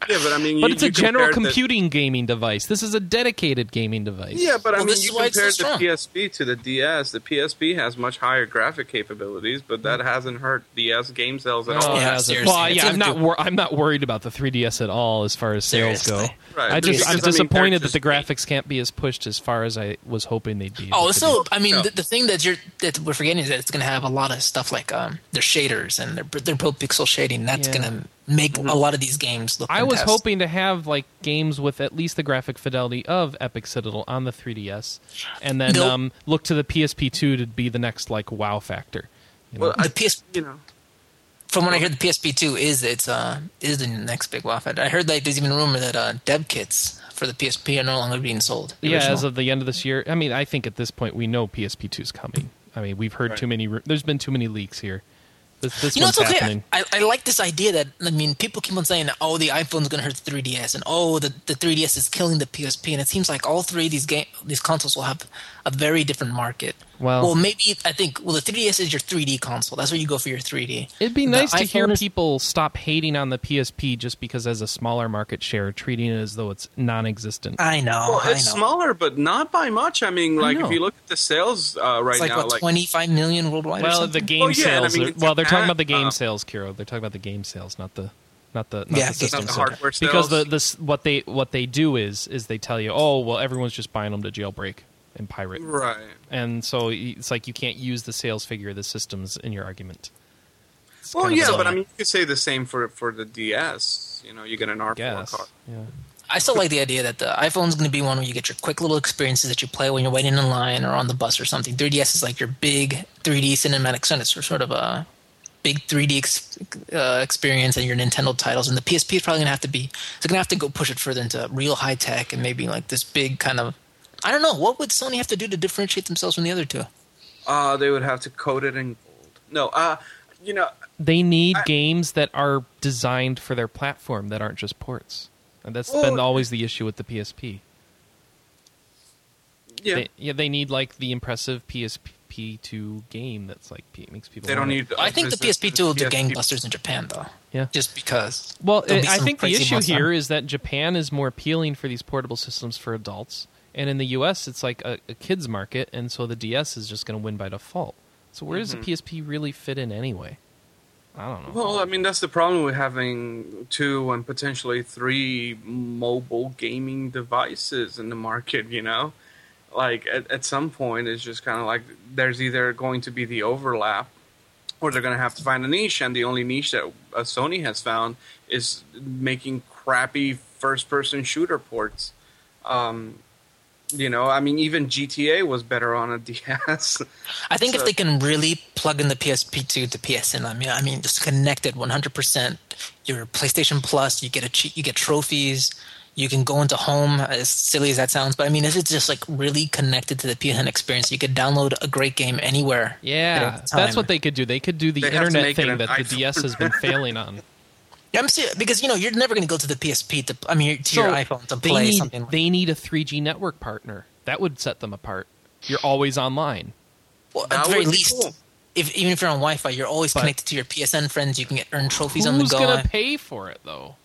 Speaker 4: Yeah, but I mean,
Speaker 2: But
Speaker 4: you-
Speaker 2: it's a
Speaker 4: you
Speaker 2: general
Speaker 4: compared the-
Speaker 2: computing gaming device. This is a dedicated gaming device.
Speaker 4: Yeah, but I
Speaker 5: Well,
Speaker 4: mean,
Speaker 5: this
Speaker 4: you
Speaker 5: is why it's so
Speaker 4: compare
Speaker 5: strong.
Speaker 4: the PSP to the DS. The PSP has much higher graphic capabilities, but that hasn't hurt DS game sales at
Speaker 2: No,
Speaker 4: all.
Speaker 2: it
Speaker 5: Oh, Yeah,
Speaker 2: hasn't.
Speaker 5: seriously,
Speaker 2: well,
Speaker 5: it's
Speaker 2: yeah, I'm
Speaker 5: even
Speaker 2: not.
Speaker 5: too-
Speaker 2: Wor- I'm not worried about the 3ds at all as far as sales
Speaker 5: Seriously.
Speaker 2: go.
Speaker 4: Right,
Speaker 2: I just,
Speaker 4: because, I
Speaker 2: I'm
Speaker 4: mean, they're
Speaker 2: disappointed that
Speaker 4: just
Speaker 2: the graphics can't be as pushed as far as I was hoping they'd be. able
Speaker 5: Oh,
Speaker 2: to be.
Speaker 5: so I mean,
Speaker 4: No.
Speaker 5: the, the thing that you're that we're forgetting is that it's going to have a lot of stuff like um, their shaders and their their build pixel shading. That's
Speaker 2: Yeah. Mm-hmm.
Speaker 5: going to make a lot of these games look.
Speaker 2: I was
Speaker 5: fantastic.
Speaker 2: hoping to have like games with at least the graphic fidelity of Epic Citadel on the 3DS, and then
Speaker 5: Nope.
Speaker 2: um, look to the PSP2 to be the next like wow factor. you know?
Speaker 4: Well, I,
Speaker 5: The PS
Speaker 4: you know,
Speaker 5: From what I hear, the PSP two is it's uh is the next big WoW factor. I heard like there's even a rumor that uh dev kits for the PSP are no longer being sold. The
Speaker 2: yeah,
Speaker 5: original.
Speaker 2: as of the end of this year. I mean, I think at this point we know PSP2 is coming. I mean, we've heard
Speaker 4: Right.
Speaker 2: too many. ru- There's been too many leaks here. This, this
Speaker 5: you know,
Speaker 2: one's
Speaker 5: it's okay.
Speaker 2: happening.
Speaker 5: I, I like this idea that I mean, people keep on saying, "Oh, the iPhone's going to hurt the 3DS," and "Oh, the, the 3DS is killing the PSP." And it seems like all three of these game these consoles will have a very different market.
Speaker 2: Well-
Speaker 5: well, maybe I think well, the 3DS is your 3D console. That's where you go for your 3D.
Speaker 2: It'd be
Speaker 5: The
Speaker 2: nice to hear
Speaker 5: iPhone is-
Speaker 2: people stop hating on the PSP just because as a smaller market share, treating it as though it's non-existent.
Speaker 5: I
Speaker 4: [laughs]
Speaker 5: know.
Speaker 4: well,
Speaker 5: I know.
Speaker 4: it's smaller, but not by much. I mean, like
Speaker 2: know.
Speaker 4: if you look at the sales uh, right
Speaker 5: It's like
Speaker 4: now,
Speaker 5: what
Speaker 4: like
Speaker 5: 25 million worldwide. or
Speaker 2: Well, the
Speaker 5: something?
Speaker 2: game
Speaker 4: Well, Oh, yeah, and I
Speaker 2: sales.
Speaker 4: mean,
Speaker 2: are-
Speaker 4: in
Speaker 2: well, they're talking
Speaker 4: Japan,
Speaker 2: about the game
Speaker 4: uh,
Speaker 2: sales, Kiro. They're talking about the game sales, not the not the not
Speaker 5: Yeah,
Speaker 2: the
Speaker 5: it's not
Speaker 2: system
Speaker 5: the
Speaker 2: sales.
Speaker 4: hardware sales.
Speaker 2: Because the this what they what they do is is they tell you, oh well, everyone's just buying them to jailbreak and pirate,
Speaker 4: right.
Speaker 2: and so it's like you can't use the sales figure of the systems in your argument. It's
Speaker 4: Well,
Speaker 2: kind of
Speaker 4: yeah, but
Speaker 2: annoying,
Speaker 4: I mean, you could say the same for for the DS. You know, you get an
Speaker 2: I
Speaker 4: R4
Speaker 2: guess.
Speaker 4: card.
Speaker 2: Yeah.
Speaker 5: I still like the idea that the iPhone's going to be one where you get your quick little experiences that you play when you're waiting in line or on the bus or something. 3DS is like your big 3D cinematic center, sort of a big 3D ex- uh, experience and your Nintendo titles. And the PSP is probably going to have to be it's going to have to go push it further into real high tech and maybe like this big kind of I don't know what would Sony have to do to differentiate themselves from the other two.
Speaker 4: Uh, they would have to coat it in gold. No, uh, you know,
Speaker 2: They need games that are designed for their platform that aren't just ports, and that's been
Speaker 4: Well-
Speaker 2: always the issue with the PSP.
Speaker 4: yeah,
Speaker 2: They,
Speaker 4: they,
Speaker 2: yeah, they need like the impressive PSP2 game that's like p- makes people.
Speaker 4: don't
Speaker 2: want it.
Speaker 4: need.
Speaker 5: I think the
Speaker 4: business-
Speaker 5: PSP two will do
Speaker 4: PSP
Speaker 5: gangbusters in Japan though,
Speaker 2: Yeah.
Speaker 5: just because.
Speaker 2: Well,
Speaker 5: There'll be
Speaker 2: I
Speaker 5: some
Speaker 2: think the
Speaker 5: crazy
Speaker 2: issue
Speaker 5: monster.
Speaker 2: here is that Japan is more appealing for these portable systems for adults, and in the U.S. it's like a, a kids market, and so the DS is just going to win by default. So where does the PSP really fit in anyway? I don't know.
Speaker 4: Mm-hmm. Well, I mean, that's the problem with having two and potentially three mobile gaming devices in the market, you know? Like, at, at some point, it's just kind of like there's either going to be the overlap or they're going to have to find a niche. And the only niche that uh, Sony has found is making crappy first-person shooter ports. Um, you know, I mean, even GTA was better on a [laughs] DS.
Speaker 5: I think
Speaker 4: So-
Speaker 5: if they can really plug in the PSP2 to PSN, I mean, I mean, just connect it 100%. Your PlayStation Plus, you get a che- you get trophies. You can go into home, as silly as that sounds, but I mean, if it's just like really connected to the PSN experience, you could download a great game anywhere.
Speaker 2: Yeah,
Speaker 5: at a
Speaker 2: that's
Speaker 5: time.
Speaker 2: what they could do. They could do the
Speaker 4: They have to
Speaker 2: internet
Speaker 4: make it
Speaker 2: thing
Speaker 4: an
Speaker 2: that the
Speaker 4: iPhone.
Speaker 2: DS has
Speaker 4: [laughs]
Speaker 2: been failing on.
Speaker 5: Yeah, I'm serious, because you know you're never going to go to the PSP to I mean to your iPhone to
Speaker 2: they
Speaker 5: play
Speaker 2: need,
Speaker 5: something. Like
Speaker 2: They need a 3G network partner. That would set them apart. You're always online.
Speaker 5: well, at
Speaker 4: That
Speaker 5: the very
Speaker 4: would be
Speaker 5: least,
Speaker 4: cool.
Speaker 5: if even if you're on Wi-Fi, you're always
Speaker 2: But-
Speaker 5: connected to your PSN friends. You can get earn trophies on the
Speaker 2: Who's
Speaker 5: go.
Speaker 2: gonna pay for it though?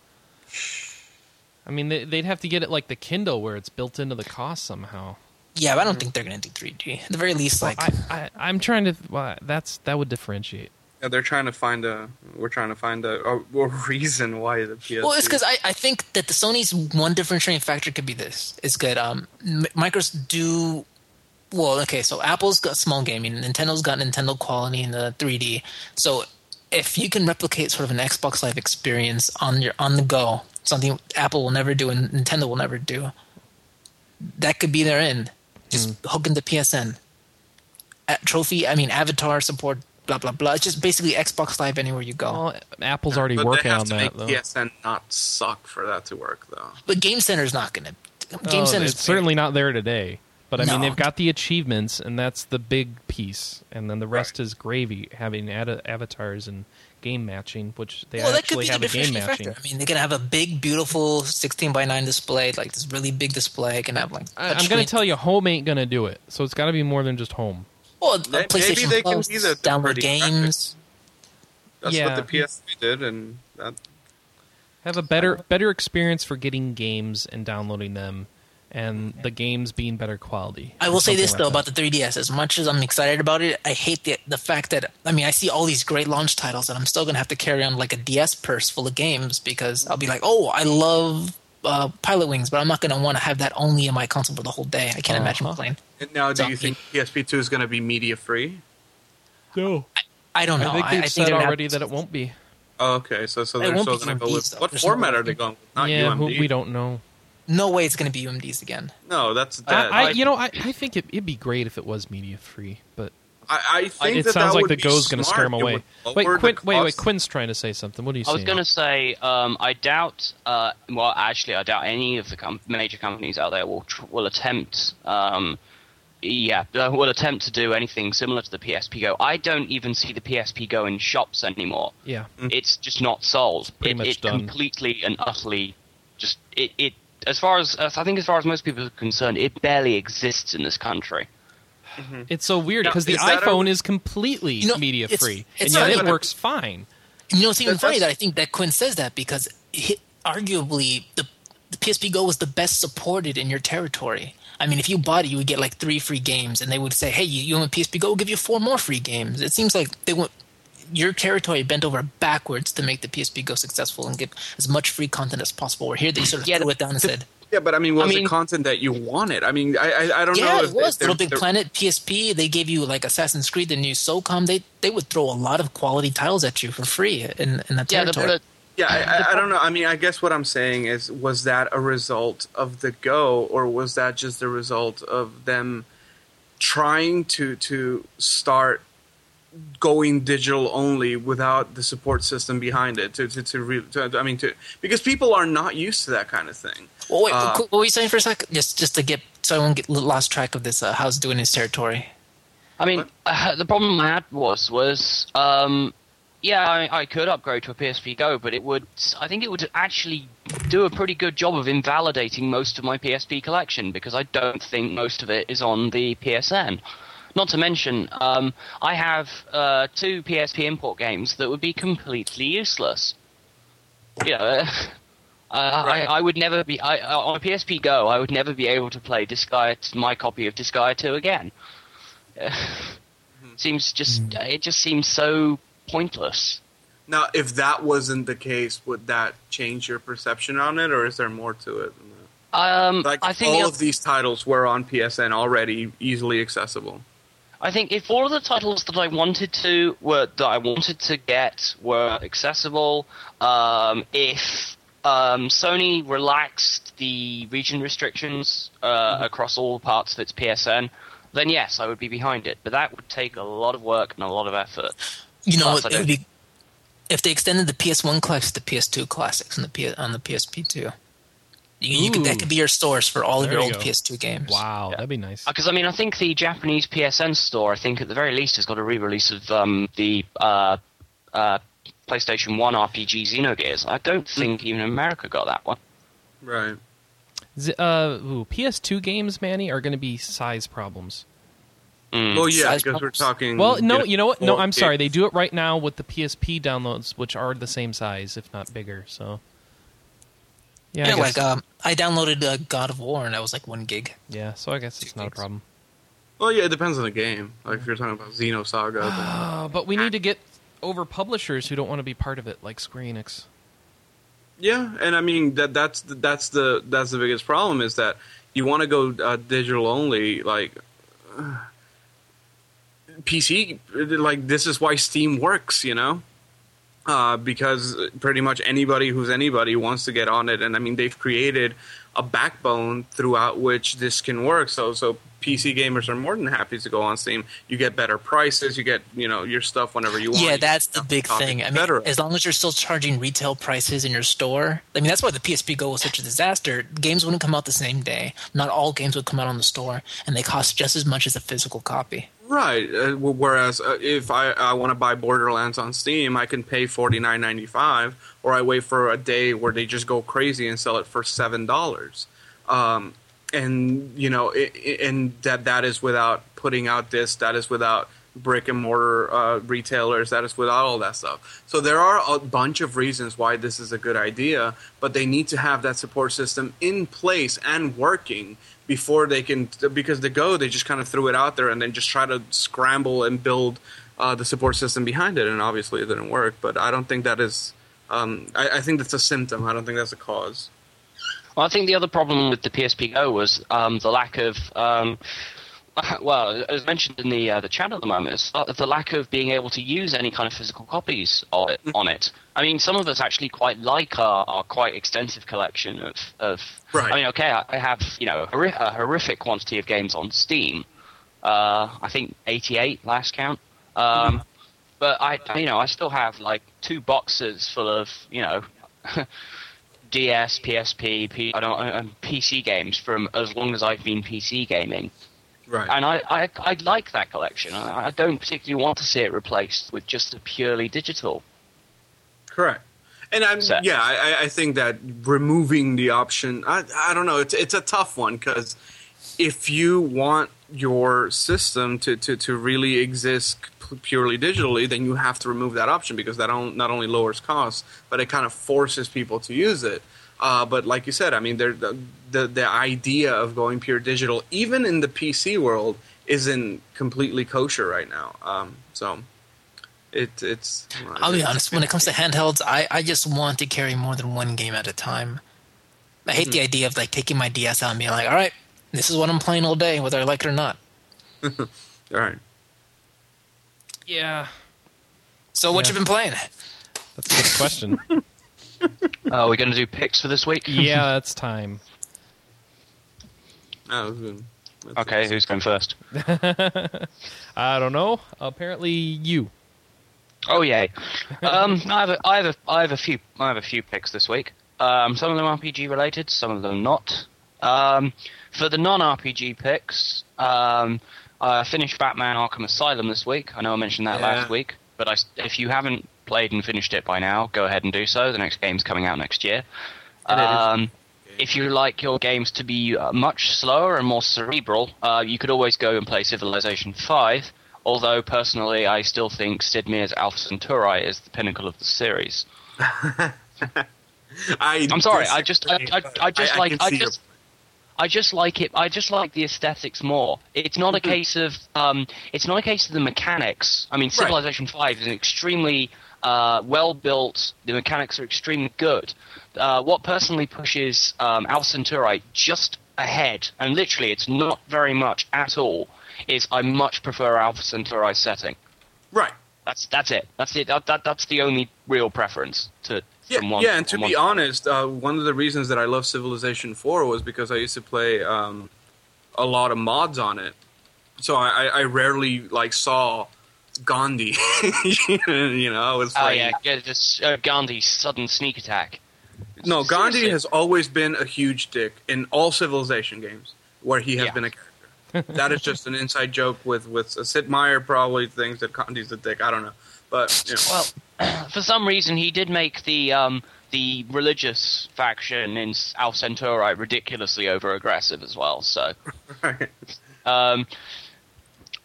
Speaker 2: I mean, they, they'd have to get it like the Kindle, where it's built into the cost somehow.
Speaker 5: yeah, but I don't think they're going to do 3G. At the very least, like
Speaker 2: Hmm. I, I I'm trying to. Well, that's that would differentiate.
Speaker 4: Yeah, they're trying to find a. We're trying to find a, a, a reason why the PS.
Speaker 5: Well, it's because I, I think that the Sony's one differentiating factor could be this: is that um, M- Micros do well. Okay, so Apple's got small gaming, Nintendo's got Nintendo quality in the 3D. So if you can replicate sort of an Xbox Live experience on your on the go, something Apple will never do and Nintendo will never do, that could be their end. Just hook into PSN, A- trophy. I mean, avatar support. Blah blah blah. It's just basically Xbox Live anywhere you go.
Speaker 2: Well, Apple's already
Speaker 4: but
Speaker 2: working
Speaker 4: they have
Speaker 2: on
Speaker 4: to
Speaker 2: that though.
Speaker 4: make PSN not suck for that to work though.
Speaker 5: But Game Center's not going to. Game
Speaker 2: Oh,
Speaker 5: Center's
Speaker 2: it's certainly not there today. But I mean,
Speaker 5: No.
Speaker 2: they've got the achievements, and that's the big piece, and then the rest is gravy. Having ad- avatars and game matching, which they
Speaker 5: well, that could
Speaker 2: actually
Speaker 5: be the
Speaker 2: have a game
Speaker 5: differentiating
Speaker 2: matching.
Speaker 5: factor. I mean, they're gonna have a big, beautiful 16 by 9 display, like this really big display. Can have like
Speaker 2: I, I'm going to tell you, home ain't going to do it. So it's got to be more than just home.
Speaker 5: Well, a
Speaker 4: May-
Speaker 5: PlayStation
Speaker 4: maybe they can
Speaker 5: Plus,
Speaker 4: be the
Speaker 5: download
Speaker 4: pretty
Speaker 5: games.
Speaker 4: That's
Speaker 2: Yeah.
Speaker 4: what the PS did, and that,
Speaker 2: have a better better experience for getting games and downloading them and the games being better quality.
Speaker 5: I will say
Speaker 2: Something
Speaker 5: this
Speaker 2: like
Speaker 5: though
Speaker 2: that.
Speaker 5: about the 3DS. As much as I'm excited about it, I hate the the fact that I mean I see all these great launch titles, and I'm still gonna have to carry on like a DS purse full of games because I'll be like, oh, I love uh, Pilot Wings, but I'm not gonna want to have that only in my console for the whole day. I can't imagine
Speaker 2: Uh-huh.
Speaker 5: playing.
Speaker 4: and now do
Speaker 5: Don't
Speaker 4: you think PSP two is going to be media free?
Speaker 2: no.
Speaker 5: I don't know.
Speaker 2: I think they've said
Speaker 5: they're gonna have
Speaker 2: already
Speaker 5: to-
Speaker 2: that it won't be.
Speaker 4: Oh, okay, so so
Speaker 5: It
Speaker 4: they're
Speaker 5: won't
Speaker 4: still
Speaker 5: be
Speaker 4: going to go
Speaker 5: UMDs,
Speaker 4: with
Speaker 5: though.
Speaker 4: what
Speaker 5: There's no
Speaker 4: format
Speaker 5: way.
Speaker 4: are they going? with? Not
Speaker 2: yeah, who-
Speaker 4: UMD.
Speaker 2: we don't know.
Speaker 5: No way it's gonna be UMDs again.
Speaker 4: No, that's
Speaker 6: Uh,
Speaker 4: dead.
Speaker 2: I, I, you know, I, I think it, it'd be great if it was media free, but
Speaker 4: I, I think
Speaker 2: it
Speaker 4: that
Speaker 2: sounds
Speaker 4: that
Speaker 2: like
Speaker 4: would
Speaker 2: the
Speaker 4: be
Speaker 2: Go's going to
Speaker 4: smart.
Speaker 2: scare them
Speaker 4: It
Speaker 2: away.
Speaker 4: would
Speaker 2: Wait,
Speaker 4: lower the
Speaker 2: Quinn, wait, wait,
Speaker 4: cost.
Speaker 2: Quinn's trying to say something. What do you
Speaker 6: I
Speaker 2: saying?
Speaker 6: was going to say, um, I doubt. Uh, well, actually, I doubt any of the com- major companies out there will tr- will attempt. Um, yeah, uh, will attempt to do anything similar to the PSP Go. I don't even see the PSP Go in shops anymore.
Speaker 2: Yeah.
Speaker 4: Mm-hmm.
Speaker 6: It's just not sold.
Speaker 2: Mm. pretty
Speaker 6: it,
Speaker 2: much
Speaker 6: it
Speaker 2: done.
Speaker 6: completely and utterly just it. it as far as as I think, as far as most people are concerned, it barely exists in this country.
Speaker 2: It's so weird
Speaker 4: Now,
Speaker 2: because the
Speaker 4: is that a-
Speaker 2: iphone is completely
Speaker 5: You know,
Speaker 2: media
Speaker 5: it's-
Speaker 2: free and
Speaker 5: it's
Speaker 2: yet
Speaker 5: not
Speaker 2: it
Speaker 5: even-
Speaker 2: works fine
Speaker 5: You know, it's even
Speaker 4: That-
Speaker 5: funny
Speaker 4: that's-
Speaker 5: that I think that Quinn says that because he, arguably the, the PSP Go was the best supported in your territory. I mean, if you bought it, you would get like three free games, and they would say, "Hey, you, you want a PSP Go? We'll give you four more free games." It seems like they want your territory bent over backwards to make the PSP Go successful and give as much free content as possible. Where here they sort of
Speaker 6: Yeah,
Speaker 5: threw it down and said,
Speaker 4: Yeah, but I mean, was
Speaker 6: mean-
Speaker 4: it content that you wanted? I mean, I I, I don't
Speaker 5: "Yeah,
Speaker 4: know.
Speaker 5: it
Speaker 4: if-
Speaker 5: was
Speaker 4: if they're-
Speaker 5: Little Big
Speaker 4: they're-
Speaker 5: Planet PSP. They gave you like Assassin's Creed, the new SOCOM. They they would throw a lot of quality titles at you for free in in that
Speaker 6: Yeah, the,
Speaker 5: territory."
Speaker 6: the,
Speaker 4: Yeah, I, I, I don't know. I mean, I guess what I'm saying is, was that a result of the go, or was that just a result of them trying to to start going digital only without the support system behind it? To to, to, re, to I mean, to because people are not used to that kind of thing.
Speaker 5: Well, Oh, wait,
Speaker 4: Uh,
Speaker 5: cool. what were you saying for a sec? Just, just to get so I won't get lost track of this. Uh, how's doing his territory?
Speaker 6: I mean, uh, the problem I had was was um, yeah, I, I could upgrade to a PSP Go, but it would I think it would actually do a pretty good job of invalidating most of my PSP collection because I don't think most of it is on the PSN. Not to mention, um, I have uh, two PSP import games that would be completely useless. You know, [laughs] uh, I, I would never be I, uh, on a PSP Go. I would never be able to play Disgaea, my copy of Disgaea 2
Speaker 4: [laughs]
Speaker 6: again seems just it just seems so pointless.
Speaker 4: Now, if that wasn't the case, would that change your perception on it, or is there more to it? than that?
Speaker 6: Um,
Speaker 4: Like
Speaker 6: I think
Speaker 4: all
Speaker 6: the,
Speaker 4: of these titles were on PSN already, easily accessible.
Speaker 6: I think if all of the titles that I wanted to were that I wanted to get were accessible, um, if um, Sony relaxed the region restrictions uh, across all parts of its PSN, then yes, I would be behind it. But that would take a lot of work and a lot of effort.
Speaker 5: You know,
Speaker 6: Plus,
Speaker 5: what,
Speaker 6: I
Speaker 5: it would
Speaker 6: don't-
Speaker 5: be if they extended the PS1 classics to PS2 classics and the P- on the PSP2. You, you could, that
Speaker 2: Ooh.
Speaker 5: could be your source for all of
Speaker 2: There
Speaker 5: your
Speaker 2: you
Speaker 5: old
Speaker 2: go.
Speaker 5: PS2 games.
Speaker 2: Wow, that'd be nice.
Speaker 4: Uh,
Speaker 6: Because Uh, I mean, I think the Japanese PSN store, I think at the very least, has got a re-release of um, the uh, uh, PlayStation One RPG Xenogears. I don't think even America got that one.
Speaker 4: Right.
Speaker 2: Z- uh, ooh, PS2 games, Manny, are going to be size problems.
Speaker 6: Mm.
Speaker 2: Mm-hmm.
Speaker 4: Well, yeah,
Speaker 5: Size
Speaker 4: because we're
Speaker 5: problems.
Speaker 4: talking.
Speaker 2: Well, no, you know what? No,
Speaker 4: four
Speaker 2: I'm sorry.
Speaker 4: gigs.
Speaker 2: They do it right now with the PSP downloads, which are the same size, if not bigger. So, yeah, I
Speaker 5: Yeah,
Speaker 2: guess-
Speaker 5: like um, I downloaded uh, God of War and that was like one gig.
Speaker 2: yeah. So I guess it's not a problem.
Speaker 4: Well, yeah, it depends on the game. Like if you're talking about Xeno Saga, then-
Speaker 2: Uh, but we need to get over publishers who don't want to be part of it, like Square Enix.
Speaker 4: yeah, and I mean that that's the, that's the that's the biggest problem is that you want to go uh, digital only, like uh, PC. Like this is why Steam works, you know. Uh, because pretty much anybody who's anybody wants to get on it, and I mean they've created a backbone throughout which this can work. So, so PC gamers are more than happy to go on Steam. You get better prices, you get you know your stuff whenever you want.
Speaker 5: Yeah,
Speaker 4: You
Speaker 5: that's
Speaker 4: get
Speaker 5: the
Speaker 4: stuff,
Speaker 5: big
Speaker 4: copy,
Speaker 5: thing. I
Speaker 4: et
Speaker 5: mean,
Speaker 4: cetera.
Speaker 5: as long as you're still charging retail prices in your store, I mean, that's why the PSP Go was such a disaster. Games wouldn't come out the same day. Not all games would come out on the store, and they cost just as much as a physical copy.
Speaker 4: Right. Uh, wh- whereas uh, if I, I want to buy Borderlands on Steam, I can pay forty nine ninety five, or I wait for a day where they just go crazy and sell it for seven dollars. Um, and you know, i i and that that is without putting out this. That is without brick and mortar uh, retailers. That is without all that stuff. So there are a bunch of reasons why this is a good idea, but they need to have that support system in place and working before they can. Because the Go, they just kind of threw it out there and then just try to scramble and build uh, the support system behind it, and obviously it didn't work. But I don't think that is. Um, I, I think that's a symptom. I don't think that's a cause.
Speaker 6: Well, I think the other problem with the PSP Go was um, the lack of, um, [laughs] well, as mentioned in the uh, the chat at the moment, it's uh, the lack of being able to use any kind of physical copies of it, on it. I mean, some of us actually quite like our, our quite extensive collection of. of
Speaker 4: Right.
Speaker 6: I mean, okay, I, I have you know a, horri- a horrific quantity of games on Steam. Uh, I think 88 last count. Um, But I, you know, I still have like two boxes full of you know DS, PSP, P- I don't, um, PC games from as long as I've been PC gaming,
Speaker 4: Right.
Speaker 6: and I, I, I like that collection. I, I don't particularly want to see it replaced with just a purely digital.
Speaker 4: Correct. And I'm
Speaker 6: So-
Speaker 4: yeah, I, I- I think that removing the option, I I don't know, it's it's a tough one because if you want your system to, to, to really exist p- purely digitally, then you have to remove that option because that on, not only lowers costs, but it kind of forces people to use it. Uh, but like you said, I mean, there- the, the the idea of going pure digital, even in the PC world, isn't completely kosher right now. Um, so it, it's.
Speaker 5: I'll be honest, when it comes to handhelds, I, I just want to carry more than one game at a time. I hate
Speaker 4: Mm-hmm.
Speaker 5: the idea of like taking my DS out and being like, all right, this is what I'm playing all day, whether I like it or not.
Speaker 4: All right.
Speaker 2: Yeah,
Speaker 5: So what
Speaker 2: Yeah.
Speaker 5: you been playing?
Speaker 2: that's a good question.
Speaker 6: [laughs] Oh, we're going to do picks for this week.
Speaker 2: [laughs] yeah, it's time. [laughs]
Speaker 4: Oh, it's been- that's
Speaker 6: [laughs] Okay,
Speaker 4: it.
Speaker 6: who's going first?
Speaker 2: I don't know. Apparently, you.
Speaker 6: Oh yay! Um, I have a, I have a, I have a few I have a few picks this week. Um, some of them RPG related, some of them not. Um, for the non RPG picks, um, I finished Batman Arkham Asylum this week. I know I mentioned that
Speaker 4: Yeah.
Speaker 6: last week, but I s if you haven't played and finished it by now, go ahead and do so. The next game's coming out next year.
Speaker 4: And it is-
Speaker 6: Um, if you like your games to be uh, much slower and more cerebral, uh, you could always go and play Civilization Five. Although personally, I still think Sid Meier's Alpha Centauri is the pinnacle of the series.
Speaker 4: I
Speaker 6: I'm sorry, I just, I, I, I just
Speaker 4: I
Speaker 6: like,
Speaker 4: can
Speaker 6: I
Speaker 4: see your
Speaker 6: just, I just like it. I just like the aesthetics more. It's not
Speaker 4: Mm-hmm.
Speaker 6: a case of, um, it's not a case of the mechanics. I mean, Civilization Five is an extremely uh, well built. The mechanics are extremely good. Uh, what personally pushes um, Al Centauri just ahead, and literally, it's not very much at all, is I much prefer Alpha Centauri setting.
Speaker 4: Right.
Speaker 6: That's that's it. That's it. That, that that's the only real preference to
Speaker 4: Yeah,
Speaker 6: from one.
Speaker 4: yeah, and to
Speaker 6: from one-
Speaker 4: be honest, uh, one of the reasons that I love Civilization 4 was because I used to play um, a lot of mods on it. So I, I I rarely like saw Gandhi. [laughs] you know, I was
Speaker 6: Oh
Speaker 4: like,
Speaker 6: yeah, yeah this uh, Gandhi's sudden sneak attack.
Speaker 4: no, Gandhi
Speaker 6: Seriously.
Speaker 4: has always been a huge dick in all Civilization games where he has
Speaker 6: Yeah.
Speaker 4: been a character. that is just an inside joke with with uh, Sid Meier probably thinks that Gandhi's a dick. I don't know, but you know.
Speaker 6: Well, for some reason, he did make the um, the religious faction in S- Al Centauri ridiculously over aggressive as well. So, um,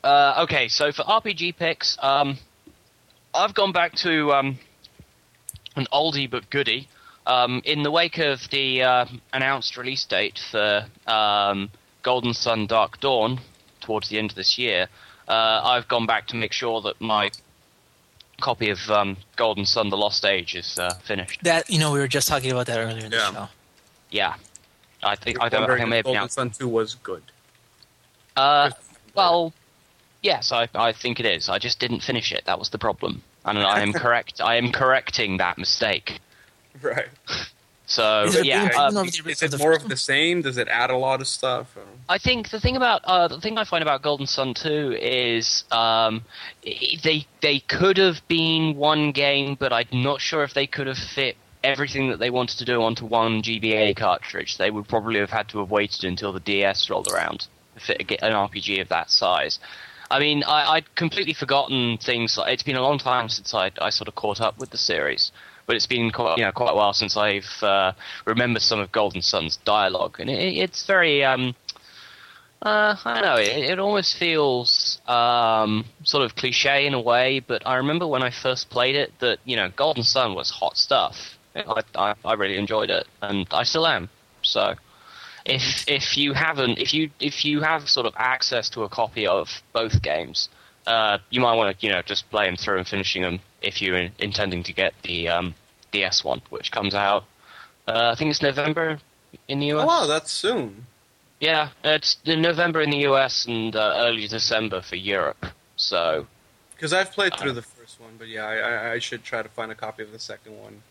Speaker 6: uh, okay, so for RPG picks, um, I've gone back to um, an oldie but goodie. Um, in the wake of the uh, announced release date for um, Golden Sun Dark Dawn towards the end of this year, uh, I've gone back to make sure that my copy of um, Golden Sun: The Lost Age is uh, finished.
Speaker 5: That you know, we were just talking about that earlier in the
Speaker 4: Yeah.
Speaker 5: show.
Speaker 6: Yeah, I think I, don't, I
Speaker 4: wondering
Speaker 6: think I may
Speaker 4: if
Speaker 6: have
Speaker 4: Golden
Speaker 6: pronounced.
Speaker 4: Sun 2 was good.
Speaker 6: Uh, well, yes, I, I think it is. I just didn't finish it. That was the problem, and I am correct. I am correcting that mistake.
Speaker 4: [laughs] Right.
Speaker 6: So
Speaker 5: Is it
Speaker 6: yeah,
Speaker 5: being-
Speaker 6: uh,
Speaker 5: no,
Speaker 4: Is,
Speaker 5: the-
Speaker 4: it
Speaker 5: the-
Speaker 4: more of the same? Does it add a lot of stuff?
Speaker 6: I think the thing about uh, the thing I find about Golden Sun Two is um, i- they they could have been one game, but I'm not sure if they could have fit everything that they wanted to do onto one GBA cartridge. They would probably have had to have waited until the DS rolled around to fit a ga- an RPG of that size. I mean, I, I'd completely forgotten things. Like, it's been a long time since I, I sort of caught up with the series, but it's been quite you know quite a while since I've uh, remembered some of Golden Sun's dialogue, and it, it's very. Um, uh, I don't know. It, it almost feels um, sort of cliche in a way, but I remember when I first played it that you know Golden Sun was hot stuff. I, I, I really enjoyed it, and I still am. So, if if you haven't, if you if you have sort of access to a copy of both games, uh, you might want to you know just play them through and finishing them if you're in, intending to get the um, DS one, which comes out. Uh, I think it's November in the US.
Speaker 4: Oh, wow, that's soon.
Speaker 6: Yeah, it's in November in the US and uh, early December for Europe. So
Speaker 4: Because I've played
Speaker 6: Uh.
Speaker 4: through the first one, but yeah, I, I, I should try to find a copy of the second one.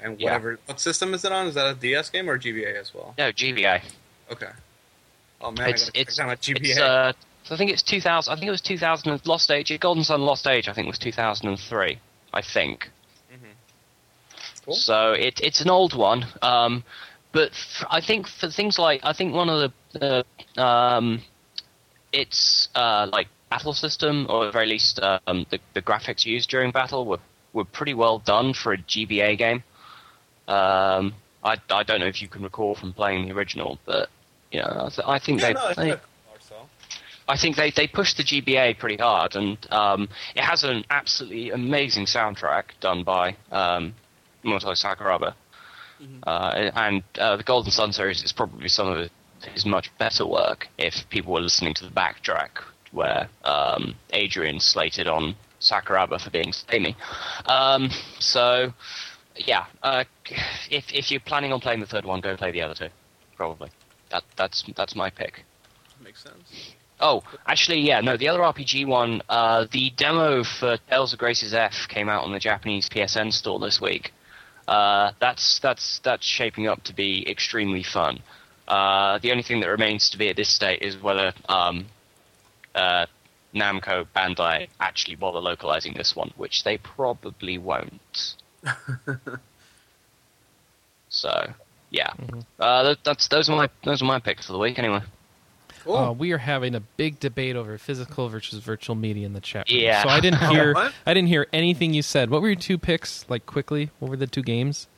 Speaker 4: And
Speaker 6: Yeah.
Speaker 4: whatever. What system is it on? Is that a DS game or GBA as well?
Speaker 6: no GBA.
Speaker 4: Okay. Oh man, I
Speaker 6: It's-
Speaker 4: gotta check
Speaker 6: it's-
Speaker 4: down my GBA. [laughs]
Speaker 6: It's, uh, I think it's 2000. I think it was 2000. and- Lost Age, Golden Sun, Lost Age. I think was 2003. I think.
Speaker 4: Cool.
Speaker 6: So it, it's an old one, um, but f- I think for things like I think one of the the um, it's uh, like battle system or at the very least um, the, the graphics used during battle were were pretty well done for a GBA game. Um, I I don't know if you can recall from playing the original, but you know I, th- I think
Speaker 4: yeah,
Speaker 6: they,
Speaker 4: no, it's
Speaker 6: they
Speaker 4: not or so.
Speaker 6: I think they, they pushed the GBA pretty hard, and um, it has an absolutely amazing soundtrack done by um, Motoi Sakuraba. Uh, and uh, the Golden Sun series is probably some of his much better work if people were listening to the backtrack where um, Adrian slated on Sakuraba for being samey. Um, so, yeah, uh, if, if you're planning on playing the third one, go play the other two, probably. That, that's, that's my pick.
Speaker 4: Makes sense.
Speaker 6: Oh, actually, yeah, no, the other RPG one, uh, the demo for Tales of Graces F came out on the Japanese PSN store this week. Uh, that's that's that's shaping up to be extremely fun. Uh, the only thing that remains to be at this state is whether um, uh, Namco Bandai actually bother localizing this one, which they probably won't. so, yeah, uh, that, that's those are my those are my picks for the week anyway.
Speaker 4: Cool.
Speaker 2: Uh, we are having a big debate over physical versus virtual media in the chat room.
Speaker 6: Yeah.
Speaker 2: So I didn't hear.
Speaker 4: What?
Speaker 2: I didn't hear anything you said. What were your two picks? Like quickly, what were the two games?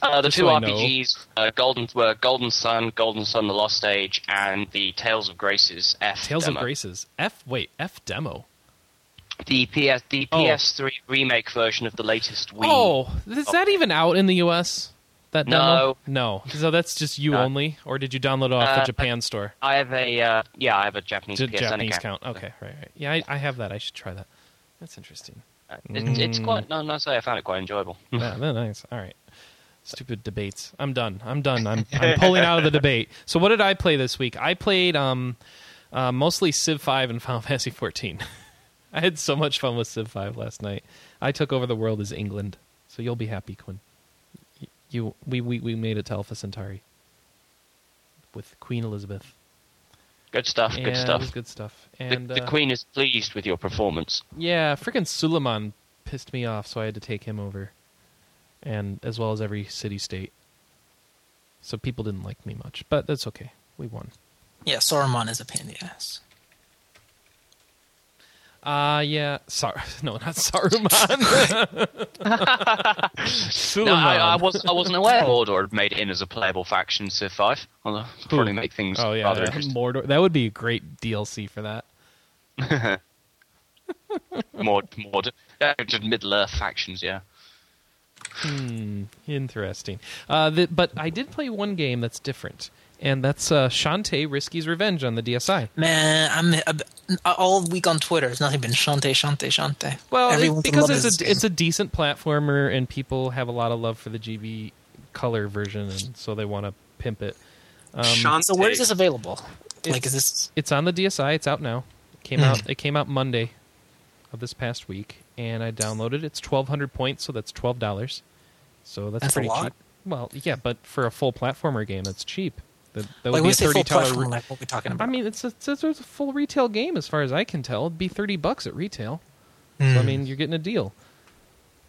Speaker 6: Uh, the
Speaker 2: Just
Speaker 6: two
Speaker 2: so I know.
Speaker 6: RPGs, uh, Golden were Golden Sun, Golden Sun: The Lost Age, and the Tales of Graces F.
Speaker 2: Tales
Speaker 6: demo.
Speaker 2: of Graces. F. Wait, F demo.
Speaker 6: The PS, the
Speaker 2: Oh.
Speaker 6: PS3 remake version of the latest Wii.
Speaker 2: Oh, is that even out in the U.S.? That
Speaker 6: No.
Speaker 2: demo? No. So that's just you
Speaker 6: No.
Speaker 2: only, or did you download it off the
Speaker 6: Uh,
Speaker 2: Japan store?
Speaker 6: I have a uh, yeah, I have a Japanese
Speaker 2: J-
Speaker 6: PSN
Speaker 2: Japanese
Speaker 6: account.
Speaker 2: count. Okay, right, right. Yeah, I, I have that. I should try that. That's interesting.
Speaker 6: Uh, It,
Speaker 2: Mm.
Speaker 6: it's quite no, no, say I found it quite enjoyable. [laughs]
Speaker 2: Yeah, they're nice. All right. Stupid debates.
Speaker 6: [laughs]
Speaker 2: I'm done. I'm done. I'm I'm pulling out of the debate. So what did I play this week? I played um Uh, mostly Civ 5 and [laughs] Final Fantasy 14. I had so much fun with Civ 5 last night. I took over the world as England, so you'll be happy, Quinn. Y- You, we, we, we made it to Alpha Centauri with Queen Elizabeth.
Speaker 6: Good stuff.
Speaker 2: And
Speaker 6: good
Speaker 2: It was
Speaker 6: stuff.
Speaker 2: good stuff.
Speaker 6: The,
Speaker 2: And
Speaker 6: the
Speaker 2: uh,
Speaker 6: Queen is pleased with your performance.
Speaker 2: Yeah, freaking Suleiman pissed me off, so I had to take him over, and as well as every city state. So people didn't like me much, but that's okay. We won.
Speaker 5: Yeah, Saruman is a pain in the ass.
Speaker 2: Uh yeah. Sar [laughs] no, not
Speaker 6: [laughs]
Speaker 2: Saruman.
Speaker 6: No,
Speaker 2: Suleiman.
Speaker 6: I, I was I
Speaker 2: [laughs]
Speaker 6: wasn't aware Mordor had made it in as a playable faction in Civ Five. Although it'd probably make things
Speaker 2: oh yeah, [laughs]
Speaker 6: rather
Speaker 2: yeah.
Speaker 6: interesting.
Speaker 2: Mordor. That would be a great DLC for that.
Speaker 6: Mord Mord. Yeah, just Middle Earth factions. Yeah.
Speaker 2: Interesting. Uh, th- but I did play one game that's different, and that's uh, Shantae Risky's Revenge on the DSi.
Speaker 5: Man, I'm uh, all week on Twitter. It's nothing been Shantae, Shantae, Shantae.
Speaker 2: Well,
Speaker 5: Everyone's
Speaker 2: it,
Speaker 5: in
Speaker 2: because
Speaker 5: love with
Speaker 2: it's
Speaker 5: this
Speaker 2: a
Speaker 5: game.
Speaker 2: it's a decent platformer, and people have a lot of love for the GB color version, and so they want to pimp it. um,
Speaker 4: Shantae.
Speaker 5: So where is this available? Like, is this
Speaker 2: It's on the DSi. It's out now. It came
Speaker 5: Hmm.
Speaker 2: out. It came out Monday of this past week, and I downloaded. it. It's twelve hundred points, so that's twelve dollars. So that's,
Speaker 5: That's a
Speaker 2: pretty
Speaker 5: lot.
Speaker 2: cheap. Well, yeah, but for a full platformer game, that's cheap. That, that would
Speaker 5: like
Speaker 2: be
Speaker 5: we
Speaker 2: a
Speaker 5: say full
Speaker 2: thirty
Speaker 5: platform?
Speaker 2: dollar.
Speaker 5: like what are we talking about?
Speaker 2: I mean, it's a, it's, a, it's a full retail game as far as I can tell. It'd be thirty bucks at retail.
Speaker 5: Hmm.
Speaker 2: So I mean, you're getting a deal.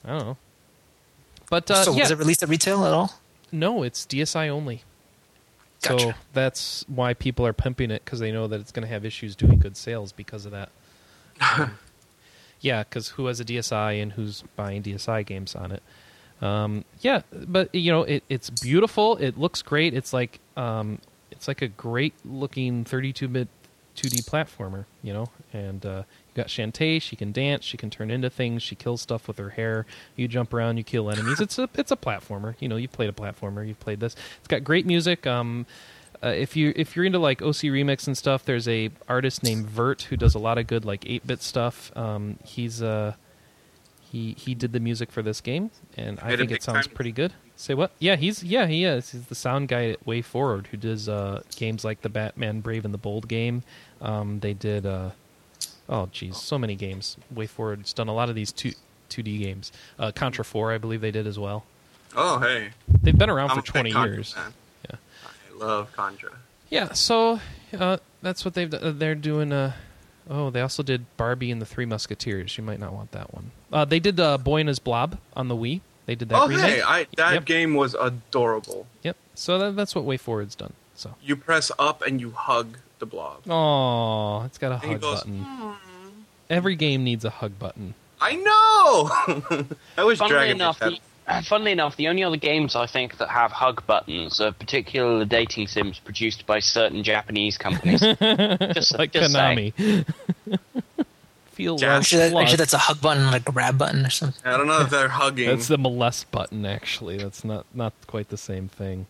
Speaker 2: I don't know. But uh,
Speaker 5: so
Speaker 2: yeah,
Speaker 5: was it released at retail at all?
Speaker 2: no, it's DSI only. So
Speaker 5: Gotcha.
Speaker 2: that's why people are pumping it because they know that it's going to have issues doing good sales because of
Speaker 5: [laughs]
Speaker 2: that. Um, yeah, because who has a DSI and who's buying DSI games on it? Um, yeah, but you know, it, it's beautiful. It looks great. It's like um, it's like a great looking 32-bit 2D platformer. You know, and uh, you got Shantae. She can dance. She can turn into things. She kills stuff with her hair. You jump around. You kill enemies. It's a it's a platformer. You know, you've played a platformer. You've played this. It's got great music. Um, uh, if you if you're into like OC remix and stuff, there's a artist named Vert who does a lot of good like 8-bit stuff. Um, he's uh he he did the music for this game, and I
Speaker 4: Did a
Speaker 2: think
Speaker 4: big
Speaker 2: it sounds
Speaker 4: time-
Speaker 2: pretty good. Say what? Yeah, he's yeah he is. He's the sound guy at Way Forward who does uh, games like the Batman Brave and the Bold game. Um, they did uh, oh geez, so many games. Way Forward's done a lot of these two two D games. Uh, Contra Four, I believe they did as well.
Speaker 4: Oh hey,
Speaker 2: They've been around
Speaker 4: I'm a
Speaker 2: for
Speaker 4: big
Speaker 2: twenty
Speaker 4: Contra
Speaker 2: years.
Speaker 4: fan.
Speaker 2: Yeah.
Speaker 4: I love Contra.
Speaker 2: Yeah, so uh, that's what they've done. They're doing. Uh, oh, they also did Barbie and the Three Musketeers. You might not want that one. Uh, they did uh, Boy and His Blob on the Wii. They did that
Speaker 4: oh
Speaker 2: remake.
Speaker 4: hey, I, that
Speaker 2: Yep.
Speaker 4: game was adorable.
Speaker 2: Yep. So that, that's what Way Forward's done. So.
Speaker 4: You press up and you hug the blob.
Speaker 2: Oh, it's got a
Speaker 4: he
Speaker 2: hug
Speaker 4: goes,
Speaker 2: button.
Speaker 6: Hmm.
Speaker 2: Every game needs a hug
Speaker 6: [laughs]
Speaker 2: button.
Speaker 4: I know. [laughs] I wish
Speaker 6: Funnily
Speaker 4: Dragon
Speaker 6: enough,
Speaker 4: Ball
Speaker 6: the, funnily enough, the only other games I think that have hug buttons are particularly the dating sims produced by certain
Speaker 2: [laughs]
Speaker 6: Japanese companies. just
Speaker 2: Like
Speaker 6: just saying.
Speaker 2: Konami. [laughs] Feel
Speaker 4: Yeah,
Speaker 2: less
Speaker 5: Actually, that, actually,
Speaker 2: loved.
Speaker 5: that's a hug button, and a grab button, or something.
Speaker 4: I don't know if they're hugging.
Speaker 2: That's um, the molest button, actually. That's not not quite the same thing.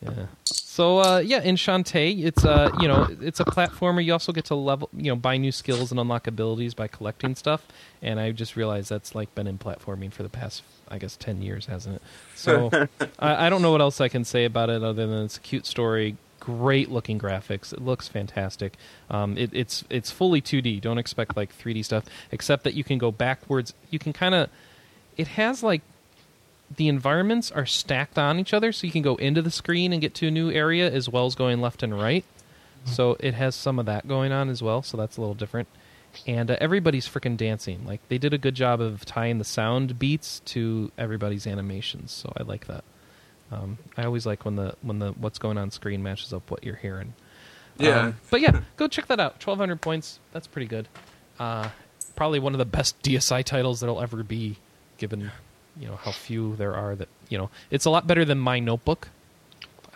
Speaker 2: Yeah. So uh, yeah, in Shantae, it's uh, you know it's a platformer. You also get to level, you know, buy new skills and unlock abilities by collecting stuff. And I just realized that's like been in platforming for the past, I guess, ten years, hasn't it? So I, I don't know what else I can say about it other than it's a cute story, great looking graphics. It looks fantastic. Um, it, it's it's fully 2D. Don't expect like 3D stuff, except that you can go backwards. You can kind of it has like the environments are stacked on each other so you can go into the screen and get to a new area as well as going left and right so it has some of that going on as well so that's a little different and uh, everybody's freaking dancing like they did a good job of tying the sound beats to everybody's animations so i like that um, i always like when the when the what's going on screen matches up what you're hearing
Speaker 4: yeah.
Speaker 2: um, but [laughs] yeah, go check that out. 1,200 points. That's pretty good. Uh, probably one of the best DSI titles that'll ever be, given you know how few there are. That you know, it's a lot better than My Notebook.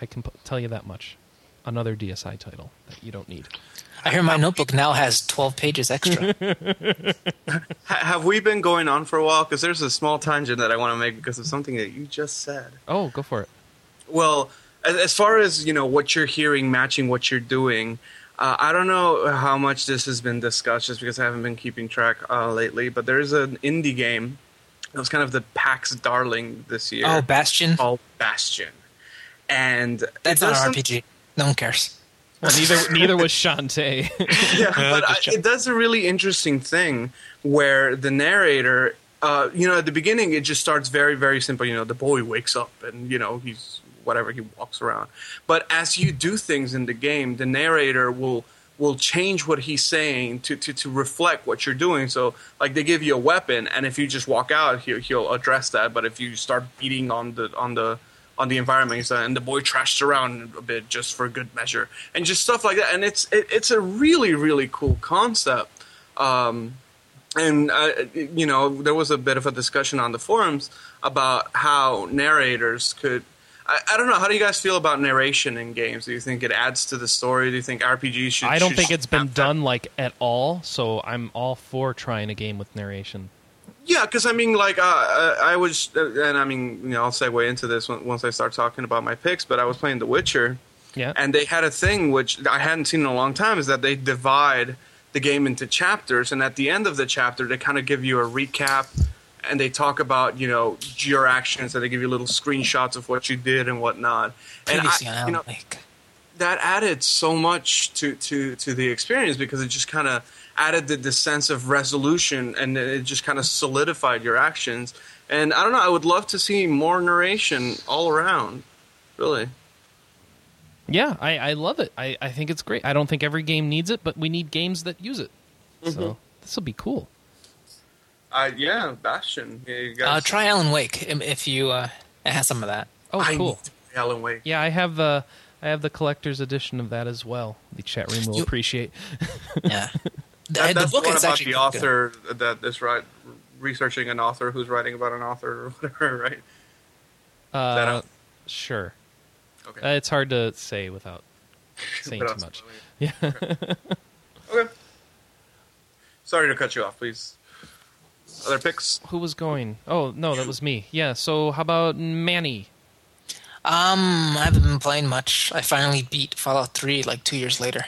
Speaker 2: I can p- tell you that much. Another DSI title that you don't need.
Speaker 5: I hear my notebook now has 12
Speaker 2: [laughs]
Speaker 5: pages extra.
Speaker 4: Ha- have we been going on for a while? Because there's a small tangent that I want to make because of something that you just said.
Speaker 2: Oh, go for it.
Speaker 4: Well, as, as far as you know, what you're hearing matching what you're doing. Uh, I don't know how much this has been discussed, just because I haven't been keeping track uh, lately. But there is an indie game that was kind of the PAX darling this year
Speaker 5: oh, Bastion?
Speaker 4: called Bastion, and it
Speaker 5: That's not
Speaker 4: does some-
Speaker 5: an RPG. No one cares.
Speaker 2: Well, neither neither [laughs] was Shantae.
Speaker 4: yeah, [laughs] but I,
Speaker 7: just
Speaker 4: it does a really interesting thing where the narrator, uh, you know, at the beginning it just starts very, very simple. You know, the boy wakes up and you know he's whatever he walks around. But as you do things in the game, the narrator will will change what he's saying to, to, to reflect what you're doing. So like they give you a weapon and if you just walk out he'll, he'll address that. But if you start beating on the on the on the environment he's, uh, and the boy trashed around a bit just for good measure and just stuff like that and it's it, it's a really really cool concept um, and uh, you know there was a bit of a discussion on the forums about how narrators could I, I don't know how do you guys feel about narration in games do you think it adds to the story do you think rpgs should
Speaker 2: I don't
Speaker 4: should
Speaker 2: think it's been
Speaker 4: have that?
Speaker 2: done like at all, so I'm all for trying a game with narration.
Speaker 4: Yeah, because I mean, like, uh, uh, I was, uh, and I mean, you know, I'll segue into this on- once I start talking about my picks. But I was playing The Witcher,
Speaker 2: Yeah.
Speaker 4: and they had a thing which I hadn't seen in a long time is that they divide the game into chapters, and at the end of the chapter, they kind of give you a recap, and they talk about you know your actions, and they give you little screenshots of what you did and whatnot. And
Speaker 5: Previously
Speaker 4: I,
Speaker 5: on
Speaker 4: you know,
Speaker 5: Alan Wake.
Speaker 4: that added so much to to to the experience because it just kind of added the, the sense of resolution and it just kind of solidified your actions and i don't know i would love to see more narration all around really
Speaker 2: Yeah, I, I love it. I, I think it's great. I don't think every game needs it, but we need games that use it.
Speaker 4: Mm-hmm.
Speaker 2: So this will be cool.
Speaker 4: uh, yeah bastion yeah, you
Speaker 5: Uh,
Speaker 4: guys,
Speaker 5: try Alan Wake im- if you uh, it has some of that.
Speaker 2: Oh,
Speaker 4: I
Speaker 2: cool. [laughs]
Speaker 4: need to play alan wake
Speaker 2: Yeah, I have the I have the collector's edition of that as well. The chat room will
Speaker 5: You-
Speaker 2: appreciate.
Speaker 5: Yeah, the,
Speaker 4: that,
Speaker 5: the
Speaker 4: that's
Speaker 5: book
Speaker 4: one
Speaker 5: is
Speaker 4: about
Speaker 5: actually
Speaker 4: the
Speaker 5: pretty good.
Speaker 4: author that is right researching an author who's writing about an author or [laughs] whatever right that
Speaker 2: Uh,
Speaker 4: out?
Speaker 2: sure. Uh,
Speaker 4: okay
Speaker 2: it's hard to say without saying too
Speaker 4: Without
Speaker 2: much.
Speaker 4: spoiling.
Speaker 2: Yeah. [laughs]
Speaker 4: okay sorry to cut you off please other picks
Speaker 2: Who was going? Oh no, that was me. Yeah. So how about Manny?
Speaker 5: Um, I haven't been playing much. I finally beat Fallout Three like two years later.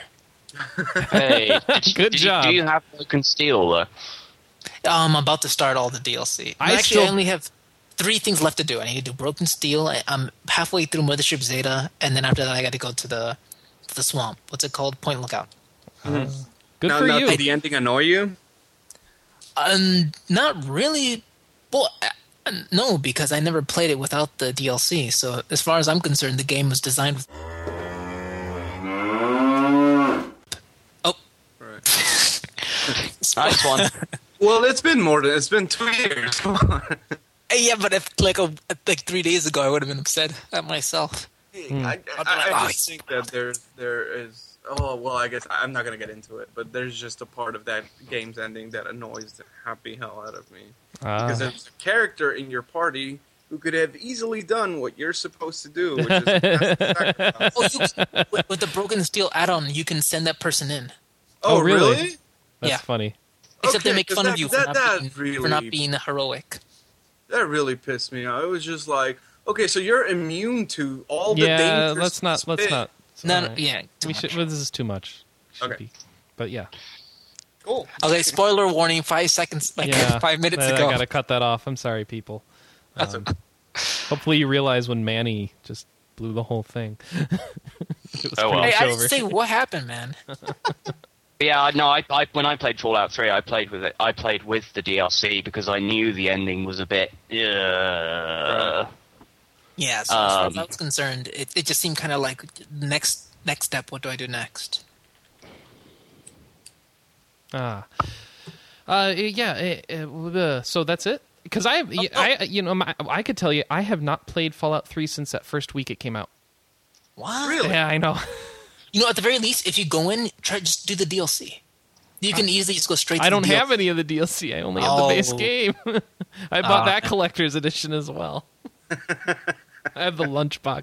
Speaker 6: Hey,
Speaker 2: [laughs]
Speaker 6: did you-
Speaker 2: Good
Speaker 6: did
Speaker 2: job.
Speaker 6: You, do you have Broken Steel though?
Speaker 5: Um, I'm about to start all the DLC.
Speaker 2: I
Speaker 5: actually
Speaker 2: still-
Speaker 5: I only have three things left to do. I need to do Broken Steel. I, I'm halfway through Mothership Zeta, and then after that, I got to go to the to the swamp. What's it called? Point Lookout.
Speaker 2: Good
Speaker 4: now,
Speaker 2: for
Speaker 4: now
Speaker 2: you.
Speaker 4: did the ending annoy you
Speaker 5: Um, not really. Well, uh, uh, no, because I never played it without the DLC. So as far as I'm concerned, the game was designed. With... Oh,
Speaker 4: Right.
Speaker 6: Nice one.
Speaker 4: Well, it's been more than it's been two years. [laughs] Come on.
Speaker 5: yeah, but if like a like three days ago, I would have been upset at myself.
Speaker 2: Hmm.
Speaker 4: I, I, I just think that there there is. Oh well, I guess I'm not gonna get into it, but there's just a part of that game's ending that annoys the happy hell out of me
Speaker 2: Ah.
Speaker 4: because there's a character in your party who could have easily done what you're supposed to
Speaker 2: [laughs]
Speaker 4: do, which is passive sacrifice.
Speaker 5: Oh, you can, [laughs] with, with the Broken Steel add-on, you can send that person in.
Speaker 2: Oh,
Speaker 4: oh
Speaker 2: really?
Speaker 4: really?
Speaker 2: That's
Speaker 5: yeah.
Speaker 2: funny.
Speaker 5: Except
Speaker 4: Okay,
Speaker 5: they make
Speaker 4: 'cause
Speaker 5: fun
Speaker 4: that-
Speaker 5: of you for,
Speaker 4: that- that
Speaker 5: not being, for
Speaker 4: really-
Speaker 5: not being heroic.
Speaker 4: That really pissed me off. It was just like, okay, so you're immune to all the
Speaker 2: yeah.
Speaker 4: dangers.
Speaker 2: Let's not.
Speaker 4: of
Speaker 2: Let's
Speaker 4: spin.
Speaker 2: not. It's
Speaker 5: No,
Speaker 2: all
Speaker 5: no,
Speaker 2: right.
Speaker 5: yeah. too
Speaker 2: We
Speaker 5: much.
Speaker 2: should. Well, this is too much. Should
Speaker 4: Okay.
Speaker 2: be. But yeah.
Speaker 4: Cool.
Speaker 5: Okay, spoiler warning. Five seconds, like
Speaker 2: yeah.
Speaker 5: [laughs] five minutes
Speaker 2: I,
Speaker 5: ago.
Speaker 2: I gotta cut that off. I'm sorry, people. Um, hopefully, you realize when Manny just blew the whole thing. [laughs] it was
Speaker 6: Oh, well.
Speaker 2: pretty
Speaker 5: Hey,
Speaker 2: much
Speaker 5: I
Speaker 2: over.
Speaker 5: didn't say what
Speaker 2: [laughs]
Speaker 5: happened, man.
Speaker 6: Yeah, I- no, I, I when I played Fallout Three, I played with it. I played with the DLC because I knew the ending was a bit. Uh,
Speaker 5: Yeah, so as far as I
Speaker 6: Um,
Speaker 5: was concerned, it, it just seemed kind of like next next step. What do I do next?
Speaker 2: Ah. Uh, yeah. uh, uh, uh, so that's it. Because I, have, I, you know, my, I could tell you, I have not played Fallout Three since that first week it came out.
Speaker 5: What?
Speaker 4: Really?
Speaker 2: Yeah, I know.
Speaker 5: You know, at the very least, if you go in, try just do the DLC. You can easily just go straight. To
Speaker 2: I don't
Speaker 5: the
Speaker 2: have any of the DLC. I only have the base
Speaker 5: Oh.
Speaker 2: game. [laughs] I bought
Speaker 5: Ah.
Speaker 2: that collector's edition as well. I have the lunchbox.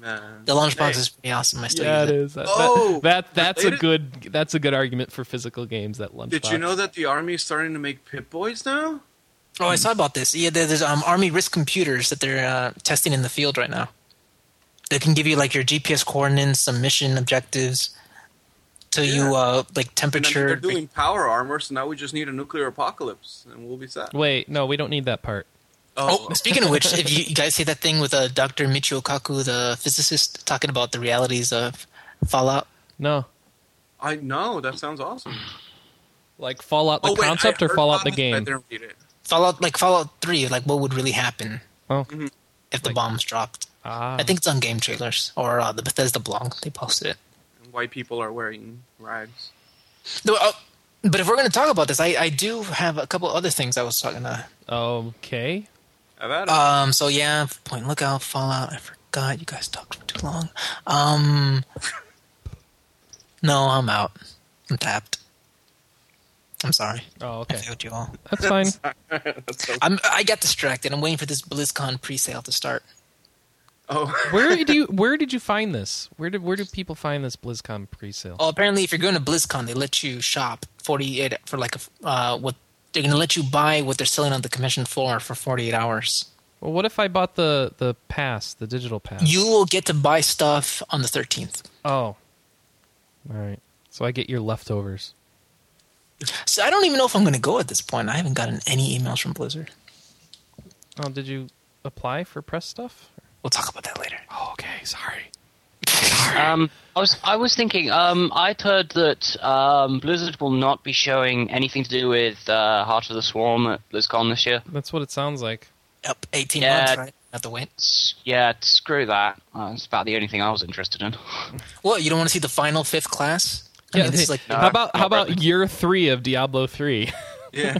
Speaker 4: Nah.
Speaker 5: The launch box is pretty awesome. I still
Speaker 2: Yeah,
Speaker 5: use
Speaker 2: it
Speaker 5: it.
Speaker 2: is. That, that-
Speaker 4: Oh,
Speaker 2: that, that's a
Speaker 4: related-
Speaker 2: good that's a good argument for physical games. That lunchbox.
Speaker 4: Did you know that the army is starting to make pit boys now?
Speaker 5: Oh, I saw about this. Yeah, there- there's um, Army risk computers that they're uh, testing in the field right now. They can give you like your GPS coordinates, some mission objectives, tell you
Speaker 4: Yeah.
Speaker 5: uh, like
Speaker 4: And then
Speaker 5: temperature.
Speaker 4: they're doing power armor, so now we just need a nuclear apocalypse, and we'll be set.
Speaker 2: Wait, no, we don't need that part.
Speaker 5: Oh,
Speaker 4: [laughs]
Speaker 5: speaking of which, if you, you guys see that thing with uh, Dr. Michio Kaku, the physicist, talking about the realities of Fallout,
Speaker 2: No,
Speaker 4: I know that sounds awesome.
Speaker 2: like Fallout the
Speaker 4: oh, wait,
Speaker 2: concept
Speaker 4: I
Speaker 2: or
Speaker 4: heard
Speaker 2: Fallout the
Speaker 4: about this, but I
Speaker 2: game.
Speaker 4: didn't read it.
Speaker 5: Fallout, like Fallout Three, like what would really happen
Speaker 2: Oh,
Speaker 4: Mm-hmm.
Speaker 5: if the bombs dropped?
Speaker 2: ah,
Speaker 5: I think it's on Game Trailers or uh, the Bethesda blog. They posted it.
Speaker 4: White people are wearing rags.
Speaker 5: No, uh, but if we're going to talk about this, I, I do have a couple other things I was talking to.
Speaker 2: okay.
Speaker 4: I've had it.
Speaker 5: Um, so yeah, Point Lookout, Fallout. I forgot you guys talked for too long. Um, no, I'm out. I'm tapped. I'm sorry.
Speaker 2: Oh,
Speaker 5: I
Speaker 2: okay.
Speaker 5: failed you all.
Speaker 2: That's
Speaker 5: [laughs]
Speaker 2: fine.
Speaker 6: Uh,
Speaker 5: I'm, I got distracted. I'm waiting for this BlizzCon pre-sale to start.
Speaker 4: oh,
Speaker 2: Where did you Where did you find this? Where did Where do people find this BlizzCon presale?
Speaker 5: Oh, apparently, if you're going to BlizzCon, they let you shop 48 for like a f- uh, what they're going to let you buy what they're selling on the convention floor for 48 hours.
Speaker 2: Well, what if I bought the the pass, the digital pass?
Speaker 5: You will get to buy stuff on the 13th.
Speaker 2: Oh, all right. So I get your leftovers.
Speaker 5: So I don't even know if I'm going to go at this point. I haven't gotten any emails from Blizzard.
Speaker 2: Oh, did you apply for press stuff?
Speaker 5: We'll talk about that later.
Speaker 2: Oh, okay. Sorry.
Speaker 6: Um, I was I was thinking. Um, I'd heard that um, Blizzard will not be showing anything to do with uh, Heart of the Swarm at BlizzCon this year.
Speaker 2: That's what it sounds like.
Speaker 5: Yep, 18
Speaker 6: Yeah.
Speaker 5: months, right? Have to wait.
Speaker 6: S- Yeah, screw that. Uh, That's about the only thing I was interested in.
Speaker 5: Well, you don't want to see the final fifth class? I mean, this
Speaker 2: hey,
Speaker 5: is like
Speaker 2: how about
Speaker 6: not
Speaker 2: how about
Speaker 6: really.
Speaker 2: year three of Diablo three? [laughs]
Speaker 4: yeah.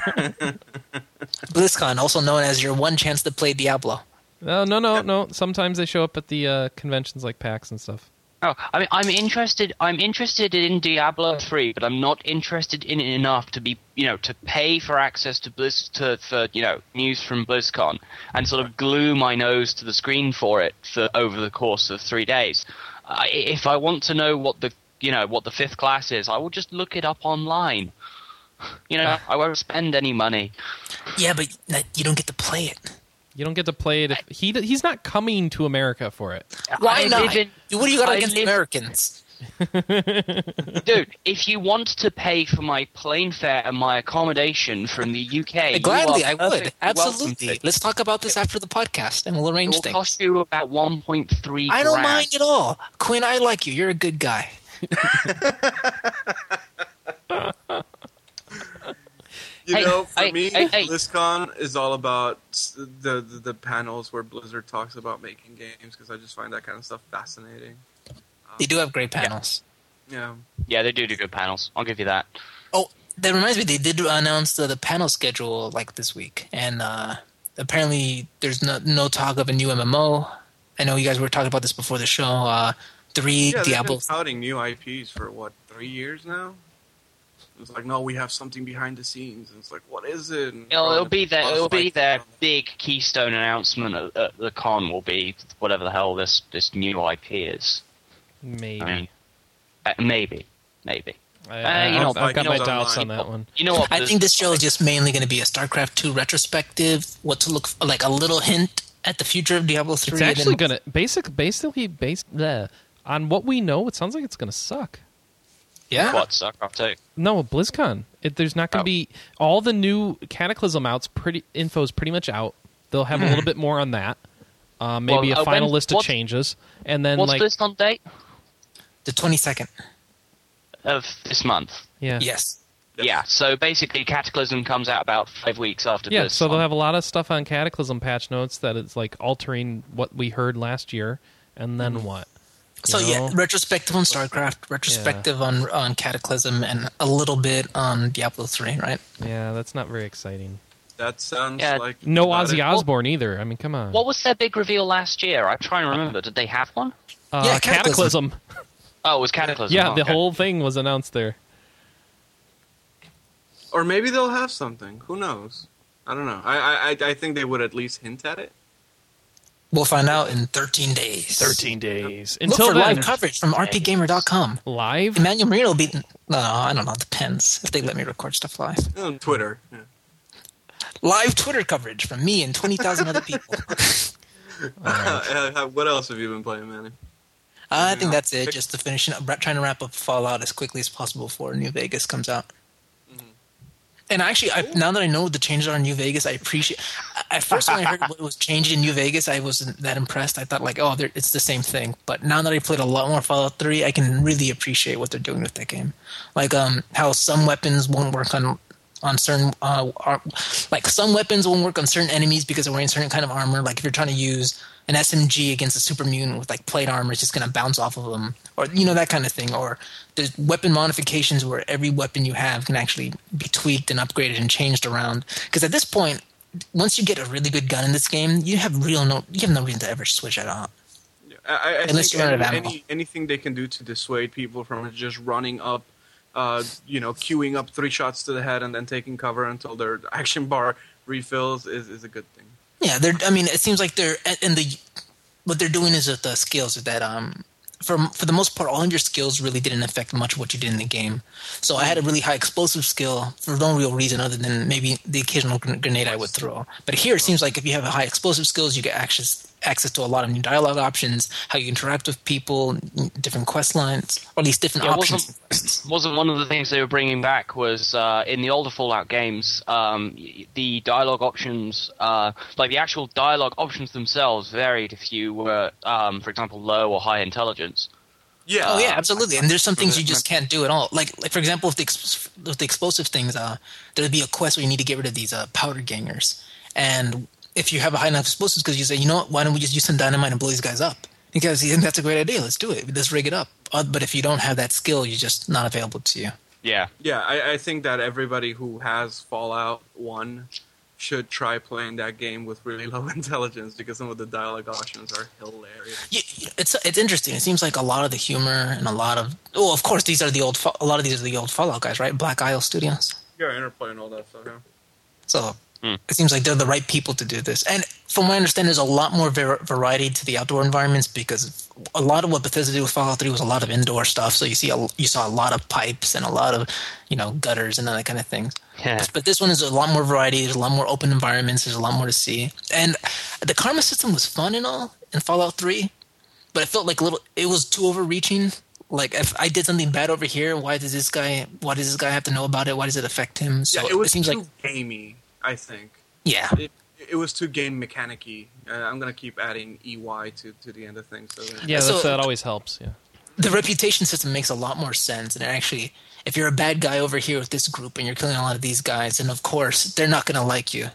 Speaker 5: BlizzCon, also known as your one chance to play Diablo.
Speaker 2: no, no, no, no. Sometimes they show up at the uh, conventions like PAX and stuff.
Speaker 6: Oh, I mean, I'm interested. I'm interested in Diablo three, but I'm not interested in it enough to be, you know, to pay for access to Blizz to for you know news from BlizzCon and sort of glue my nose to the screen for it for over the course of three days. I if I want to know what the you know what the fifth class is, I will just look it up online. You know, I won't spend any money.
Speaker 5: Yeah, but n- you don't get to play it.
Speaker 2: You don't get to play it. If, he he's not coming to America for it.
Speaker 5: Why
Speaker 6: I
Speaker 5: not?
Speaker 6: live in-
Speaker 5: what do you got
Speaker 6: I
Speaker 5: against
Speaker 6: live-
Speaker 5: Americans?
Speaker 6: Dude, if you want to pay for my plane fare and my accommodation from the UK, you
Speaker 5: Gladly,
Speaker 6: are
Speaker 5: I would.
Speaker 6: perfectly welcome to
Speaker 5: Absolutely.
Speaker 6: it.
Speaker 5: Let's talk about this after the podcast and we'll
Speaker 6: It
Speaker 5: arrange
Speaker 6: will
Speaker 5: things.
Speaker 6: cost you about one point three.
Speaker 5: I don't mind at all. Quinn, I like you. You're a good guy.
Speaker 4: [laughs] You
Speaker 6: Hey,
Speaker 4: know, for
Speaker 6: hey,
Speaker 4: me,
Speaker 6: hey, hey.
Speaker 4: BlizzCon is all about s- the, the the panels where Blizzard talks about making games because I just find that kind of stuff fascinating.
Speaker 5: They do have great panels.
Speaker 4: Yeah.
Speaker 6: Yeah, they do do good panels. I'll give you that.
Speaker 5: Oh, that reminds me, they did announce the, the panel schedule like this week. And uh, apparently, there's no, no talk of a new MMO. I know you guys were talking about this before the show. Uh,
Speaker 4: Yeah,
Speaker 5: three
Speaker 4: they've
Speaker 5: Diablo.
Speaker 4: been touting new IPs for what three years now. It's like, no, we have something behind the scenes. And it's like, what is it? And
Speaker 6: Oh, It'll, it'll be their
Speaker 4: Well,
Speaker 6: it'll
Speaker 4: it's like-
Speaker 6: be their big keystone announcement at, at the con. Will be whatever the hell this this new IP is.
Speaker 2: Maybe.
Speaker 6: I mean, uh, maybe, maybe.
Speaker 2: I,
Speaker 6: Uh, you
Speaker 2: I-
Speaker 6: know,
Speaker 2: I've- I've got
Speaker 4: you
Speaker 2: my
Speaker 4: know,
Speaker 2: doubts on
Speaker 4: online.
Speaker 2: that one.
Speaker 6: You know what?
Speaker 5: I think this show is just mainly going to be a StarCraft 2 retrospective, what to look for, like a little hint at the future of Diablo 3.
Speaker 2: It's
Speaker 5: and
Speaker 2: actually
Speaker 5: then-
Speaker 2: gonna basic basically based bleh, on what we know. It sounds like it's gonna suck.
Speaker 5: Yeah.
Speaker 6: what StarCraft two.
Speaker 2: No, BlizzCon. It, there's not gonna
Speaker 6: Oh.
Speaker 2: be all the new Cataclysm outs. Pretty info's pretty much out. They'll have a little bit more on that. Uh, maybe
Speaker 6: Well,
Speaker 2: a
Speaker 6: uh,
Speaker 2: final
Speaker 6: when-
Speaker 2: list of
Speaker 6: what's-
Speaker 2: changes, and then
Speaker 6: What's
Speaker 2: like
Speaker 6: BlizzCon date
Speaker 5: The 22nd.
Speaker 6: of this month?
Speaker 2: yeah,
Speaker 5: Yes.
Speaker 6: Yeah, so basically Cataclysm comes out about five weeks after
Speaker 2: Yeah,
Speaker 6: this.
Speaker 2: so they'll have a lot of stuff on Cataclysm patch notes that it's like altering what we heard last year, and then what?
Speaker 5: Mm-hmm. So
Speaker 2: you know?
Speaker 5: yeah, retrospective on StarCraft, retrospective on on Cataclysm, and a little bit on Diablo three, right?
Speaker 2: yeah, that's not very exciting.
Speaker 4: That sounds
Speaker 6: Yeah.
Speaker 4: like
Speaker 2: No
Speaker 4: about
Speaker 2: Ozzy
Speaker 4: it.
Speaker 2: Osbourne either. I mean, come on.
Speaker 6: What was their big reveal last year? I'm trying to remember. Did they have one?
Speaker 2: uh,
Speaker 5: Yeah,
Speaker 2: Cataclysm.
Speaker 5: Cataclysm.
Speaker 6: Oh, it was Cataclysm.
Speaker 2: Yeah,
Speaker 6: Oh,
Speaker 2: the
Speaker 6: okay.
Speaker 2: whole thing was announced there.
Speaker 4: Or maybe they'll have something. Who knows? I don't know. I I I- I think they would at least hint at it.
Speaker 5: We'll find out in thirteen days.
Speaker 2: days.
Speaker 5: Look
Speaker 2: Until
Speaker 5: for
Speaker 2: then,
Speaker 5: live coverage from rpgamer.com.
Speaker 2: live?
Speaker 5: Emmanuel Marino will be no, I don't know. Depends if they let me record stuff live.
Speaker 4: On Oh, Twitter. Yeah.
Speaker 5: Live Twitter coverage from me and twenty thousand other people.
Speaker 4: [laughs] Uh, what else have you been playing, Manny?
Speaker 5: I think that's it. Just to finish, up, trying to wrap up Fallout as quickly as possible before New Vegas comes out. And actually, I, now that I know what the changes are in New Vegas, I appreciate. I- At first, when I heard what was changed in New Vegas, I wasn't that impressed. I thought like, oh, they're- it's the same thing. But now that I played a lot more Fallout Three, I can really appreciate what they're doing with that game. Like um, how some weapons won't work on on certain uh, ar- like some weapons won't work on certain enemies because they're wearing certain kind of armor. Like if you're trying to use an SMG against a super mutant with like plate armor, it's just gonna bounce off of them, or you know that kind of thing. Or there's weapon modifications where every weapon you have can actually be tweaked and upgraded and changed around. Because at this point, once you get a really good gun in this game, you have real no you have no reason to ever switch at all.
Speaker 4: I, I
Speaker 5: Unless
Speaker 4: think
Speaker 5: you're out of
Speaker 4: any,
Speaker 5: ammo.
Speaker 4: any- anything they can do to dissuade people from just running up, uh, you know, queuing up three shots to the head and then taking cover until their action bar refills is, is a good thing.
Speaker 5: Yeah, they're. I mean, it seems like they're and the what they're doing is with the skills is that um for for the most part, all of your skills really didn't affect much what you did in the game. So I had a really high explosive skill for no real reason other than maybe the occasional gren- grenade I would throw. But here it seems like if you have a high explosive skills, you get access access to a lot of new dialogue options, how you interact with people, different quest lines, or at least different
Speaker 6: Yeah,
Speaker 5: options.
Speaker 6: wasn't- [coughs] Wasn't one of the things they were bringing back was uh, in the older Fallout games, um, y- the dialogue options, uh, like the actual dialogue options themselves, varied if you were, um, for example, low or high intelligence.
Speaker 4: Yeah.
Speaker 5: Oh yeah, absolutely. And there's some things you just can't do at all. Like, like for example, with the, ex- with the explosive things, uh, there'd be a quest where you need to get rid of these uh, powder gangers. And if you have a high enough explosives, because you say, you know what, why don't we just use some dynamite and blow these guys up? Because [laughs] you think that's a great idea. Let's do it. Let's rig it up. Uh, but if you don't have that skill, you're just not available to you.
Speaker 6: Yeah,
Speaker 4: Yeah, I, I think that everybody who has Fallout 1 should try playing that game with really [laughs] low intelligence because some of the dialogue options are hilarious.
Speaker 5: Y- y- It's it's interesting. It seems like a lot of the humor and a lot of well, of course, these are the old Fa- a lot of these are the old Fallout guys, right? Black Isle Studios.
Speaker 4: Yeah, Interplay and all that stuff. Yeah.
Speaker 5: So
Speaker 4: Hmm.
Speaker 5: it seems like they're the right people to do this. And from what I understand, there's a lot more var- variety to the outdoor environments because a lot of what Bethesda did with Fallout 3 was a lot of indoor stuff. So you see, a, you saw a lot of pipes and a lot of you know gutters and all that kind of thing.
Speaker 6: Yeah.
Speaker 5: But this one is a lot more variety. There's a lot more open environments. There's a lot more to see. And the karma system was fun and all in Fallout 3, but it felt like a little. It was too overreaching. Like if I did something bad over here, why does this guy? Why does this guy have to know about it? Why does it affect him? So
Speaker 4: yeah, it was
Speaker 5: seems
Speaker 4: too
Speaker 5: like
Speaker 4: gamey, I think.
Speaker 5: yeah.
Speaker 4: It, it was too game mechanic-y. Uh, I'm going to keep adding EY to, to the end of things. So
Speaker 2: Yeah, that's,
Speaker 5: So-
Speaker 2: that always helps. Yeah.
Speaker 5: the reputation system makes a lot more sense and it actually if you're a bad guy over here with this group and you're killing a lot of these guys and of course they're not going to like you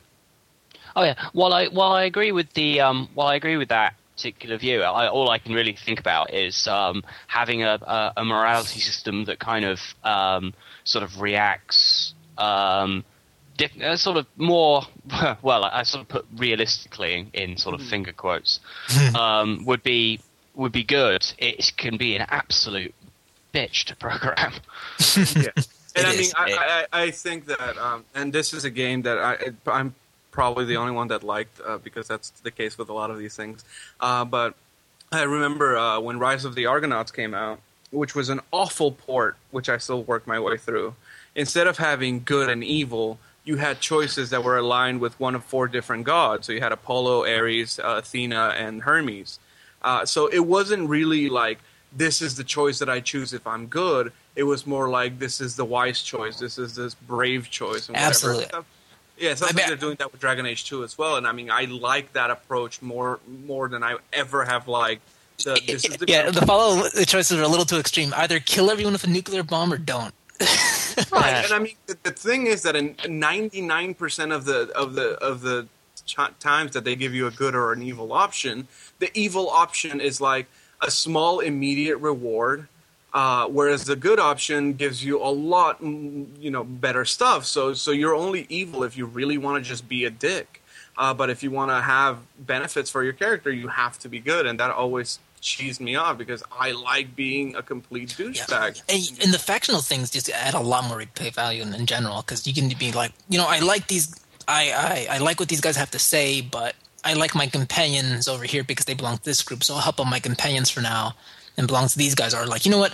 Speaker 6: Oh yeah. While I while I agree with the um, while I agree with that particular view, I, all I can really think about is um, having a, a, a morality system that kind of um, sort of reacts. Um, diff- uh, sort of more [laughs] well I, I sort of put realistically in, in sort of finger quotes um, would be would be good it can be an absolute bitch to program
Speaker 4: yeah. And I
Speaker 5: It
Speaker 4: mean,
Speaker 5: is.
Speaker 4: I, I, I think that, um, and this is a game that I, I'm probably the only one that liked uh, because that's the case with a lot of these things. Uh, but I remember uh, when Rise of the Argonauts came out, which was an awful port, which I still worked my way through. Instead of having good and evil, you had choices that were aligned with one of four different gods. So you had Apollo, Ares, uh, Athena, and Hermes. Uh, so it wasn't really like this is the choice that I choose if I'm good. It was more like this is the wise choice, this is this brave choice, and whatever
Speaker 5: Absolutely.
Speaker 4: stuff. Yeah, it sounds
Speaker 5: I
Speaker 4: like
Speaker 5: bet-
Speaker 4: they're doing that with Dragon Age 2 as well, and I mean, I like that approach more more than I ever have liked. The, this is the
Speaker 5: yeah the follow the choices are a little too extreme either kill everyone with a nuclear bomb or don't [laughs]
Speaker 4: Right, and I mean, the, the thing is that in 99% of the of the of the ch- times that they give you a good or an evil option, the evil option is like a small immediate reward, uh, whereas the good option gives you a lot, mm, you know, better stuff. So so you're only evil if you really want to just be a dick. Uh, but if you want to have benefits for your character, you have to be good, and that always cheesed me off because I like being a complete douchebag.
Speaker 5: And, and the factional things just add a lot more replay value in, in general because you can be like, you know, I like these, I, I, I like what these guys have to say, but I like my companions over here because they belong to this group, so I'll help out my companions for now and belong to these guys. Or like, you know what,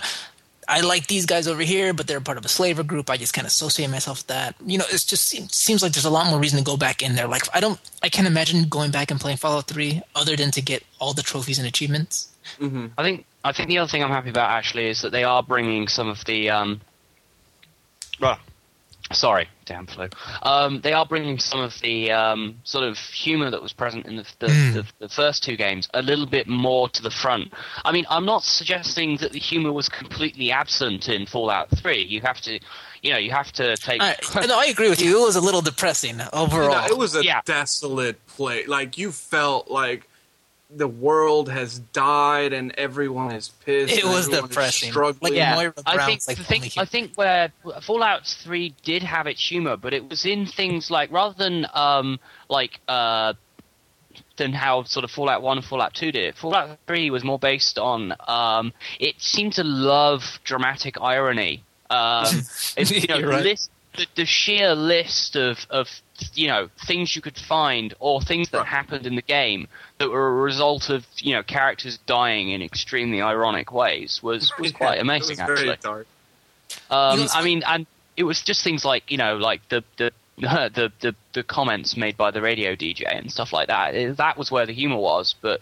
Speaker 5: I like these guys over here, but they're part of a slaver group. I just kind of associate myself with that. You know, it's just seems, seems like there's a lot more reason to go back in there. Like, I don't, I can't imagine going back and playing Fallout Three other than to get all the trophies and achievements.
Speaker 6: I think I think the other thing I'm happy about actually is that they are bringing some of the um, well, Sorry, damn flu. Um, they are bringing some of the um, sort of humor that was present in the, the, the, the first two games a little bit more to the front. I mean, I'm not suggesting that the humor was completely absent in Fallout Three. You have to, you know, you have to take.
Speaker 5: I, Uh, no, I agree with you. It was a little depressing overall.
Speaker 4: No, it was a
Speaker 6: Yeah.
Speaker 4: desolate place. Like you felt like the world has died and everyone is pissed.
Speaker 5: It
Speaker 4: and
Speaker 5: was
Speaker 4: everyone is
Speaker 5: depressing.
Speaker 4: struggling.
Speaker 5: Like,
Speaker 6: yeah,
Speaker 5: Moira
Speaker 6: I
Speaker 5: Brown's,
Speaker 6: think,
Speaker 5: like,
Speaker 6: the
Speaker 5: only
Speaker 6: thing,
Speaker 5: human.
Speaker 6: I think where Fallout 3 did have its humor, but it was in things like rather than um, like uh, than how sort of Fallout 1 and Fallout 2 did it. Fallout 3 was more based on um, it seemed to love dramatic irony.
Speaker 5: [laughs]
Speaker 6: Um, it's, you know,
Speaker 5: You're right.
Speaker 6: list, the, the sheer list of, of you know things you could find or things that
Speaker 4: Right.
Speaker 6: happened in the game that were a result of you know characters dying in extremely ironic ways was was
Speaker 4: Yeah,
Speaker 6: quite
Speaker 4: It was
Speaker 6: amazing
Speaker 4: very
Speaker 6: actually.
Speaker 4: dark.
Speaker 6: Um,
Speaker 5: Yes.
Speaker 6: I mean, and it was just things like you know, like the the. [laughs] The, the the comments made by the radio DJ and stuff like that. It- That was where the humor was, but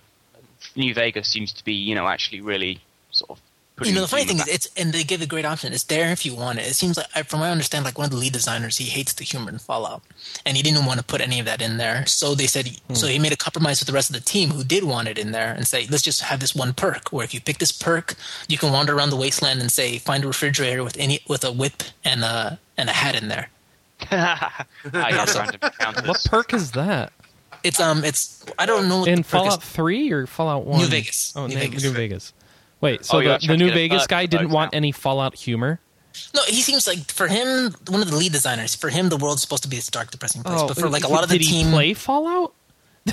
Speaker 6: New Vegas seems to be, you know, actually really sort of.
Speaker 5: you
Speaker 6: putting
Speaker 5: know, the funny
Speaker 6: humor
Speaker 5: thing
Speaker 6: back.
Speaker 5: is, it's and they give a great option. It's there if you want it. It seems like, I- from what I understand, like one of the lead designers, he hates the humor in Fallout, and he didn't want to put any of that in there. So they said, so he made a compromise with the rest of the team who did want it in there, and say, let's just have this one perk where if you pick this perk, you can wander around the wasteland and say, find a refrigerator with any with a whip and a and a hat in there.
Speaker 6: I
Speaker 5: [laughs]
Speaker 6: just random encounters.
Speaker 2: What perk is that?
Speaker 5: It's um, it's I don't know what
Speaker 2: In
Speaker 5: the perk
Speaker 2: Fallout
Speaker 5: is.
Speaker 2: 3 or Fallout 1?
Speaker 5: Vegas.
Speaker 2: Oh,
Speaker 5: New
Speaker 2: New
Speaker 5: Vegas.
Speaker 2: Vegas. New Vegas. Wait, so
Speaker 6: Oh, you're
Speaker 2: the, the
Speaker 6: trying to
Speaker 2: New
Speaker 6: get a
Speaker 2: Vegas
Speaker 6: perk
Speaker 2: guy
Speaker 6: for
Speaker 2: didn't
Speaker 6: those
Speaker 2: want
Speaker 6: now.
Speaker 2: any Fallout humor?
Speaker 5: No, he seems like for him, one of the lead designers. For him, the world's supposed to be this dark, depressing place. but for like a lot of the
Speaker 2: did
Speaker 5: team,
Speaker 2: Oh, he play Fallout?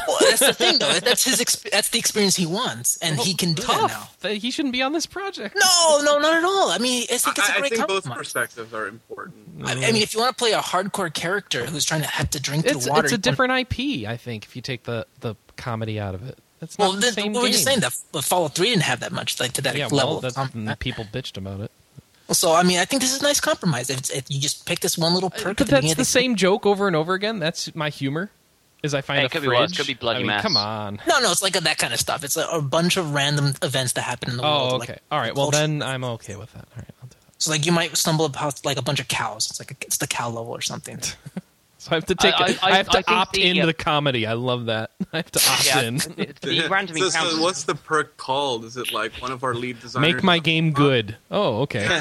Speaker 5: Well, that's the thing, though. That's his. Exp- that's the experience he wants, and he can do that now.
Speaker 2: Tough. That He shouldn't be on this project.
Speaker 5: No, no, not at all. I mean, I think it's a
Speaker 4: I, I
Speaker 5: great
Speaker 4: think both
Speaker 5: compromise.
Speaker 4: perspectives are important.
Speaker 5: I, I mean, if you want to play a hardcore character who's trying to have to drink
Speaker 2: It's
Speaker 5: the water,
Speaker 2: it's a
Speaker 5: you wanna-
Speaker 2: different IP, I think, if you take the, the comedy out of it. That's not
Speaker 5: Well,
Speaker 2: the
Speaker 5: then,
Speaker 2: same
Speaker 5: we were just
Speaker 2: game.
Speaker 5: saying that the Fallout Three didn't have that much, like to that
Speaker 2: Yeah, well,
Speaker 5: level.
Speaker 2: that's,
Speaker 5: Um,
Speaker 2: mm, people bitched about it.
Speaker 5: so, I mean, I think this is a nice compromise. If, it's- if you just pick this one little perk,
Speaker 2: Uh, But
Speaker 5: at the beginning
Speaker 2: that's
Speaker 5: of
Speaker 2: the same joke over and over again. That's my humor. Is I find
Speaker 6: Hey,
Speaker 2: a
Speaker 6: it could be
Speaker 2: fridge.
Speaker 6: worse. Could be bloody
Speaker 2: I mean,
Speaker 6: mess.
Speaker 2: Come
Speaker 5: [laughs]
Speaker 2: on.
Speaker 5: No, no, it's like a, that kind of stuff. It's a, a bunch of random events that happen in the world.
Speaker 2: Oh,
Speaker 5: like
Speaker 2: okay. All right. Well,
Speaker 5: culture-
Speaker 2: then I'm okay with that. All right. I'll do that.
Speaker 5: so like you might stumble upon like a bunch of cows. It's like a, it's the cow level or something.
Speaker 2: So I have to take.
Speaker 6: I-
Speaker 2: I,
Speaker 6: I-
Speaker 2: I have
Speaker 6: I
Speaker 2: to
Speaker 6: think
Speaker 2: opt
Speaker 6: the,
Speaker 2: into
Speaker 6: uh,
Speaker 2: the comedy. I love that. [laughs] I have to opt
Speaker 6: Yeah,
Speaker 2: in.
Speaker 6: the, the random
Speaker 4: so,
Speaker 6: encounters.
Speaker 4: so what's the perk called? Is it like one of our lead designers?
Speaker 2: Make my game good. Oh,
Speaker 5: [laughs]
Speaker 2: okay.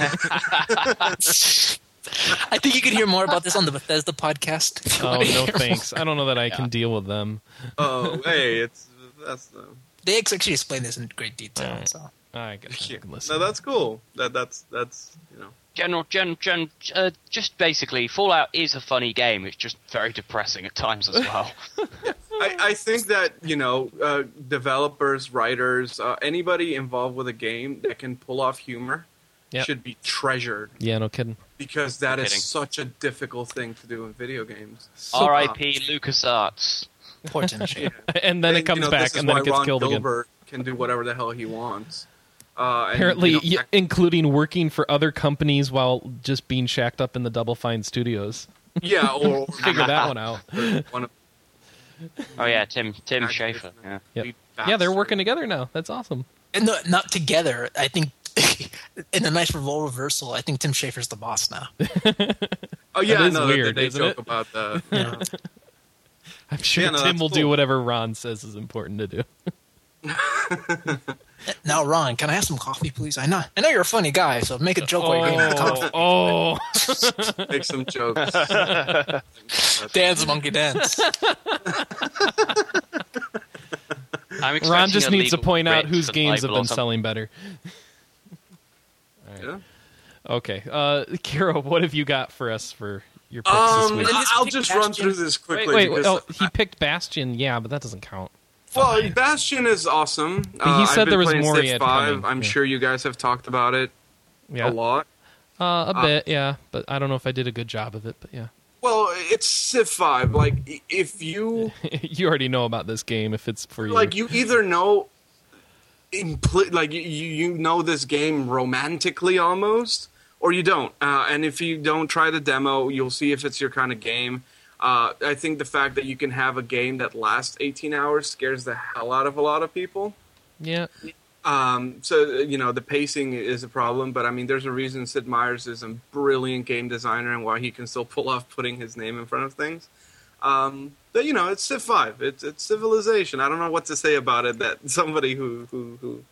Speaker 5: I think you could hear more about this on the Bethesda podcast. if
Speaker 2: [laughs]
Speaker 5: you
Speaker 2: Oh
Speaker 5: wanna [laughs]
Speaker 2: no,
Speaker 5: hear
Speaker 2: thanks. I don't know that I can deal with them.
Speaker 4: Oh, hey, it's that's the.
Speaker 5: they ex- actually explain this in great detail. So
Speaker 2: I guess I can listen.
Speaker 4: No, that's cool. That that's that's you know.
Speaker 6: general, gen, gen, uh, just basically, Fallout is a funny game. It's just very depressing at times as
Speaker 4: [laughs]
Speaker 6: well.
Speaker 4: I, I think that you know uh, developers, writers, uh, anybody involved with a game that can pull off humor
Speaker 2: Yep.
Speaker 4: should be treasured
Speaker 2: yeah, no kidding.
Speaker 4: because that
Speaker 6: No
Speaker 4: is
Speaker 6: kidding.
Speaker 4: such a difficult thing to do in video games.
Speaker 6: R.I.P. LucasArts.
Speaker 5: poor Tim Schafer.
Speaker 2: [laughs] And then it comes
Speaker 4: you know, this
Speaker 2: back,
Speaker 4: is
Speaker 2: and then
Speaker 4: why
Speaker 2: it gets
Speaker 4: Ron
Speaker 2: killed again.
Speaker 4: Gilbert can do whatever the hell he wants. Uh, and,
Speaker 2: Apparently,
Speaker 4: you know,
Speaker 2: y- including working for other companies while just being shacked up in the Double Fine studios.
Speaker 4: yeah, or,
Speaker 2: [laughs] Figure that one
Speaker 4: [laughs]
Speaker 2: out.
Speaker 4: or one of
Speaker 6: Oh yeah, Tim Tim
Speaker 4: Activision.
Speaker 6: Schafer. Yeah.
Speaker 2: Yep.
Speaker 4: Bastard.
Speaker 2: Yeah, they're working together now. That's awesome.
Speaker 5: And no, not together. I think [laughs] in a nice role reversal, I think Tim Schafer's the boss now.
Speaker 4: Oh yeah,
Speaker 2: is
Speaker 4: no, they-
Speaker 2: weird,
Speaker 4: they,
Speaker 2: isn't
Speaker 4: joke
Speaker 2: it? [laughs]
Speaker 4: about that. you know.
Speaker 2: I'm sure
Speaker 4: Yeah, no,
Speaker 2: Tim
Speaker 4: that's
Speaker 2: will do
Speaker 4: cool.
Speaker 2: whatever Ron says is important to do.
Speaker 5: Now, Ron, can I have some coffee, please? I know, I know you're a funny guy, so make a joke while you're drinking the coffee.
Speaker 2: [laughs] Oh, oh.
Speaker 4: Make some
Speaker 2: [laughs]
Speaker 4: jokes.
Speaker 5: Dance, monkey, dance.
Speaker 6: I'm expecting
Speaker 2: Ron just needs to
Speaker 6: legal
Speaker 2: point out
Speaker 6: writ
Speaker 2: whose
Speaker 6: for
Speaker 2: games have
Speaker 6: libel or
Speaker 2: been
Speaker 6: something.
Speaker 2: selling better. All right.
Speaker 4: Yeah.
Speaker 2: Okay, uh, [laughs] Kiro, what have you got for us for your picks
Speaker 4: Um,
Speaker 2: this week?
Speaker 4: I- I'll just run through this quickly.
Speaker 2: Wait, wait, wait,
Speaker 4: because
Speaker 2: oh, he picked Bastion, yeah, but that doesn't count.
Speaker 4: Well, Bastion is awesome.
Speaker 2: he
Speaker 4: Uh,
Speaker 2: said
Speaker 4: I've been
Speaker 2: there was
Speaker 4: playing
Speaker 2: more
Speaker 4: Civ
Speaker 2: he had
Speaker 4: Five.
Speaker 2: coming.
Speaker 4: I'm
Speaker 2: Yeah.
Speaker 4: sure you guys have talked about it
Speaker 2: Yeah,
Speaker 4: a lot.
Speaker 2: Uh, a bit, yeah, but I don't know if I did a good job of it, but yeah. [laughs]
Speaker 4: Well, it's Civ Five. Like i-
Speaker 2: [laughs]
Speaker 4: if you
Speaker 2: you already know about this game if it's for you.
Speaker 4: like, you either know, impli- like you you know this game romantically almost, or you don't. Uh, and if you don't try the demo, you'll see if it's your kind of game. Uh, I think the fact that you can have a game that lasts 18 hours scares the hell out of a lot of people.
Speaker 2: yeah,
Speaker 4: Um, so you know the pacing is a problem, but I mean there's a reason Sid Meier's is a brilliant game designer and why he can still pull off putting his name in front of things. Um, but you know it's Civ Five, it's, it's Civilization. I don't know what to say about it that [laughs] somebody who who who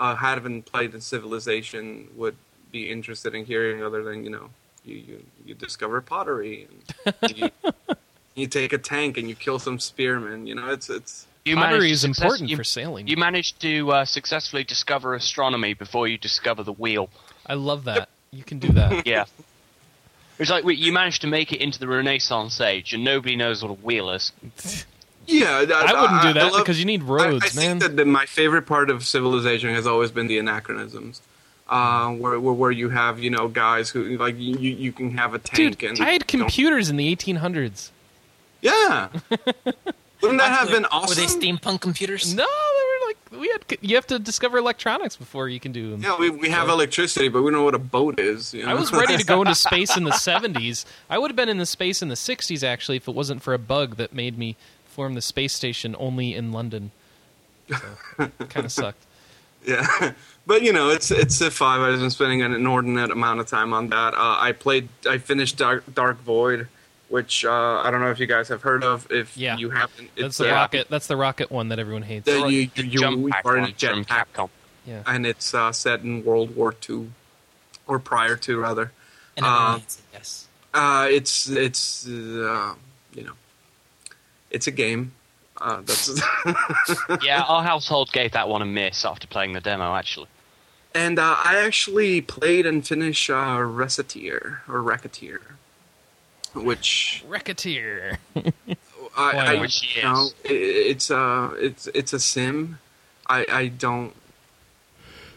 Speaker 4: uh, haven't played in Civilization would be interested in hearing other than you know you you, you discover pottery and [laughs] you, you take a tank and you kill some spearmen. You know it's it's
Speaker 6: You
Speaker 2: Pottery
Speaker 6: managed
Speaker 2: is
Speaker 6: to success-
Speaker 2: important
Speaker 6: you-
Speaker 2: for sailing.
Speaker 6: You managed to uh, successfully discover astronomy before you discover the wheel.
Speaker 2: I love that. You can do
Speaker 4: [laughs]
Speaker 2: that.
Speaker 6: Yeah. It's like we- you managed to make it into the Renaissance age, and nobody knows what a wheel is.
Speaker 4: Yeah,
Speaker 2: I wouldn't do that because you need roads,
Speaker 4: I, I
Speaker 2: man.
Speaker 4: Think that the, my favorite part of Civilization has always been the anachronisms, uh, where, where where you have you know guys who like you you you can have a tank
Speaker 2: Dude,
Speaker 4: and
Speaker 2: I had
Speaker 4: you don't-
Speaker 2: computers in the 1800s. [laughs]
Speaker 4: Yeah, wouldn't that have been
Speaker 5: Were
Speaker 4: awesome?
Speaker 5: they steampunk computers?
Speaker 2: No, they were like we had. You have to discover electronics before you can do them.
Speaker 4: yeah, we we have electricity, but we don't know what a boat is. You know?
Speaker 2: I
Speaker 4: [laughs]
Speaker 2: was ready to go into space in the 70s. I would have been in the space in the 60s actually if it wasn't for a bug that made me form the space station only in London. So,
Speaker 4: [laughs]
Speaker 2: kind of sucked.
Speaker 4: Yeah, but you know, it's it's Civ Five. I've been spending an inordinate amount of time on that. Uh, I played, I finished Dark, Dark Void, which uh, I don't know if you guys have heard of. If
Speaker 2: Yeah.
Speaker 4: you haven't,
Speaker 2: That's
Speaker 4: it's
Speaker 2: the
Speaker 4: uh,
Speaker 2: rocket. That's the rocket one that everyone hates.
Speaker 4: that you,
Speaker 6: The
Speaker 4: you, you
Speaker 6: jump pack
Speaker 4: are in a
Speaker 6: one from
Speaker 4: jetpack,
Speaker 6: Capcom.
Speaker 2: Yeah.
Speaker 4: and it's uh, set in World War II, or prior to rather.
Speaker 5: And everyone
Speaker 4: Uh,
Speaker 5: hates it, yes.
Speaker 4: Uh, it's it's uh, you know, it's a game. Uh, that's [laughs]
Speaker 6: Yeah, our household gave that one a miss after playing the demo, actually.
Speaker 4: and uh, I actually played and finished uh, Reseteer or Racketeer, which
Speaker 2: Racketeer.
Speaker 4: I,
Speaker 2: Why
Speaker 4: I
Speaker 2: not?
Speaker 4: you
Speaker 6: Which is-
Speaker 4: know, it, it's a it's it's a sim. I I don't.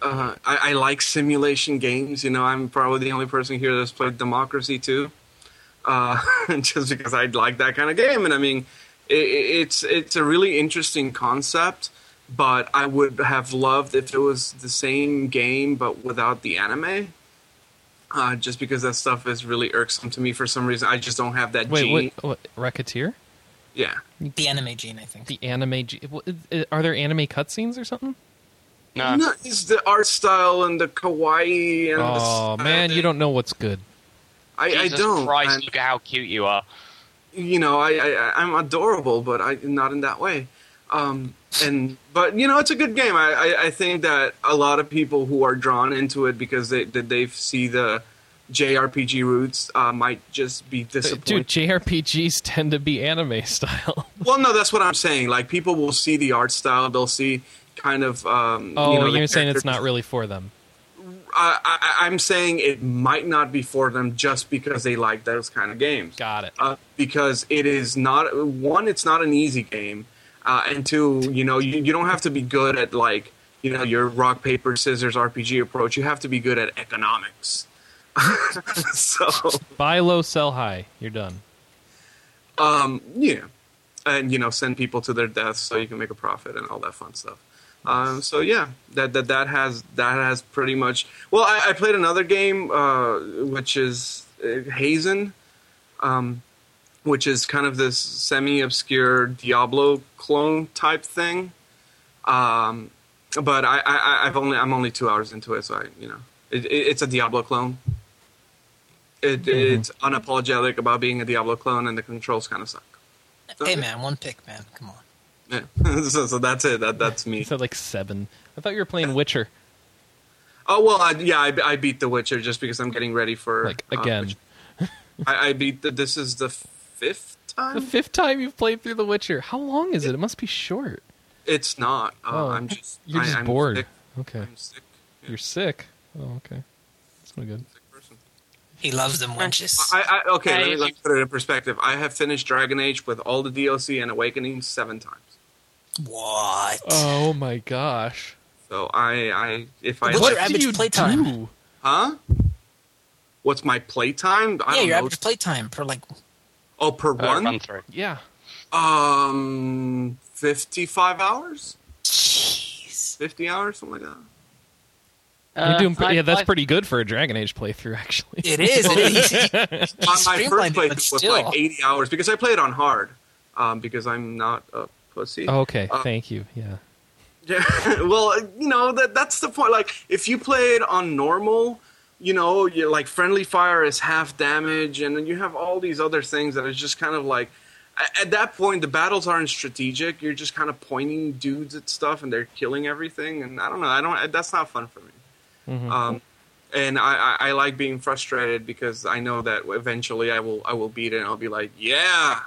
Speaker 4: Uh, I, I like simulation games. You know, I'm probably the only person here that's played Democracy too, uh, [laughs] just because I like that kind of game. And I mean, i i- it's it's a really interesting concept. But I would have loved if it was the same game but without the anime. Uh, just because that stuff is really irksome to me for some reason. I just don't have that
Speaker 2: Wait,
Speaker 4: gene.
Speaker 2: what, what? Racketeer?
Speaker 4: Yeah.
Speaker 5: The anime gene, I think.
Speaker 2: The anime? G- what- uh, Are there anime cutscenes or something?
Speaker 6: No,
Speaker 4: No, it's the art style and the kawaii and the
Speaker 2: Oh
Speaker 4: style
Speaker 2: man, you
Speaker 4: that-
Speaker 2: don't know what's good.
Speaker 4: I, I
Speaker 6: Jesus
Speaker 4: don't.
Speaker 6: Christ,
Speaker 4: And,
Speaker 6: look at how cute you are.
Speaker 4: you know, I, I I'm adorable, but I not in that way. Um, and but you know, it's a good game. I, I, I think that a lot of people who are drawn into it because they that they see the JRPG roots uh, might just be disappointed.
Speaker 2: Dude, JRPGs [laughs] tend to be anime [laughs] style.
Speaker 4: well, no, that's what I'm saying. Like people will see the art style, they'll see kind of. Um,
Speaker 2: Oh,
Speaker 4: you know, the
Speaker 2: you're saying it's
Speaker 4: character
Speaker 2: not really for them.
Speaker 4: I, I, I'm saying it might not be for them just because they like those kind of games.
Speaker 2: Got it.
Speaker 4: Uh, because it is not one, it's not an easy game, uh, and two, you know, you, you don't have to be good at like you know your rock paper scissors RPG approach. You have to be good at economics. [laughs] so
Speaker 2: Buy low, sell high. You're done.
Speaker 4: um, yeah, and you know, send people to their deaths so you can make a profit and all that fun stuff. Um, so yeah, that that that has that has pretty much. Well, I, I played another game uh, which is uh, Hazen, um, which is kind of this semi-obscure Diablo clone type thing. Um, but I, I I- I've only I'm only two hours into it, so I you know it, it, it's a Diablo clone. It, It's unapologetic about being a Diablo clone, and the controls kind of suck.
Speaker 5: Hey, man, one pick, man. Come on.
Speaker 4: Yeah. [laughs] so, so that's it. That, that's me.
Speaker 2: You said like seven. I thought you were playing Witcher.
Speaker 4: Oh well, I, yeah, I, I beat The Witcher just because I'm getting ready for
Speaker 2: Like
Speaker 4: uh,
Speaker 2: again,
Speaker 4: Witcher. I, I beat the. This is the fifth
Speaker 2: the
Speaker 4: time.
Speaker 2: fifth time you've played through The Witcher. How long is it? It must be short.
Speaker 4: It's not. Uh,
Speaker 2: Oh,
Speaker 4: I'm just.
Speaker 2: You're
Speaker 4: I,
Speaker 2: just
Speaker 4: I'm
Speaker 2: bored.
Speaker 4: Sick.
Speaker 2: Okay,
Speaker 4: I'm sick. Yeah,
Speaker 2: you're sick. Oh, okay. That's no good.
Speaker 4: sick person.
Speaker 5: He loves them wenches.
Speaker 4: I, I, okay,
Speaker 6: Hey,
Speaker 4: let me,
Speaker 6: if
Speaker 4: let
Speaker 6: you-
Speaker 4: me put it in perspective. I have finished Dragon Age with all the DLC and Awakening seven times.
Speaker 5: What?
Speaker 2: Oh my gosh.
Speaker 4: So I, I if I
Speaker 5: What's
Speaker 2: what
Speaker 5: your
Speaker 2: do
Speaker 5: average
Speaker 2: you
Speaker 5: playtime?
Speaker 2: do?
Speaker 4: huh? What's my playtime? I
Speaker 5: yeah,
Speaker 4: don't
Speaker 5: your
Speaker 4: know.
Speaker 5: average playtime for like
Speaker 4: oh, per
Speaker 6: Uh,
Speaker 4: one.
Speaker 6: run through.
Speaker 2: Yeah.
Speaker 4: Um, fifty-five hours,
Speaker 5: jeez.
Speaker 4: fifty hours, something like that.
Speaker 2: You're
Speaker 6: Uh,
Speaker 2: doing pretty,
Speaker 6: I-
Speaker 2: yeah, that's
Speaker 6: I-
Speaker 2: pretty good for a Dragon Age playthrough, [laughs] actually.
Speaker 5: It is. It is.
Speaker 4: [laughs] My, my first
Speaker 5: Streamlined it,
Speaker 4: playthrough
Speaker 5: but
Speaker 4: was
Speaker 5: still.
Speaker 4: like eighty hours because I played on hard, um, because I'm not a pussy.
Speaker 2: Oh, okay,
Speaker 4: Uh,
Speaker 2: thank you. Yeah.
Speaker 4: Yeah, [laughs] well, you know that that's the point. Like, if you play it on normal, you know, you like friendly fire is half damage, and then you have all these other things that are just kind of like. a- At that point, the battles aren't strategic. You're just kind of pointing dudes at stuff, and they're killing everything. And I don't know. I don't. That's not fun for me.
Speaker 2: Mm-hmm.
Speaker 4: Um, and I, I, I like being frustrated because I know that eventually I will I will beat it and I'll be like, yeah,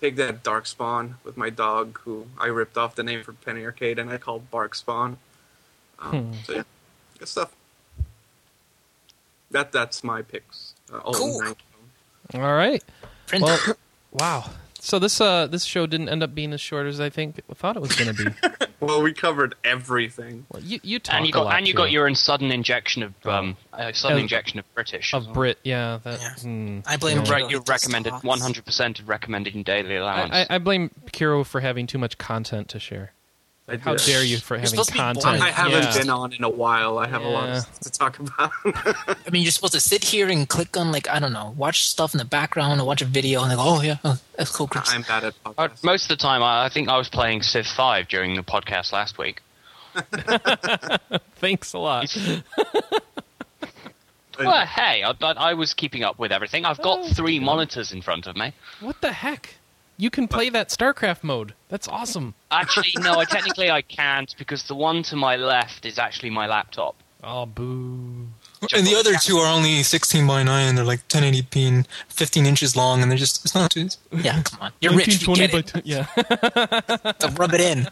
Speaker 4: take that Dark Spawn with my dog, who I ripped off the name for Penny Arcade and I called Bark Spawn. Um,
Speaker 2: Hmm.
Speaker 4: So yeah, good stuff. That that's my picks. Uh, all
Speaker 5: Cool.
Speaker 4: nine.
Speaker 2: All right.
Speaker 5: Print.
Speaker 2: Well, wow. So this uh this show didn't end up being as short as I think thought it was going to be.
Speaker 4: Well, we covered everything.
Speaker 2: Well, you you talk
Speaker 6: And you
Speaker 2: a
Speaker 6: got
Speaker 2: lot
Speaker 6: and you
Speaker 2: too.
Speaker 6: got your own sudden injection of um, uh, sudden
Speaker 2: Of-
Speaker 6: injection of British.
Speaker 2: of Brit. Yeah, that.
Speaker 5: Yeah.
Speaker 2: hmm.
Speaker 5: I blame
Speaker 6: You're
Speaker 5: Brett.
Speaker 6: right, you recommended 100 percent of recommended in daily allowance.
Speaker 2: I, I, I blame Kiro for having too much content to share.
Speaker 4: I
Speaker 2: How
Speaker 4: did.
Speaker 2: dare you for having
Speaker 5: supposed to be
Speaker 2: content?
Speaker 5: blind.
Speaker 4: I haven't
Speaker 2: Yeah.
Speaker 4: been on in a while. I have a lot of
Speaker 2: Yeah.
Speaker 4: stuff to talk about.
Speaker 5: [laughs]
Speaker 4: [laughs]
Speaker 5: I mean, you're supposed to sit here and click on like I don't know, watch stuff in the background and watch a video, and they go, "Oh yeah, oh, that's cool." Chris.
Speaker 4: I'm bad at
Speaker 6: Uh,
Speaker 4: podcasts.
Speaker 6: most of the time, I, I think I was playing Civ 5 during the podcast last
Speaker 2: [laughs]
Speaker 6: week.
Speaker 2: Thanks a lot.
Speaker 6: Well, hey, I, I, I was keeping up with everything. I've got
Speaker 2: Oh,
Speaker 6: three monitors in front of me.
Speaker 2: What the heck? You can play that StarCraft mode. That's awesome.
Speaker 6: Actually, no, I technically I can't because the one to my left is actually my laptop.
Speaker 2: Oh boo.
Speaker 5: and the other two are only 16 by 9 and they're like 1080p and 15 inches long and they're just it's not too yeah come on you're rich we
Speaker 2: 1920
Speaker 5: get
Speaker 2: by
Speaker 5: it
Speaker 2: two- [laughs] yeah.
Speaker 5: So rub
Speaker 2: [laughs]
Speaker 5: it in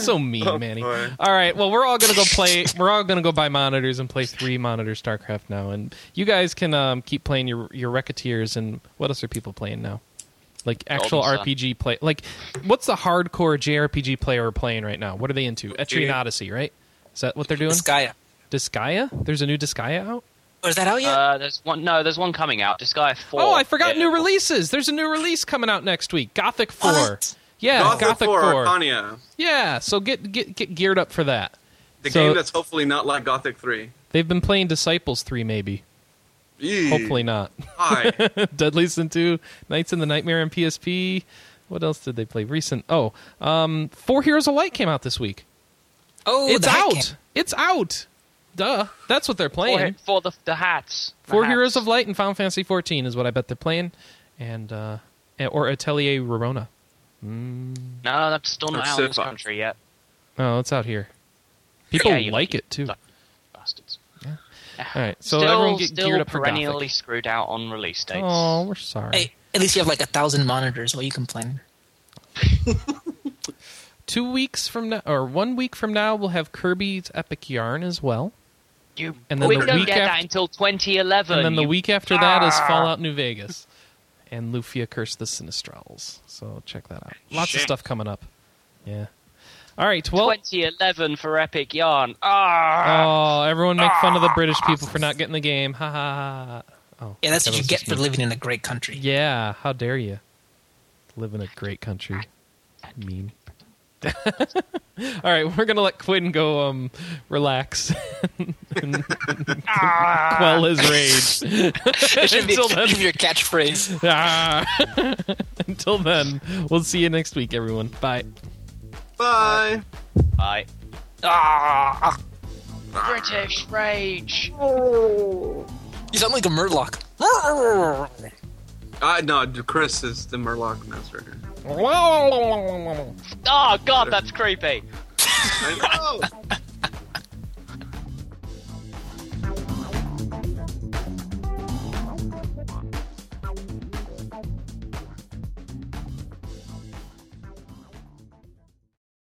Speaker 2: so mean, Manny.
Speaker 4: boy.
Speaker 2: All right, well, we're all gonna go play. We're all gonna go buy monitors and play three monitor StarCraft now, and you guys can um, keep playing your your Racketeers and what else are people playing now? Like actual
Speaker 6: Golden Sun.
Speaker 2: RPG play. Like, what's the hardcore JRPG player playing right now? What are they into? Etrian Odyssey, right? Is that what they're doing?
Speaker 5: Skya
Speaker 2: Disgaea? There's a new Disgaea out.
Speaker 5: oh, is that out yet
Speaker 6: Uh, there's one. No, there's one coming out. Disgaea 4.
Speaker 2: Oh, I forgot
Speaker 6: Yeah.
Speaker 2: new releases. There's a new release coming out next week. Gothic Four.
Speaker 5: What?
Speaker 2: Yeah,
Speaker 4: Gothic,
Speaker 2: Gothic,
Speaker 4: 4,
Speaker 2: Four.
Speaker 4: Arcania.
Speaker 2: Yeah, so get get get geared up for that.
Speaker 4: The
Speaker 2: So-
Speaker 4: game that's hopefully not like Gothic 3.
Speaker 2: They've been playing Disciples 3, maybe.
Speaker 4: Eee.
Speaker 2: Hopefully not. [laughs]
Speaker 4: Why?
Speaker 2: Deadly Sin 2, Nights in the Nightmare on PSP. What else did they play recent? Oh, um, Four Heroes of Light came out this week.
Speaker 5: oh
Speaker 2: it's
Speaker 5: that
Speaker 2: out.
Speaker 5: game.
Speaker 2: It's out. Duh. That's what they're
Speaker 6: For,
Speaker 2: playing.
Speaker 6: he- for the, the hats. The
Speaker 2: Four
Speaker 6: hats.
Speaker 2: Heroes of Light and Final Fantasy 14 is what I bet they're playing. And, uh, or Atelier Rorona.
Speaker 6: No, that's still not
Speaker 4: Or
Speaker 6: out in this
Speaker 4: Civ.
Speaker 6: country yet.
Speaker 2: Oh, it's out here. People
Speaker 6: Yeah, you
Speaker 2: like
Speaker 6: lucky
Speaker 2: it too.
Speaker 6: duck. Bastards.
Speaker 2: All right, so
Speaker 6: still,
Speaker 2: everyone get
Speaker 6: still
Speaker 2: geared up for
Speaker 6: perennially
Speaker 2: Gothic.
Speaker 6: screwed out on release dates.
Speaker 2: Oh, we're sorry.
Speaker 5: hey at least you have like a thousand monitors while you complain
Speaker 2: Two weeks from now, or one week from now, we'll have Kirby's Epic Yarn as well.
Speaker 6: You,
Speaker 2: And then
Speaker 6: we
Speaker 2: the
Speaker 6: don't
Speaker 2: week
Speaker 6: get that
Speaker 2: after-
Speaker 6: until 2011.
Speaker 2: and then the
Speaker 6: you-
Speaker 2: week after that is
Speaker 6: Ah.
Speaker 2: Fallout New Vegas, and Lufia Curse the Sinistrals. So check that out. Lots
Speaker 4: Shit.
Speaker 2: of stuff coming up. Yeah. All right. Well,
Speaker 6: 2011 for Epic Yarn. Ah,
Speaker 2: oh, everyone make fun of the British people for not getting the game. Ha ha. ha. Oh,
Speaker 5: yeah that's
Speaker 2: that
Speaker 5: what you
Speaker 2: was
Speaker 5: get
Speaker 2: just
Speaker 5: for
Speaker 2: me.
Speaker 5: living in a great country [laughs]
Speaker 2: Yeah. How dare you? Live in a great country. Mean. [laughs] All right, we're gonna let Quinn go um relax [laughs] and
Speaker 6: Ah.
Speaker 2: quell his rage.
Speaker 5: it should be,
Speaker 2: [laughs] Until
Speaker 5: [laughs]
Speaker 2: then.
Speaker 5: it should be your catchphrase
Speaker 2: Ah. [laughs] Until then, we'll see you next week, everyone. Bye.
Speaker 4: Bye.
Speaker 6: Bye.
Speaker 5: ah,
Speaker 6: British rage.
Speaker 5: you sound like
Speaker 4: [laughs]
Speaker 5: a murloc
Speaker 4: Uh, no, Chris is the Murloc master.
Speaker 2: [laughs]
Speaker 4: here.
Speaker 6: Oh god, that's Ah, creepy.
Speaker 4: I know.